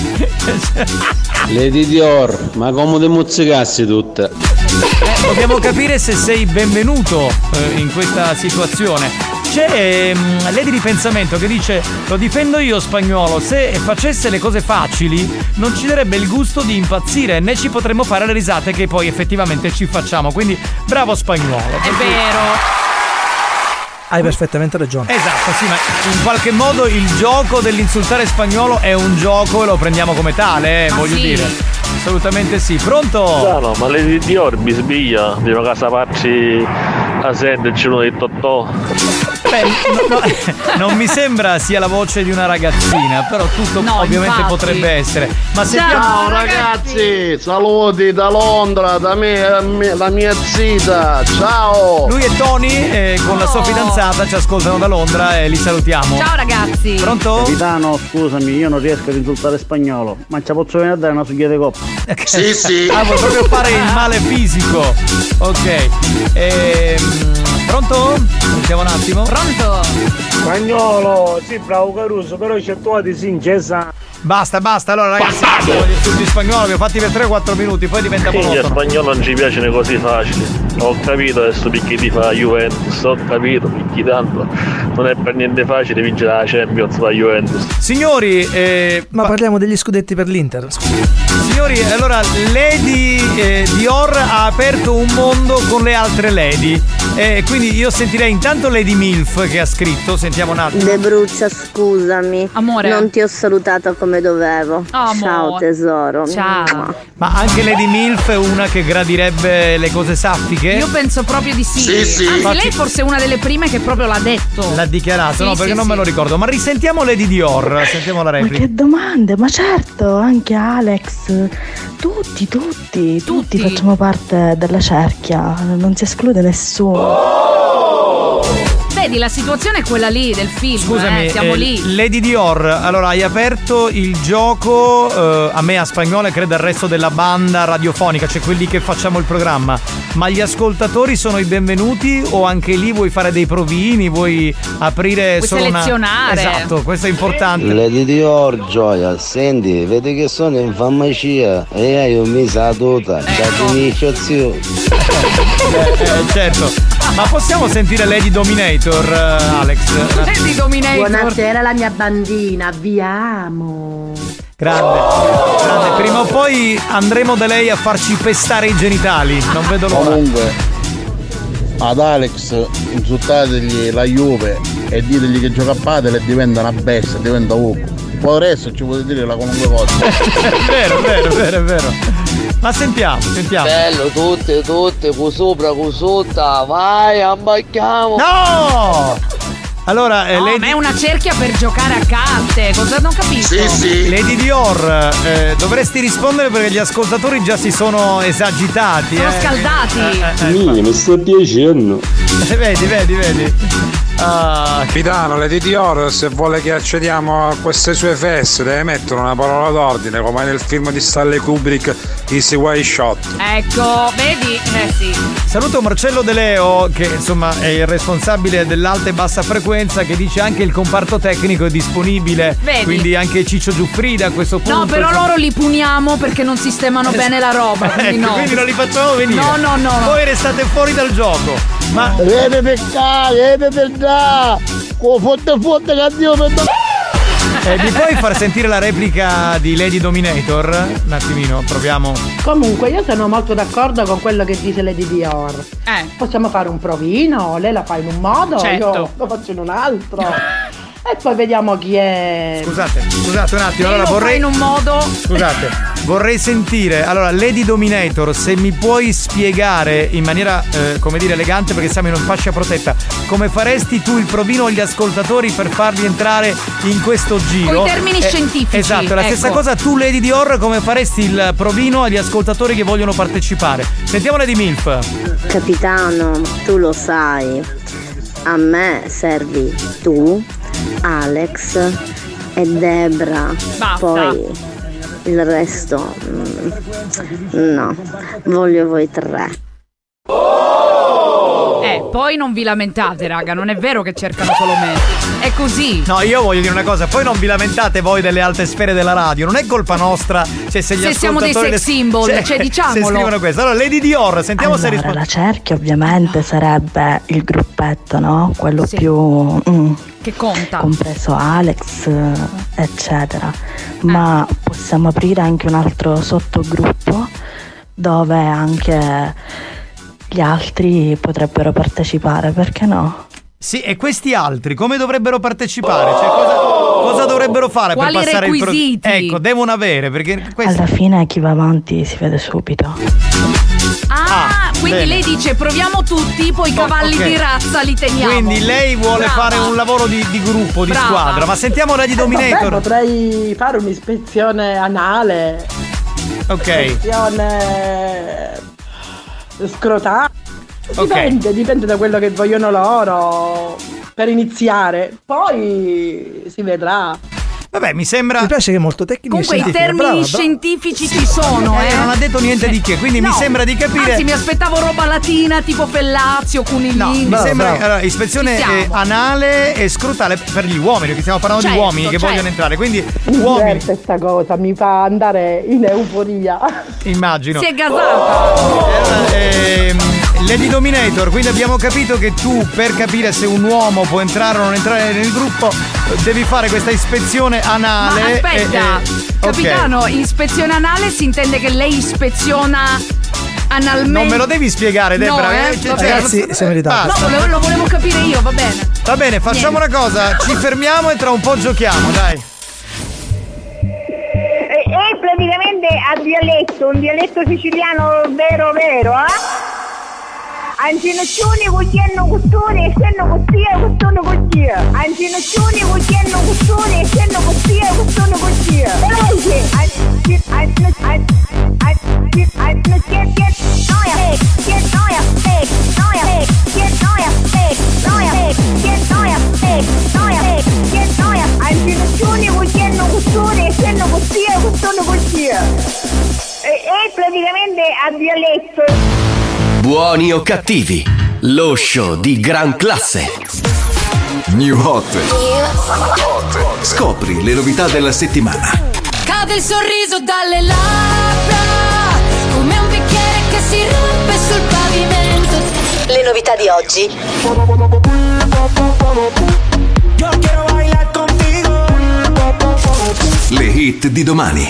Lady Dior, ma come ti mozzicassi tutta? Dobbiamo capire se sei benvenuto eh, in questa situazione. C'è ehm, Lady di Pensamento che dice lo difendo io spagnolo, se facesse le cose facili non ci darebbe il gusto di impazzire né ci potremmo fare le risate che poi effettivamente ci facciamo, quindi bravo spagnolo. È vero. Hai perfettamente ragione. Esatto, sì, ma in qualche modo il gioco dell'insultare spagnolo è un gioco e lo prendiamo come tale, eh, Ma voglio sì. dire. Assolutamente sì, pronto? Sano, ma Lady Dior bisbiglia, devo casa farci a sentirci uno di Totò. Beh, no, no, [LAUGHS] non mi sembra sia la voce di una ragazzina, però tutto ovviamente infatti. potrebbe essere. Ma sentiamo. Ciao ragazzi, saluti da Londra, da me, la mia zita, ciao! Lui e Tony eh, con la sua fidanzata ci ascoltano da Londra e li salutiamo. Ciao ragazzi. Pronto? Capitano, scusami, io non riesco ad insultare spagnolo, ma ci posso venire a dare una suglia di coppa. Eh. [LAUGHS] Sì, sì. Ah, vuoi proprio fare il male fisico. Ok. Ehm, pronto? Sentiamo un attimo. Pronto? Spagnolo, sì, bravo Caruso, però c'è tua di sincesa. Basta, basta, allora ragazzi, tutti spagnolo, abbiamo fatti per 3-4 minuti, poi diventa Quindi a monotono. spagnolo non ci piacciono così facili. Ho capito adesso perché ti fa Juventus, ho capito perché tanto non è per niente facile vincere la Champions la Juventus. Signori, eh, Ma parliamo degli scudetti per l'Inter. Signori, eh, allora Lady eh, Dior ha aperto un mondo con le altre Lady. Eh, quindi io sentirei intanto Lady Milf che ha scritto, sentiamo un attimo. De Brucia, scusami. Amore. Non ti ho salutato come dovevo. Ciao tesoro. Ciao. Ma anche Lady Milf è una che gradirebbe le cose saffiche? Io penso proprio di sì. Sì, sì. Anzi, Infatti- lei forse è una delle prime che proprio l'ha detto. L'ha dichiarato, Sì, no, sì, perché non sì. me lo ricordo. Ma risentiamo Lady Dior, sentiamo la replica. Che domande, ma certo, anche Alex, tutti, tutti, tutti, facciamo parte della cerchia, non si esclude nessuno. Vedi, la situazione è quella lì del film. Scusami, eh, siamo eh, lì. Lady Dior, allora hai aperto il gioco eh, a me a spagnolo e credo al resto della banda radiofonica, cioè quelli che facciamo il programma. Ma gli ascoltatori sono i benvenuti o anche lì vuoi fare dei provini, vuoi aprire Vuoi solo selezionare. una Esatto, questo è importante. Lady Dior, gioia, senti, vedi che sono in farmacia Ecco. e io mi sa tutta, da finisce zio. Eh, eh, certo. Ma possiamo sentire Lady Dominator, eh, Alex? Lady Dominator. Buonasera la mia bandina, vi amo. Grande, grande. Prima o poi andremo da lei a farci pestare i genitali. Non vedo l'ora. Comunque, ad Alex insultategli la Juve e ditegli che gioca a padel e diventa una bestia, diventa uomo. Poi il resto ci potete dire la qualunque cosa. è [LAUGHS] vero, è vero, è vero, è vero. Ma sentiamo, sentiamo. Bello, tutte, tutte, cu sopra, cu sotto, vai, ammacchiamo. No! Allora, eh, No, Lady, ma è una cerchia per giocare a carte. Cosa non capisco? Lady Dior, eh, dovresti rispondere perché gli ascoltatori già si sono esagitati. Sono eh. scaldati. mi sta piacendo. eh. vedi, vedi, vedi. Ah, Pitano, Lady Dior, se vuole che accediamo a queste sue feste, deve mettere una parola d'ordine, come nel film di Stanley Kubrick, Easy Way Shot. Ecco, vedi? Eh sì. Saluto Marcello De Leo, che insomma è il responsabile dell'alta e bassa frequenza, che dice anche il comparto tecnico è disponibile. Vedi. Quindi anche Ciccio Giuffrida a questo punto. No, però insomma. loro li puniamo perché non Eh, sistemano bene la roba. Quindi Ecco, no. quindi non li facciamo venire. No, no, no. Voi restate fuori dal gioco. Ma. Deve peccare, deve peccare! Con forte forte che Dio per Eh, mi puoi far sentire la replica di Lady Dominator? Un attimino, proviamo. Comunque io sono molto d'accordo con quello che dice Lady Dior. Possiamo fare un provino, lei la fa in un modo, Certo. io lo faccio in un altro. e poi vediamo chi è. Scusate, scusate un attimo, Lei allora lo fa vorrei. Ehm, in un modo. Scusate, vorrei sentire. Allora, Lady Dominator, se mi puoi spiegare in maniera, eh, come dire, elegante, perché siamo in una fascia protetta, come faresti tu il provino agli ascoltatori per farli entrare in questo giro? Coi termini scientifici, Esatto, è la ecco. stessa cosa tu, Lady Dior, come faresti il provino agli ascoltatori che vogliono partecipare. Sentiamola di Milf. Capitano, tu lo sai, a me servi tu, Alex e Debra. Basta. Poi il resto, mm, no, voglio voi tre. Eh, poi non vi lamentate, raga, non è vero che cercano solo me. È così. No, io voglio dire una cosa, poi non vi lamentate voi delle alte sfere della radio, non è colpa nostra cioè, se gli Se siamo dei ascoltatori sex le- symbol, cioè, diciamolo. [LAUGHS] Se scrivono questo. Allora, Lady Dior, sentiamo se Allora, risponde. la cerchia ovviamente sarebbe il gruppetto, no? Quello Sì. più mm, Che conta. compreso Alex, eh, eccetera. Ma possiamo aprire anche un altro sottogruppo dove anche gli altri potrebbero partecipare, perché no? Sì, e questi altri come dovrebbero partecipare? Cioè, cosa, cosa dovrebbero fare Quali per passare il requisiti? pro- Ecco, devono avere, perché questo. Alla fine chi va avanti si vede subito. Ah, quindi bene. lei dice proviamo tutti, poi i cavalli ok. di razza li teniamo. Quindi lei vuole Brava. fare un lavoro di, di gruppo, di Brava. squadra, ma sentiamo Eh, Lady Eh, Vabbè, Dominator. potrei fare un'ispezione anale, Ok. ispezione scrotale. Ok. Dipende, dipende da quello che vogliono loro per iniziare. Poi si vedrà. Vabbè, mi sembra. Mi piace che è molto tecnico. Comunque i scientifico, termini brava, brava. scientifici ci sono, eh. Eh, non ha detto niente di che, quindi mi No. sembra di capire. Anzi, mi aspettavo roba latina tipo Fellazio, Cunillini. Mi sembra allora, ispezione Ci siamo. eh, anale e scrutale per gli uomini, perché stiamo parlando di Certo, uomini che certo. vogliono entrare, quindi Mi uomini, diverte questa cosa, mi fa andare in euforia. immagino. gasata. Ehm, Lady Dominator, quindi abbiamo capito che tu per capire se un uomo può entrare o non entrare nel gruppo devi fare questa ispezione anale. Ma aspetta, e- e- ok. capitano, ispezione anale si intende che lei ispeziona analmente. Non me lo devi spiegare, Debra. No, eh, eh, cioè, vabbè. ragazzi, siamo in ritardo. No, volevo- lo volevo capire io, va bene. Va bene, facciamo una cosa, ci fermiamo e tra un po' giochiamo, dai. È Eh, praticamente a dialetto, un dialetto siciliano vero vero, eh? Ancinoccioni, cugliano, costone, senno costia, costone costia. Ancinoccioni, cugliano, costone, senno costia, costone costia. Veloce! Ancinoccioni, cugliano, costone, senno costia, costone costia. È praticamente a dialetto. Buoni o cattivi, lo show di gran classe. New Hot. Scopri le novità della settimana. Cade il sorriso dalle labbra, come un bicchiere che si rompe sul pavimento. Le novità di oggi. Le hit di domani.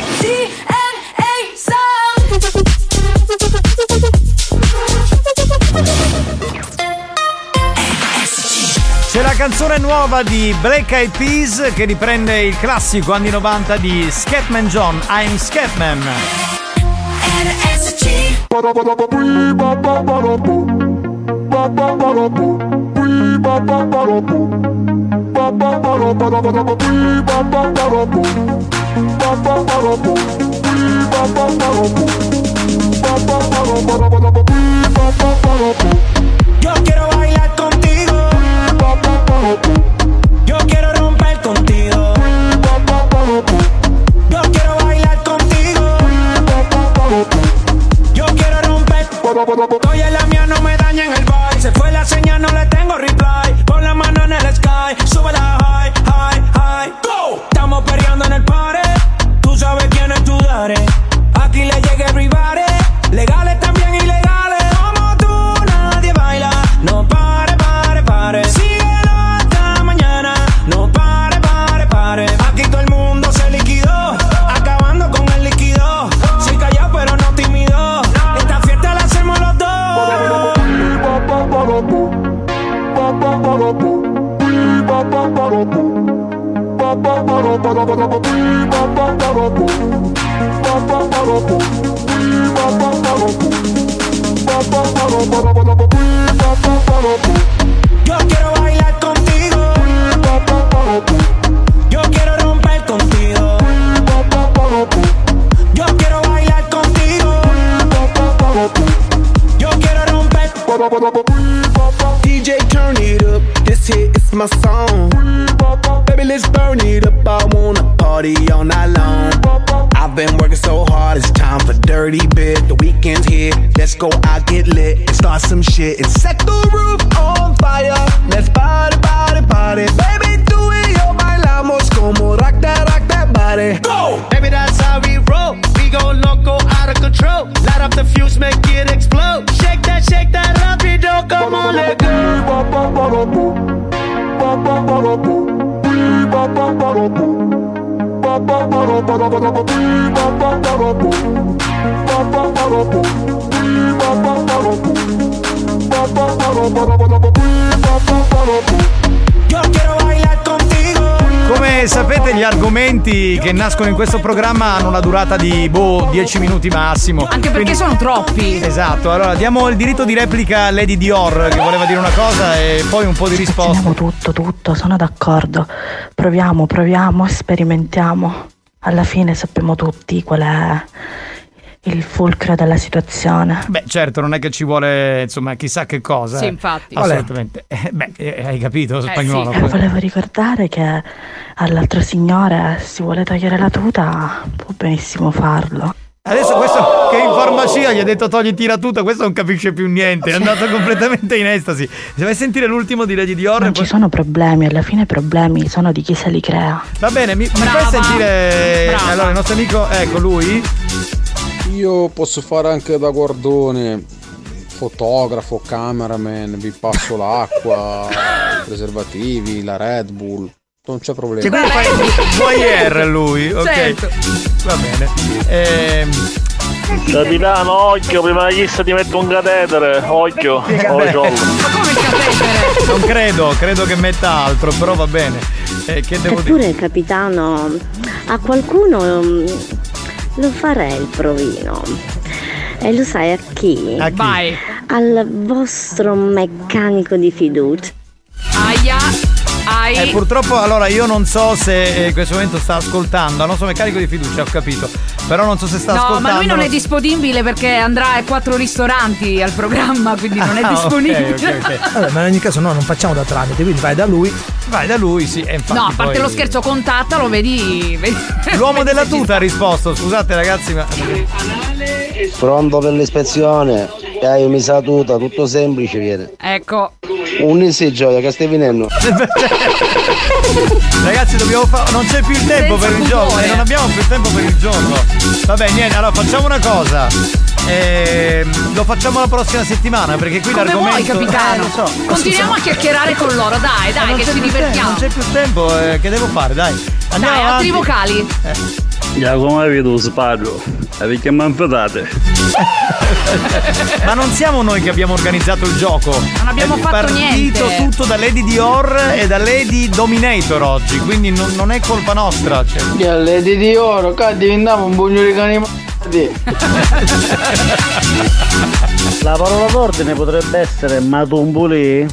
C'è la canzone nuova di Black Eyed Peas che riprende il classico anni 90 di Scatman John, I'm Scatman. Yo quiero bailar contigo. Yo quiero romper contigo. Yo quiero bailar contigo. Yo quiero romper. Oye, la mía no me daña en el bar. Se fue la señal, no le tengo reply. Pon la mano en el sky. Sube la high, high, high. Go. Oh, Estamos peleando en el party. Tú sabes quién es tu dare. Aquí le llega everybody. Legales también ilegales. Como tú, nadie baila. No pare, pare, pare. Síguelo hasta mañana. No pare, pare, pare. Aquí todo el mundo se liquidó. Acabando con el líquido. Soy callado, pero no tímido. Esta fiesta la hacemos los dos. Yo quiero bailar contigo. Yo quiero romper contigo. Yo quiero bailar contigo. Yo quiero romper. DJ, turn it up. This here is my song. Baby, let's burn it up. I wanna party all night long. I've been working so hard, it's time for dirty bit. The weekend's here, let's go out, get lit, and start some shit. And set the roof on fire. Let's party, party, party. Baby, do it, yo, bailamos como rock that, rock that body. Go! Baby, that's how we roll. We go loco, out of control. Light up the fuse, make it explode. Shake that, shake that, rapido, come on, let go. Yo quiero bailar contigo. Come sapete gli argomenti che nascono in questo programma hanno una durata di boh 10 minuti massimo. Anche perché sono troppi. Esatto, allora diamo il diritto di replica a Lady Dior che voleva dire una cosa e poi un po' di risposta. Tutto, tutto, sono d'accordo. Proviamo, proviamo, sperimentiamo. Alla fine sappiamo tutti qual è il fulcro della situazione. Beh, certo, non è che ci vuole, insomma, chissà che cosa. Sì, eh. infatti. Assolutamente. Eh, Beh, eh, hai capito, spagnolo. E volevo ricordare che all'altro signore, se vuole togliere la tuta, può benissimo farlo. Adesso questo che in farmacia gli ha detto togliti la tuta, questo non capisce più niente, è andato completamente in estasi. Se vai a sentire l'ultimo di Lady Dior, Non poi- ci sono problemi, alla fine i problemi sono di chi se li crea. va bene, mi, mi fai sentire eh, allora il nostro amico, ecco lui. Io posso fare anche da guardone, fotografo, cameraman, vi passo [LAUGHS] l'acqua, i preservativi, la Red Bull, non c'è problema. Cioè, quindi fai voyeur [LAUGHS] lui, ok. Certo. Va bene. Ehm, Da Milano, occhio, prima di chissà ti metto un catetere, occhio, oh, ciollo. non credo, credo che metta altro, però va bene. Eh, che devo dire? Eppure, capitano, a qualcuno mm, lo farei il provino. E lo sai a chi? A chi? Vai. Al vostro meccanico di fiducia. Aia, ai. Eh, purtroppo allora io non so se eh, in questo momento sta ascoltando, al nostro meccanico di fiducia ho capito, però non so se sta No, ascoltando. ma lui non [LAUGHS] è so- disponibile perché andrà a quattro ristoranti al programma, quindi non [LAUGHS] è Ah, ok, disponibile. [LAUGHS] Vabbè, ma in ogni caso no, non facciamo da tramite, quindi vai da lui. Vai da lui, sì, e infatti No, a parte poi- lo scherzo, contattalo, vedi. vedi. [LAUGHS] L'uomo della tuta ha risposto, scusate ragazzi, ma Pronto per l'ispezione? Dai, mi sa tuta, tutto semplice viene. Ecco, Un insi gioia che stai [LAUGHS] venendo. Ragazzi dobbiamo fare. Non c'è più il tempo Senza per il pudore. giorno. eh, non abbiamo più il tempo per il giorno. Vabbè, niente, allora facciamo una cosa. Ehm, lo facciamo la prossima settimana perché qui Come vuoi, l'argomento. capitano? Eh, lo so. Continuiamo a chiacchierare con loro, Ma dai, dai, non che c'è ci più divertiamo. tempo, non c'è più tempo, eh, che devo fare? Dai. Andiamo Dai, avanti. altri Eh. vocali. Giacomo vedo spago. Perché mi petate. [LAUGHS] Ma non siamo noi che abbiamo organizzato il gioco. Non abbiamo fatto È niente. partito tutto da Lady Dior e da Lady Dominator oggi, quindi non, non è colpa nostra. Cioè. Lady di oro, qua diventiamo un pugno di cani La parola d'ordine potrebbe essere matumbuli?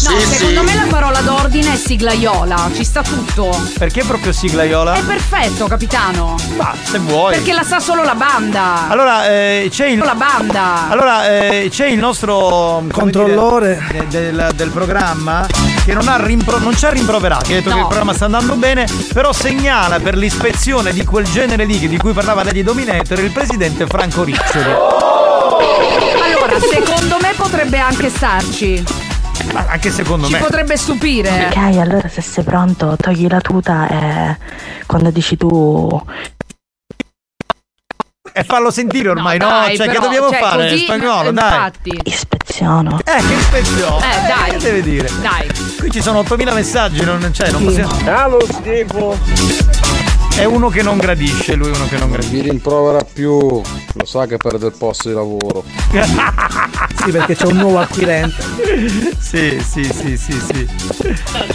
No, secondo me la parola d'ordine è siglaiola, ci sta tutto. Perché proprio siglaiola? È perfetto, capitano. Ma se vuoi. Perché la sa solo la banda. Allora, eh, c'è il. La banda. Allora, eh, c'è il nostro controllore del, del programma che non, ha rimpro- non ci ha rimproverati. Ha detto che il programma sta andando bene, però segnala per l'ispezione di quel genere di, di cui parlava Lady Dominator il presidente Franco Riccioli. Oh. Allora, secondo me potrebbe anche starci. Ma anche secondo Ci me. potrebbe stupire. Ok, allora se sei pronto togli la tuta e quando dici tu E fallo sentire ormai, no? Dai, cioè, però, che dobbiamo cioè, fare? così, spagnolo, dai. Infatti. speziono, Eh, che ispezione! Eh, dai. Che deve dire? Dai. Qui ci sono 8000 messaggi, non, cioè, non possiamo. Ah, lo schifo. È uno che non gradisce, lui è uno che non gradisce. Vi rimproverà più, lo sa che perde il posto di lavoro. Sì, perché c'è un nuovo acquirente. Sì, sì, sì, sì, sì.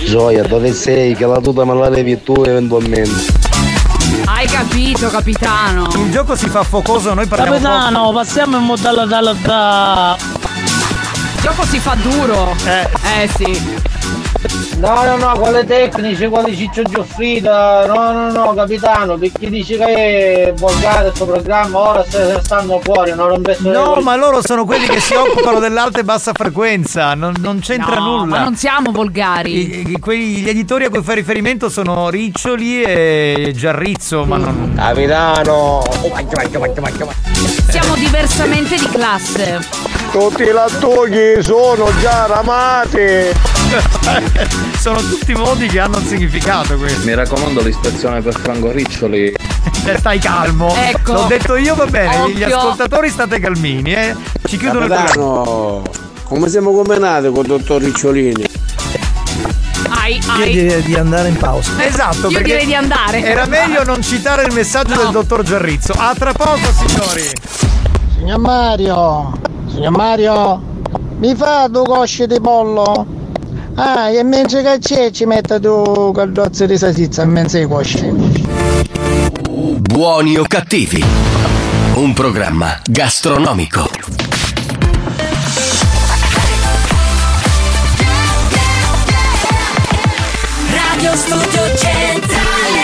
Gioia, dove sei? Che la tuta me la levi tu eventualmente. Hai capito, capitano. Il gioco si fa focoso, noi parliamo Capitano, passiamo in modella dalla da. Il gioco si fa duro. Eh, sì. No, no, no, quale tecnici, quale ciccio Giuffrida, no, no, no, capitano, perché dici che è volgare questo programma, ora se ne stanno fuori, non rompesse le No, voli- ma loro sono quelli che si occupano dell'alta e bassa frequenza, non, non c'entra No, nulla. Eh. ma non siamo volgari. I- i- quelli- gli editori a cui fai riferimento sono Riccioli e Giarrizzo, ma non. Capitano! Siamo diversamente di classe. Tutti i lattughi sono già ramati! [LAUGHS] sono tutti modi che hanno un significato questi. Mi raccomando l'ispezione per Franco Riccioli. Eh, stai calmo. Ecco. L'ho detto io, va bene. Gli Occhio. ascoltatori state calmini, eh. Ci chiudono il programma. Capitano, come siamo combinati con il dottor Ricciolini? Ai, Io ai. direi di andare in pausa. Esatto, Io perché direi di andare. Era meglio non citare il messaggio del dottor Giarrizzo. A tra poco, signori. Signor Mario, signor Mario, mi fa due cosce di pollo? Ah, e mentre che c'è ci mette due caldozze di salsiccia, mentre di cosce. Buoni o cattivi. Un programma gastronomico. Radio Studio Centrale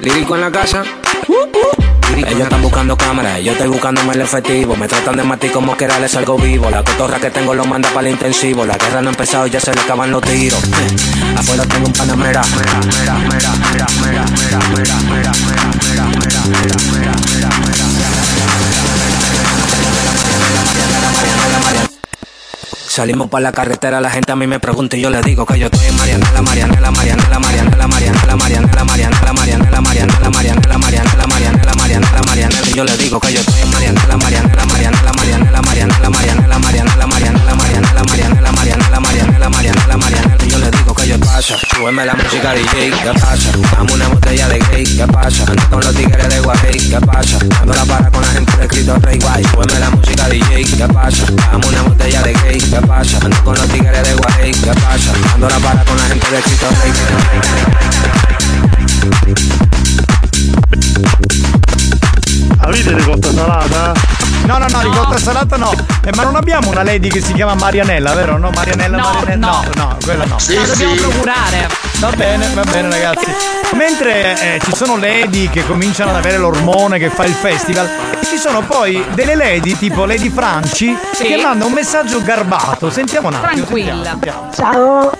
Lirico en la casa. Ellos están buscando cámaras, yo estoy buscándome el efectivo. Me tratan de matar como quiera, les salgo vivo. La cotorra que tengo lo manda para el intensivo. La guerra no ha empezado, ya se le acaban los tiros. [LAUGHS] Eh, Afuera tengo un panamera. Salimos para la carretera, la gente a mí me pregunta y yo le digo que yo estoy en Mariana, la Mariana, la Mariana, la Mariana, la Mariana, la Mariana, la Mariana, la Mariana, la Mariana, la Mariana, la Mariana, la Mariana, la Mariana, la Mariana, y yo le digo que yo estoy en Mariana, la Mariana, la Mariana, la Mariana, la Mariana, la Mariana, la Mariana, la Mariana, la Mariana, la Mariana, la Mariana, la Mariana, la Mariana, la Mariana, y yo le digo que yo pasa, súbeme la música DJ, ¿qué pasa? Dame una botella de gay, ¿qué pasa? Ando con los tigres de Guay, ¿qué pasa? Dando la para con la gente de Cristo Rey Guay, súbeme la música DJ, ¿qué pasa? Dame una botella de gay, ¿qué pasa? Ando con los tigres de Guay, ¿qué pasa? Dando la para con la gente de Cristo Rey Guay. Avete ricotta salata? No, no, no, ricotta salata no. Eh, ma non abbiamo una lady che si chiama Marianella, vero? No, Marianella, No, Marianella. no. No, no, quella no. Sì, La Cioè, dobbiamo sì. procurare. Va bene, va bene, ragazzi. Mentre eh, ci sono lady che cominciano ad avere l'ormone che fa il festival, ci sono poi delle lady, tipo Lady Franci, Sì. che manda un messaggio garbato. Sentiamo un attimo. Tranquilla. sentiamo, sentiamo. Ciao,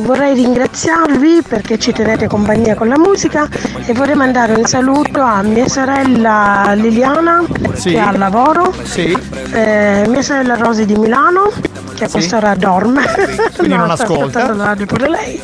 mm, vorrei ringraziarvi perché ci tenete compagnia con la musica e vorrei mandare un saluto a mia sorella Liliana Sì. che è al lavoro, Sì. eh, mia sorella Rosy di Milano che a Sì. quest'ora dorme, [LAUGHS] Quindi non sta ascolta. ascoltando la radio pure lei,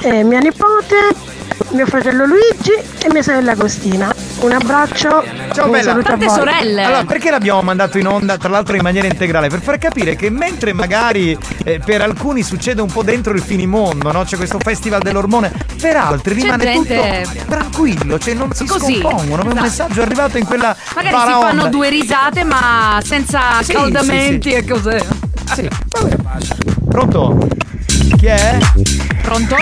eh, mia nipote, mio fratello Luigi e mia sorella Agostina. Un abbraccio, Ciao un bella. saluto a voi. Allora, perché l'abbiamo mandato in onda, tra l'altro in maniera integrale? Per far capire che mentre magari eh, per alcuni succede un po' dentro il finimondo, no? C'è questo festival dell'ormone, per altri C'è rimane gente- tutto tranquillo, cioè non si Così. scompongono. Un Esatto. messaggio è arrivato in quella Magari si paraonda. fanno due risate, ma senza Sì, caldamenti e cose. [LAUGHS] Sì, vabbè. Pronto? Chi è? Eh. Pronto?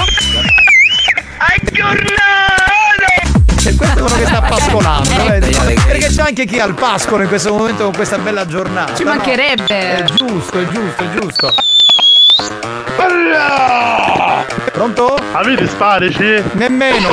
E questo è quello [LAUGHS] che Cioè, sta pascolando, eh, vedi? Perché c'è anche chi ha il pascolo in questo momento con questa bella giornata. Ci no? mancherebbe. È giusto, è giusto, è giusto. Pronto? Avete sparici? Nemmeno,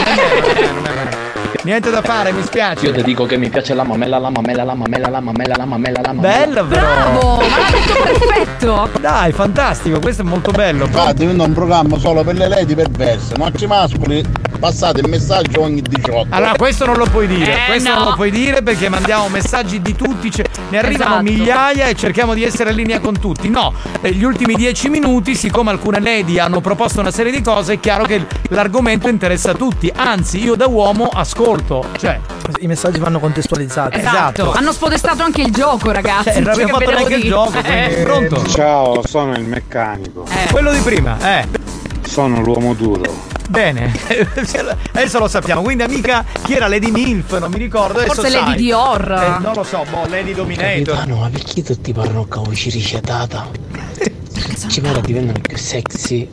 Niente da fare, mi spiace. Io ti dico che mi piace la mamella, la mamella, la mamella, la mamella, la mamella, la mamella. Bello, però. Bravo, ma l'ha detto perfetto. Dai, fantastico, questo è molto bello. Infatti, Ah, diventa un programma solo per le lady perverse, ma ci mascoli passate il messaggio ogni 18. Allora, questo non lo puoi dire, Eh, questo no. non lo puoi dire perché mandiamo messaggi di tutti, cioè, ne arrivano Esatto. migliaia e cerchiamo di essere in linea con tutti. No, eh, gli ultimi dieci minuti, siccome alcune lady hanno proposto una serie di cose, è chiaro che l'argomento interessa a tutti. Anzi, io da uomo ascolto. Cioè, I messaggi vanno contestualizzati. Esatto. Hanno spodestato anche il gioco, ragazzi. Cioè, non abbiamo Che fatto ve devo neanche il dire? gioco, Eh. Pronto? Ciao, sono il meccanico. quello di prima, eh. Sono l'uomo duro. Bene, [LAUGHS] adesso lo sappiamo. Quindi, amica, chi era Lady Milf? Non mi ricordo. Adesso Forse sai. Lady Dior. Eh, non lo so, boh, Cioè, Lady Dominator. ma perché tutti parlano con voce ricettata? Ci pare diventano più sexy.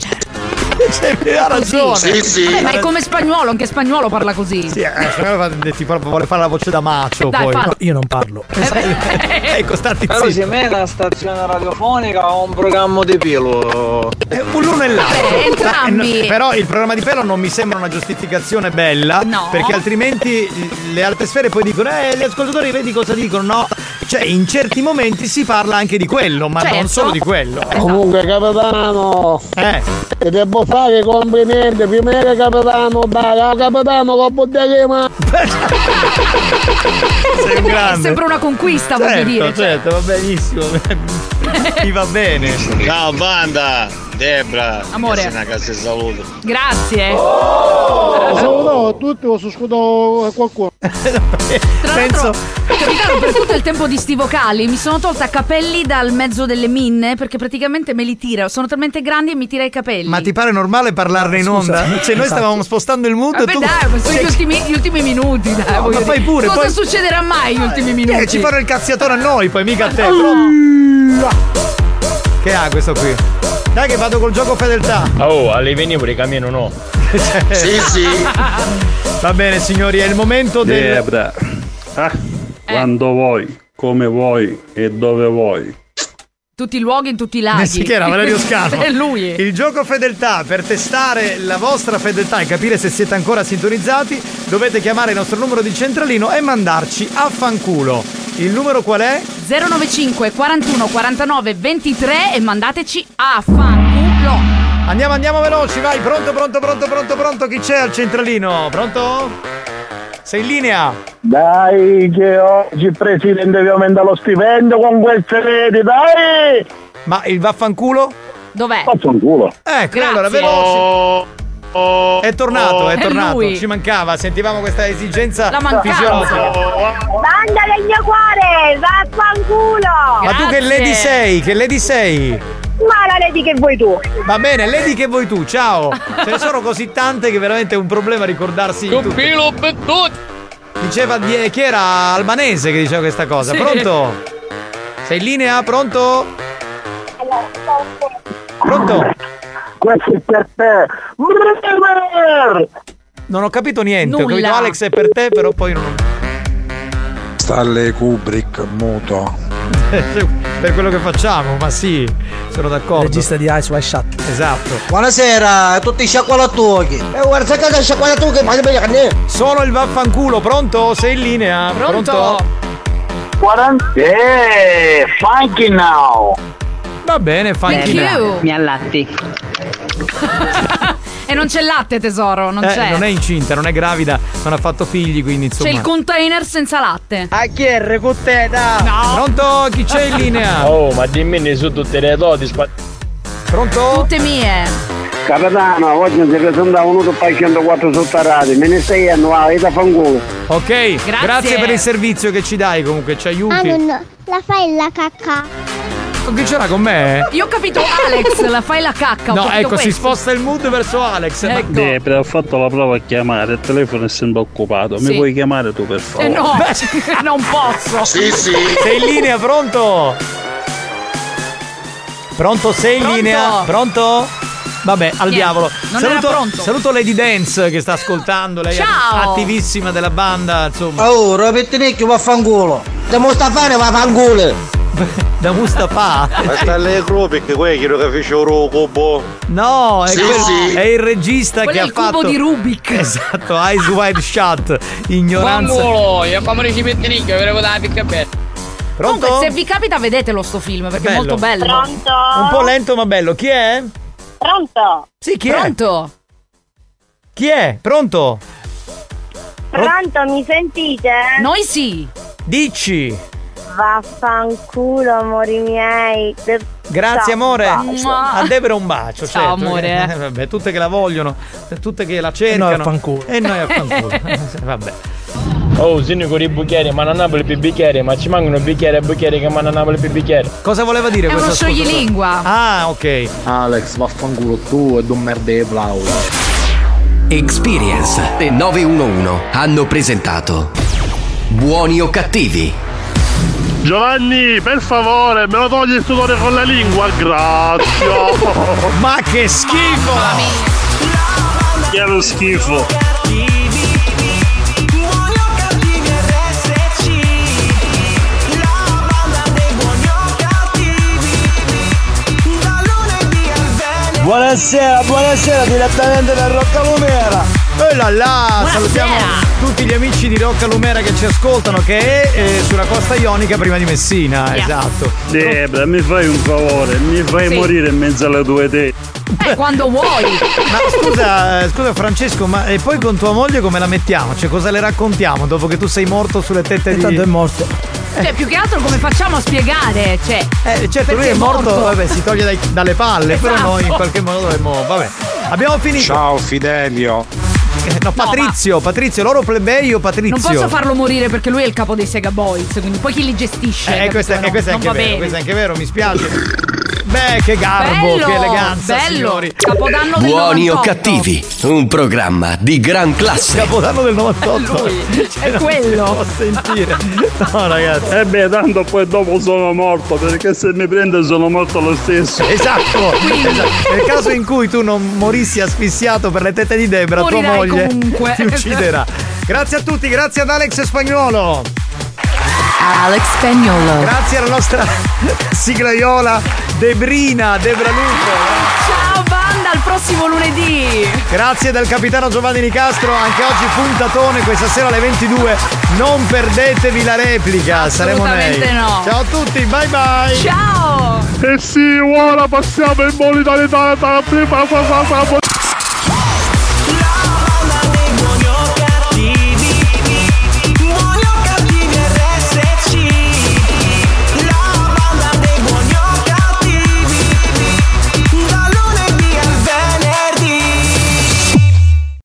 Ha ragione. Sì, sì. Vabbè, ma è come spagnolo, anche spagnolo parla così. Sì, eh, secondo me fa- ti fa- vuole fare la voce da macio Dai, poi. fallo. No, io non parlo. ecco, stati Però se zitti. me la stazione radiofonica ho un programma di pelo. L'uno e l'altro. Vabbè, entrambi. Ma, eh, no, Però il programma di pelo non mi sembra una giustificazione bella. No. Perché altrimenti eh, le altre sfere poi dicono: Eh, gli ascoltatori vedi cosa dicono? No. Cioè, in certi momenti si parla anche di quello, ma non Certo. solo di quello. Eh, Comunque, capitano, Esatto. eh. ti devo fare i complimenti. Primero, capitano, oh, dai, capitano, con bottega. Sei un grande. È sempre una conquista, voglio Certo, dire. cioè. certo, va [LAUGHS] benissimo. Ti va bene. Ciao banda, Debra. Amore. Eh, Che sei una casa di saluto. Grazie. Oh! Salutavo tutti, ho suscutato qualcuno. Tra l'altro, capitano, per tutto il tempo di sti vocali mi sono tolta capelli dal mezzo delle minne perché praticamente me li tira. Sono talmente grandi e mi tira i capelli. Ma ti pare normale parlarne in Scusa. onda? Cioè, noi Esatto. stavamo spostando il mood. Vabbè, tu... Cioè, dai, ma sono gli ultimi, gli ultimi minuti. Dai, No, voglio ma dire. fai pure, Cosa poi- succederà mai gli ultimi minuti? Eh, ci fanno il cazziatore a noi, poi mica a Ah. te. Che ha questo qui? Dai che vado col gioco fedeltà. Oh, alle veni pure cammino no. [LAUGHS] [LAUGHS] sì, [LAUGHS] sì. Va bene, signori, è il momento del. Debra. Ah, quando vuoi, come vuoi e dove vuoi. Tutti i luoghi, in tutti i laghi. Eh, Sì, che era [LAUGHS] Valerio Scano. È lui. Il gioco fedeltà, per testare la vostra fedeltà e capire se siete ancora sintonizzati, dovete chiamare il nostro numero di centralino e mandarci a fanculo. Il numero qual è? 095 41 49 23 e mandateci a fanculo. Andiamo, andiamo veloci, vai, pronto, pronto, pronto, pronto, pronto, chi c'è al centralino? Pronto? Sei in linea? Dai, che oggi il presidente vi aumenta lo stipendio con queste reti, dai! Ma il vaffanculo? Dov'è? Vaffanculo. Ecco, Grazie. allora, veloci. È tornato, È è tornato, lui. ci mancava, sentivamo questa esigenza La mancanza. fisiologica. Banda del mio cuore, vaffanculo! Ma tu che lady sei? Che lady sei? Ma la lady che vuoi tu? Va bene, lady che vuoi tu, ciao. Ce ne sono così tante che veramente è un problema ricordarsi di tutte. Diceva di- chi era albanese che diceva questa cosa. Sì. Pronto? Sei in linea? Pronto? Pronto? Questo è per te. Non ho capito niente, ho Nulla. capito Alex è per te, però poi non. Stanley Kubrick muto. per quello che facciamo, ma sì, sono d'accordo. Regista di Ice White Shut. Esatto. Buonasera a tutti i sciacqualatuochi. E guarda che sciacqualatuochi, ma Sono il vaffanculo, pronto? Sei in linea? Pronto? 40 Eh, funky now. Va bene, Thank funky you. now. Mi allatti. [LAUGHS] E non c'è il latte, tesoro, non Eh, c'è. non è incinta, non è gravida, non ha fatto figli, quindi insomma. C'è il container senza latte. A chi è recuteta? No. Pronto? Chi c'è [LAUGHS] in linea? Oh, ma dimmi ne su tutte le doti. Pronto? Tutte mie. Capitano, oggi non si presentava uno che fai 104 sottarati, me ne stai a nuove, da fanculo. Ok, grazie. per il servizio che ci dai, comunque ci aiuti. Ah nonno, la fai la cacca. Con chi ce l'ha con me? Io ho capito [LAUGHS] Alex, la fai la cacca. ho No, capito ecco, si questo. Ecco. sposta il mood verso Alex. Ma- ho fatto la prova a chiamare, il telefono è sempre occupato. Sì. Mi puoi chiamare tu per [LAUGHS] favore? Eh no, non posso. Oh. Sei in linea, pronto? Pronto, sei in Pronto? linea? Pronto? Vabbè, al Niente, diavolo. non era saluto, pronto. saluto Lady Dance che sta ascoltando, lei è Ciao. attivissima della banda, insomma. Oh, Robertinicchio vaffanculo. De Mustafane vaffanculo. Da Mustafa. [LAUGHS] Ma Stanley Kubrick, quello che fece un cubo. No, è, Sì, quel- sì. è il regista Quello che è ha il cubo fatto di Rubik. Esatto, Eyes Wide Shut, ignoranza. Oh, io famo ricevere lì che volevo dare la picca bella. Pronto? Comunque, se vi capita, vedetelo sto film perché è Bello. molto bello. Pronto? Un po' lento ma bello. Chi è? Pronto? Sì, chi è? Pronto? Chi è? Pronto? Pronto, mi sentite? Noi sì. Dici. Vaffanculo, amori miei. De- Grazie Ciao, amore. un bacio. A Debra un bacio. Ciao, certo. [LAUGHS] amore. Eh, vabbè, tutte che la vogliono, tutte che la cercano. noi a fanculo. E noi a fanculo. Eh, vabbè. Oh, sono con i bicchieri, ma non Napoli per bicchieri, ma ci mancano bicchieri e bicchieri che mandano Napoli per bicchieri. Cosa voleva dire È uno questo? ascoltatore? scioglilingua. Ah, ok. Alex, vaffanculo tu e don merde Blau. Experience e 911 hanno presentato Buoni o cattivi? Giovanni, per favore, me lo togli il sudore con la lingua, grazie. [LAUGHS] Ma che schifo! Che è lo schifo. Buonasera, buonasera, direttamente da Rocca Lumera. E Eh, là là, salutiamo tutti gli amici di Rocca Lumera che ci ascoltano, che è eh, sulla costa ionica prima di Messina, Yeah. esatto. Debra, mi fai un favore, mi fai Sì. morire in mezzo alle tue tette. Eh, [LAUGHS] quando vuoi. Ma scusa, eh, scusa Francesco, ma e poi con tua moglie come la mettiamo? Cioè cosa le raccontiamo dopo che tu sei morto sulle tette di... Tanto è morto. Cioè, più che altro come facciamo a spiegare? Cioè, Eh, certo, lui perché è morto, vabbè, si toglie dai- dalle palle, però Esatto. noi in qualche modo dovremmo... Vabbè, abbiamo finito. Ciao Fidelio. Eh, No, Patrizio, Patrizio, loro plebeio, Patrizio. Non posso farlo morire perché lui è il capo dei Sega Boys, quindi poi chi li gestisce? Eh, capito? questo, è, No, eh, questo è non anche va vero, bene. questo è anche vero, mi spiace. Beh, che garbo, Bello, che eleganza, bello. signori. Capodanno del Buoni o 98. cattivi? Un programma di gran classe. Capodanno del 98. È quello. sentire. No, ragazzi. E Eh beh, tanto poi dopo sono morto, perché se mi prende sono morto lo stesso. [LAUGHS] Esatto, esatto. nel caso in cui tu non morissi asfissiato per le tette di Debra, tua Morirai moglie comunque. ti ucciderà. Grazie a tutti, grazie ad Alex Spagnuolo. Alex Spagnolo. Grazie alla nostra siglaiola Debrina, Debra Lupo. Ciao banda, al prossimo lunedì. Grazie dal capitano Giovanni Nicastro, anche oggi puntatone, questa sera alle 22. Non perdetevi la replica, saremo noi. Assolutamente no. Ciao a tutti, bye bye. Ciao. E sì, ora passiamo in modalità di tata.